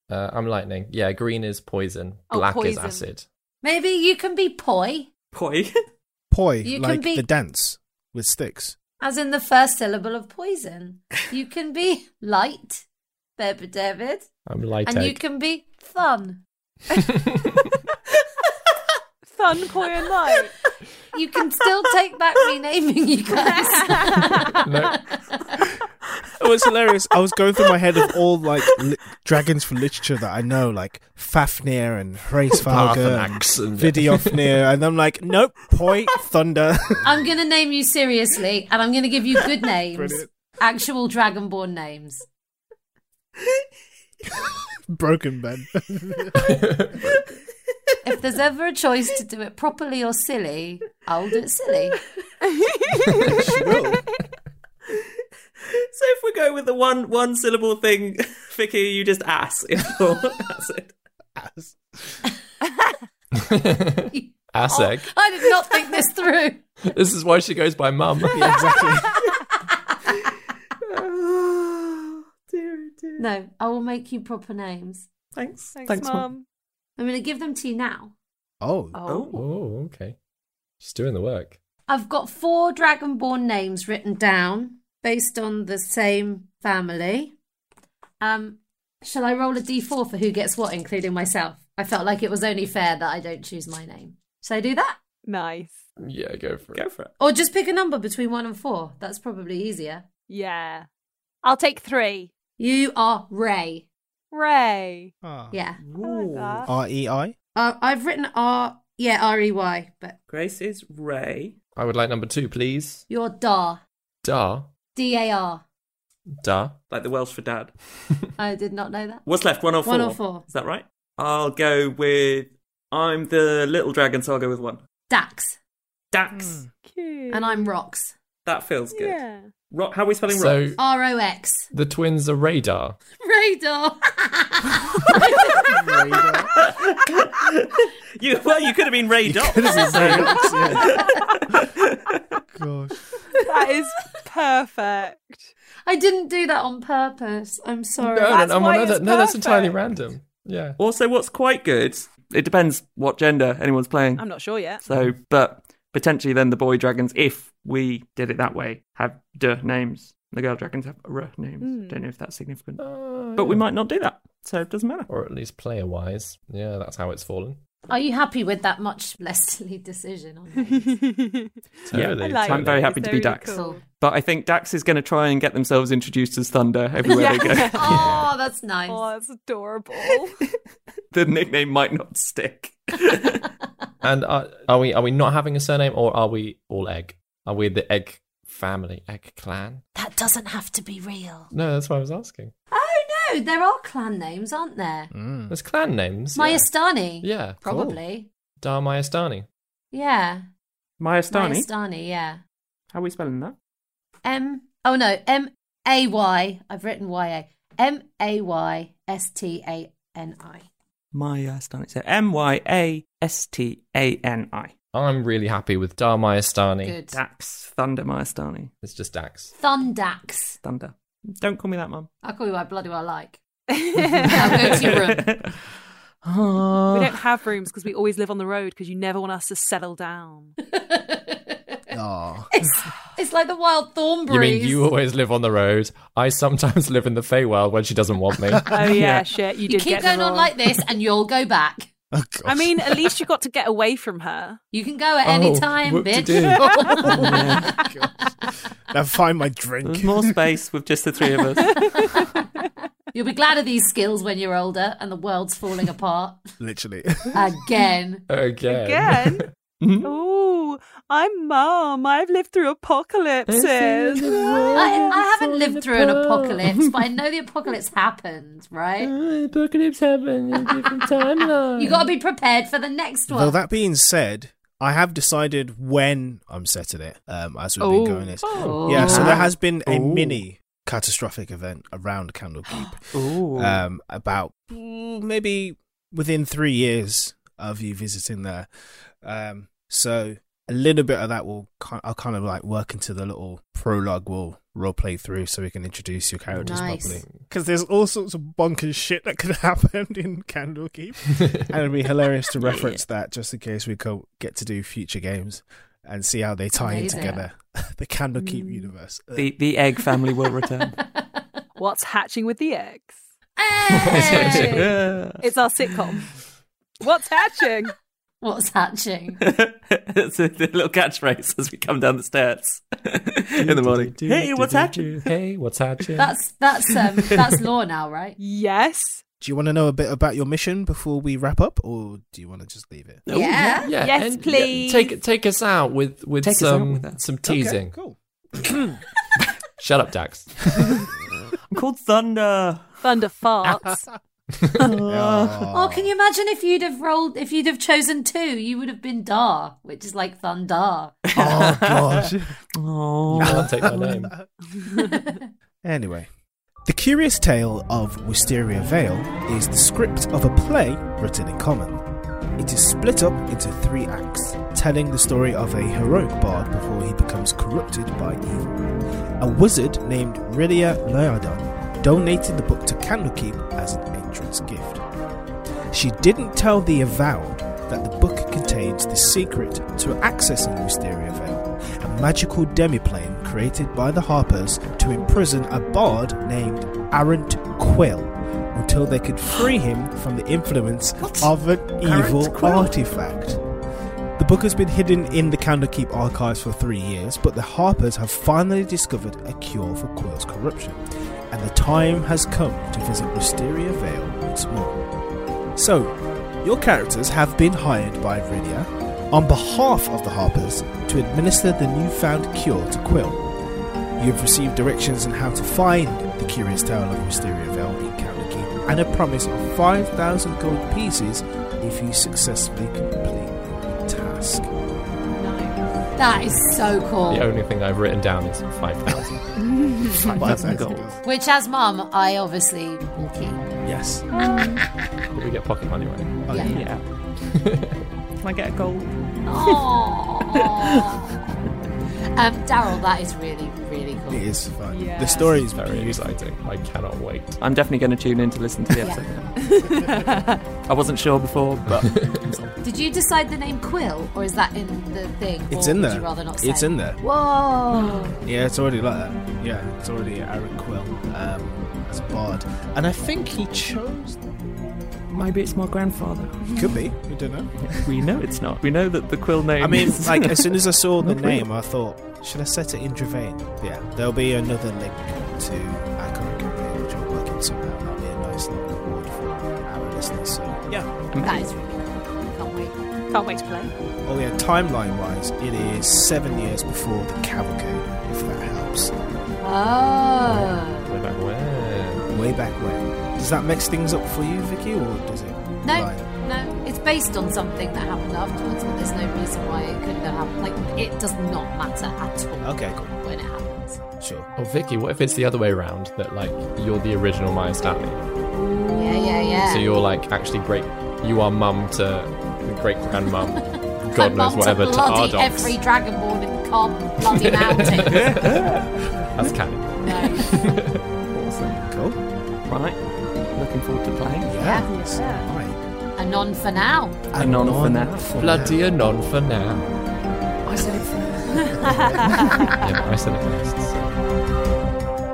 [SPEAKER 6] Uh, I'm lightning. Yeah, green is poison.
[SPEAKER 2] Oh,
[SPEAKER 6] Black is
[SPEAKER 2] poison.
[SPEAKER 6] acid.
[SPEAKER 5] Maybe you can be poi,
[SPEAKER 4] Poi.
[SPEAKER 3] Poi,
[SPEAKER 5] You can
[SPEAKER 3] like
[SPEAKER 5] be-
[SPEAKER 3] the dance with sticks.
[SPEAKER 5] as in the first syllable of poison. You can be light, Beba David.
[SPEAKER 6] I'm light
[SPEAKER 5] and you
[SPEAKER 6] egg.
[SPEAKER 5] can be fun.
[SPEAKER 2] Thun, poi, and light.
[SPEAKER 5] You can still take back renaming you guys.
[SPEAKER 6] No,
[SPEAKER 3] It was hilarious. I was going through my head of all like li- dragons for literature that I know, like Fafnir and Hraesvalgar and
[SPEAKER 6] Parthenax and-
[SPEAKER 3] Vidofnir, and I'm like, nope, Poi, Thunder.
[SPEAKER 5] I'm going to name you seriously, and I'm going to give you good names, actual Dragonborn names.
[SPEAKER 3] Broken Ben.
[SPEAKER 5] If there's ever a choice to do it properly or silly, I'll do it silly.
[SPEAKER 4] So if we go with the one one syllable thing, Vicky, you just ass. If you're acid.
[SPEAKER 6] ass egg.
[SPEAKER 5] I did not think this through.
[SPEAKER 2] Oh.
[SPEAKER 6] This is why she goes by mum.
[SPEAKER 5] No, I will make you proper names.
[SPEAKER 4] Thanks.
[SPEAKER 2] Thanks,
[SPEAKER 4] Thanks, Mum.
[SPEAKER 2] mum.
[SPEAKER 5] I'm going to give them to you now.
[SPEAKER 3] Oh,
[SPEAKER 4] Oh.
[SPEAKER 6] Oh, okay. She's doing the work.
[SPEAKER 5] I've got four Dragonborn names written down based on the same family. Um, shall I roll a d4 for who gets what, including myself? I felt like it was only fair that I don't choose my name. Shall I do that?
[SPEAKER 2] Nice.
[SPEAKER 6] Yeah, go for it.
[SPEAKER 4] Go for it.
[SPEAKER 5] Or just pick a number between one and four. That's probably easier.
[SPEAKER 2] Yeah. I'll take three.
[SPEAKER 5] You are Ray.
[SPEAKER 2] Ray.
[SPEAKER 5] Yeah.
[SPEAKER 2] I like that.
[SPEAKER 3] R E I.
[SPEAKER 5] Uh, I've written R. Yeah, R E Y, but
[SPEAKER 4] Grace is Ray.
[SPEAKER 6] I would like number two, please.
[SPEAKER 5] you're Dar.
[SPEAKER 6] Da.
[SPEAKER 5] D A R.
[SPEAKER 6] Da.
[SPEAKER 4] Like the Welsh for dad.
[SPEAKER 5] I did not know that.
[SPEAKER 4] What's left? 104.
[SPEAKER 5] 104.
[SPEAKER 4] Is that right? I'll go with. I'm the little dragon, so I'll go with one.
[SPEAKER 5] Dax.
[SPEAKER 4] Dax.
[SPEAKER 2] Cute.
[SPEAKER 5] And I'm Rox.
[SPEAKER 4] That feels good.
[SPEAKER 2] Hmm. Yeah.
[SPEAKER 4] Ro- how are we spelling
[SPEAKER 6] So-
[SPEAKER 4] rock?
[SPEAKER 5] R O X.
[SPEAKER 6] The twins are radar.
[SPEAKER 5] Radar.
[SPEAKER 4] You, well, you could have been Ray Dot.
[SPEAKER 3] Gosh.
[SPEAKER 2] That is perfect.
[SPEAKER 5] I didn't do that on purpose. I'm sorry.
[SPEAKER 6] No, no,
[SPEAKER 2] Oh, That's
[SPEAKER 6] no,
[SPEAKER 2] why
[SPEAKER 6] no,
[SPEAKER 2] it's
[SPEAKER 6] that- no, that's entirely
[SPEAKER 2] perfect.
[SPEAKER 6] random. Yeah.
[SPEAKER 4] also, what's quite good, it depends what gender anyone's playing.
[SPEAKER 2] I'm not sure yet.
[SPEAKER 4] So, but potentially then the boy dragons, if we did it that way, have duh names. The girl dragons have r names. Don't know if that's significant.
[SPEAKER 6] Oh.
[SPEAKER 4] but we might not do that. So it doesn't matter.
[SPEAKER 6] Uh, Or at least player wise. Yeah, that's how it's fallen.
[SPEAKER 5] Are you happy with that much less silly decision? On that?
[SPEAKER 6] Totally.
[SPEAKER 2] I like
[SPEAKER 4] I'm
[SPEAKER 2] it.
[SPEAKER 4] very
[SPEAKER 2] It's
[SPEAKER 4] happy to be
[SPEAKER 2] very
[SPEAKER 4] Dax.
[SPEAKER 2] cool.
[SPEAKER 4] But I think Dax is going to try and get themselves introduced as Thunder everywhere they go.
[SPEAKER 5] Oh, that's nice.
[SPEAKER 2] Oh, that's adorable.
[SPEAKER 4] the nickname might not stick.
[SPEAKER 6] And are, are we are we not having a surname or are we all egg? Are we the egg family, Egg Clan.
[SPEAKER 5] That doesn't have to be real.
[SPEAKER 6] No, that's what I was asking.
[SPEAKER 5] Oh no, there are clan names, aren't there?
[SPEAKER 6] There's clan names. yeah.
[SPEAKER 5] Hmm. Mayastani.
[SPEAKER 6] Mm. Yeah.
[SPEAKER 5] Probably.
[SPEAKER 6] Dar Mayastani.
[SPEAKER 5] Yeah.
[SPEAKER 4] Mayastani.
[SPEAKER 5] Mayastani, yeah.
[SPEAKER 4] How are we spelling that?
[SPEAKER 5] M. Oh no, M A Y. I've written Y A. M A Y S T A N I.
[SPEAKER 4] Mayastani. So M Y A S T A N I.
[SPEAKER 6] I'm really happy with Dar Mayastani.
[SPEAKER 5] Good.
[SPEAKER 4] Dax Thunder Mayastani.
[SPEAKER 6] It's just Dax.
[SPEAKER 5] Thundax.
[SPEAKER 4] Thunder. Don't call me that, Mum.
[SPEAKER 5] I'll call you what I bloody well like. now go to your room.
[SPEAKER 2] We
[SPEAKER 4] Uh,
[SPEAKER 2] don't have rooms
[SPEAKER 5] Oh.
[SPEAKER 2] because we always live on the road because you never want us to settle down.
[SPEAKER 3] Oh.
[SPEAKER 5] It's, it's like the wild thorn
[SPEAKER 6] You mean
[SPEAKER 5] breeze.
[SPEAKER 6] you always live on the road? I sometimes live in the Feywild when she doesn't want me.
[SPEAKER 2] Oh yeah,
[SPEAKER 4] Yeah.
[SPEAKER 2] shit, you,
[SPEAKER 5] You
[SPEAKER 2] did
[SPEAKER 5] keep
[SPEAKER 2] get me
[SPEAKER 5] going on
[SPEAKER 2] wrong.
[SPEAKER 5] like this and you'll go back.
[SPEAKER 3] Oh,
[SPEAKER 2] I mean, at least you got to get away from her.
[SPEAKER 5] You can go at any
[SPEAKER 6] Oh,
[SPEAKER 5] time, bitch.
[SPEAKER 6] whoop-de-doo.
[SPEAKER 3] now find my drink.
[SPEAKER 4] There's more space with just the three of us.
[SPEAKER 5] You'll be glad of these skills when you're older and the world's falling apart
[SPEAKER 3] Literally.
[SPEAKER 5] again.
[SPEAKER 6] Again.
[SPEAKER 2] Again. Ooh, I'm mum. I've lived through apocalypses.
[SPEAKER 5] I, I haven't lived through an apocalypse, but I know the apocalypse happened, right?
[SPEAKER 6] Apocalypse happened in a different timeline.
[SPEAKER 5] You got to be prepared for the next one.
[SPEAKER 3] Though that being said, I have decided when I'm setting it. Um, as we've
[SPEAKER 2] Oh.
[SPEAKER 3] been going this,
[SPEAKER 5] Oh.
[SPEAKER 3] yeah. So there has been a
[SPEAKER 4] Ooh.
[SPEAKER 3] mini catastrophic event around Candlekeep.
[SPEAKER 4] Ooh.
[SPEAKER 3] um, about mm, maybe within three years of you visiting there. Um, so a little bit of that will ki- I'll kind of like work into the little prologue we'll role play through so we can introduce your characters
[SPEAKER 5] Nice.
[SPEAKER 3] properly. Because there's all sorts of bonkers shit that could happen in Candlekeep, and it'd be hilarious to reference that just in case we co- get to do future games and see how they tie in
[SPEAKER 5] Amazing. Mm.
[SPEAKER 3] together the Candlekeep universe. Uh,
[SPEAKER 4] the, the egg family will return.
[SPEAKER 2] What's hatching with the eggs?
[SPEAKER 5] Hey!
[SPEAKER 4] Yeah.
[SPEAKER 2] It's our sitcom. What's hatching?
[SPEAKER 5] What's hatching?
[SPEAKER 4] That's a little catchphrase as we come down the stairs in the morning. Hey, what's happening?
[SPEAKER 6] Hey, what's happening?
[SPEAKER 5] That's that's um that's law now, right?
[SPEAKER 2] Yes.
[SPEAKER 3] Do you want to know a bit about your mission before we wrap up, or do you want to just leave it?
[SPEAKER 6] Oh,
[SPEAKER 5] Yeah.
[SPEAKER 6] yeah.
[SPEAKER 2] Yes,
[SPEAKER 6] and- yeah,
[SPEAKER 2] please.
[SPEAKER 6] Take take us out with with
[SPEAKER 4] Take us out
[SPEAKER 6] some
[SPEAKER 4] with that.
[SPEAKER 6] some teasing.
[SPEAKER 3] cool.
[SPEAKER 6] Shut up, Dax.
[SPEAKER 4] I'm called Thunder.
[SPEAKER 2] Thunder farts.
[SPEAKER 5] Oh, can you imagine if you'd have rolled if you'd have chosen two, you would have been Dar, which is like Thundar.
[SPEAKER 3] Oh gosh.
[SPEAKER 6] You can't take my name.
[SPEAKER 3] anyway, the curious tale of Wisteria Vale is the script of a play written in common. It is split up into three acts, telling the story of a heroic bard before he becomes corrupted by evil. A wizard named Rilia Laodon donated the book to Candlekeep as an entrance gift. She didn't tell the avowed that the book contains the secret to accessing Wisteria Vale, a magical demiplane created by the Harpers to imprison a bard named Arant Quill until they could free him from the influence of an evil artifact. The book has been hidden in the Candlekeep archives for three years, but the Harpers have finally discovered a cure for Quill's corruption, and the time has come to visit Wisteria Vale once more. So, your characters have been hired by Viridia on behalf of the Harpers to administer the newfound cure to Quill. You have received directions on how to find the curious tale of Wisteria Vale in Candlekeep and a promise of 5,000 gold pieces if you successfully complete the task.
[SPEAKER 5] That is so cool.
[SPEAKER 6] The only thing I've written down is five thousand.
[SPEAKER 3] 5,000
[SPEAKER 5] Which, as mum, I obviously will keep.
[SPEAKER 3] Yes.
[SPEAKER 6] But we get pocket money right.
[SPEAKER 5] Oh, yeah.
[SPEAKER 4] Yeah. Can I get a goal?
[SPEAKER 5] Aww. um, Daryl, that is really, really cool.
[SPEAKER 3] It is fun. The
[SPEAKER 2] Yes.
[SPEAKER 3] story is
[SPEAKER 6] Very
[SPEAKER 3] beautiful.
[SPEAKER 6] exciting. I cannot wait.
[SPEAKER 4] I'm definitely going to tune in to listen to the episode. I wasn't sure before, but
[SPEAKER 5] Did you decide the name Quill, or is that in the thing?
[SPEAKER 3] It's
[SPEAKER 5] or
[SPEAKER 3] in
[SPEAKER 5] would
[SPEAKER 3] there.
[SPEAKER 5] You rather not say?
[SPEAKER 3] It's in there.
[SPEAKER 5] Whoa.
[SPEAKER 3] Yeah, it's already like that. Yeah, it's already Aaron Quill um, as a bard. And I think he chose.
[SPEAKER 4] maybe it's my grandfather.
[SPEAKER 3] Could be. We don't know.
[SPEAKER 4] We know it's not. We know that the quill name.
[SPEAKER 3] I mean,
[SPEAKER 4] is-
[SPEAKER 3] like, as soon as I saw the
[SPEAKER 4] Not really.
[SPEAKER 3] name, I thought, should I set it in Dravain? Yeah, there'll be another link to our current campaign, which will work in somehow. That'll be a nice little reward for our listeners. So, yeah.
[SPEAKER 5] That is really cool. Can't wait.
[SPEAKER 2] Can't wait to play.
[SPEAKER 3] Oh yeah, timeline wise, it is seven years before the cavalcade, if that helps.
[SPEAKER 5] Oh.
[SPEAKER 6] Way back when.
[SPEAKER 3] Way back when. Does that mix things up for you, Vicky, or does it?
[SPEAKER 5] No,
[SPEAKER 3] Right.
[SPEAKER 5] no. It's based on something that happened afterwards, but there's no reason why it couldn't have happened. Like, it does not matter at all
[SPEAKER 3] Okay, cool.
[SPEAKER 5] when it happens.
[SPEAKER 3] Sure.
[SPEAKER 6] Oh, Vicky, what if it's the other way around? That like you're the original Maya Stanley,
[SPEAKER 5] Yeah, yeah, yeah.
[SPEAKER 6] so you're like actually great. You are mum to great grandmum. God
[SPEAKER 5] I'm
[SPEAKER 6] knows
[SPEAKER 5] up
[SPEAKER 6] whatever to
[SPEAKER 5] bloody
[SPEAKER 6] our
[SPEAKER 5] every Dragonborn in Cobb bloody mountain.
[SPEAKER 6] That's canon.
[SPEAKER 3] Cool.
[SPEAKER 4] Right. Looking forward to playing.
[SPEAKER 3] Yeah.
[SPEAKER 2] Yeah.
[SPEAKER 3] Right.
[SPEAKER 5] A non for now.
[SPEAKER 4] And on for now.
[SPEAKER 6] Bloody anon for now.
[SPEAKER 5] I said it first.
[SPEAKER 6] yeah, I said it first. so.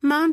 [SPEAKER 10] Mom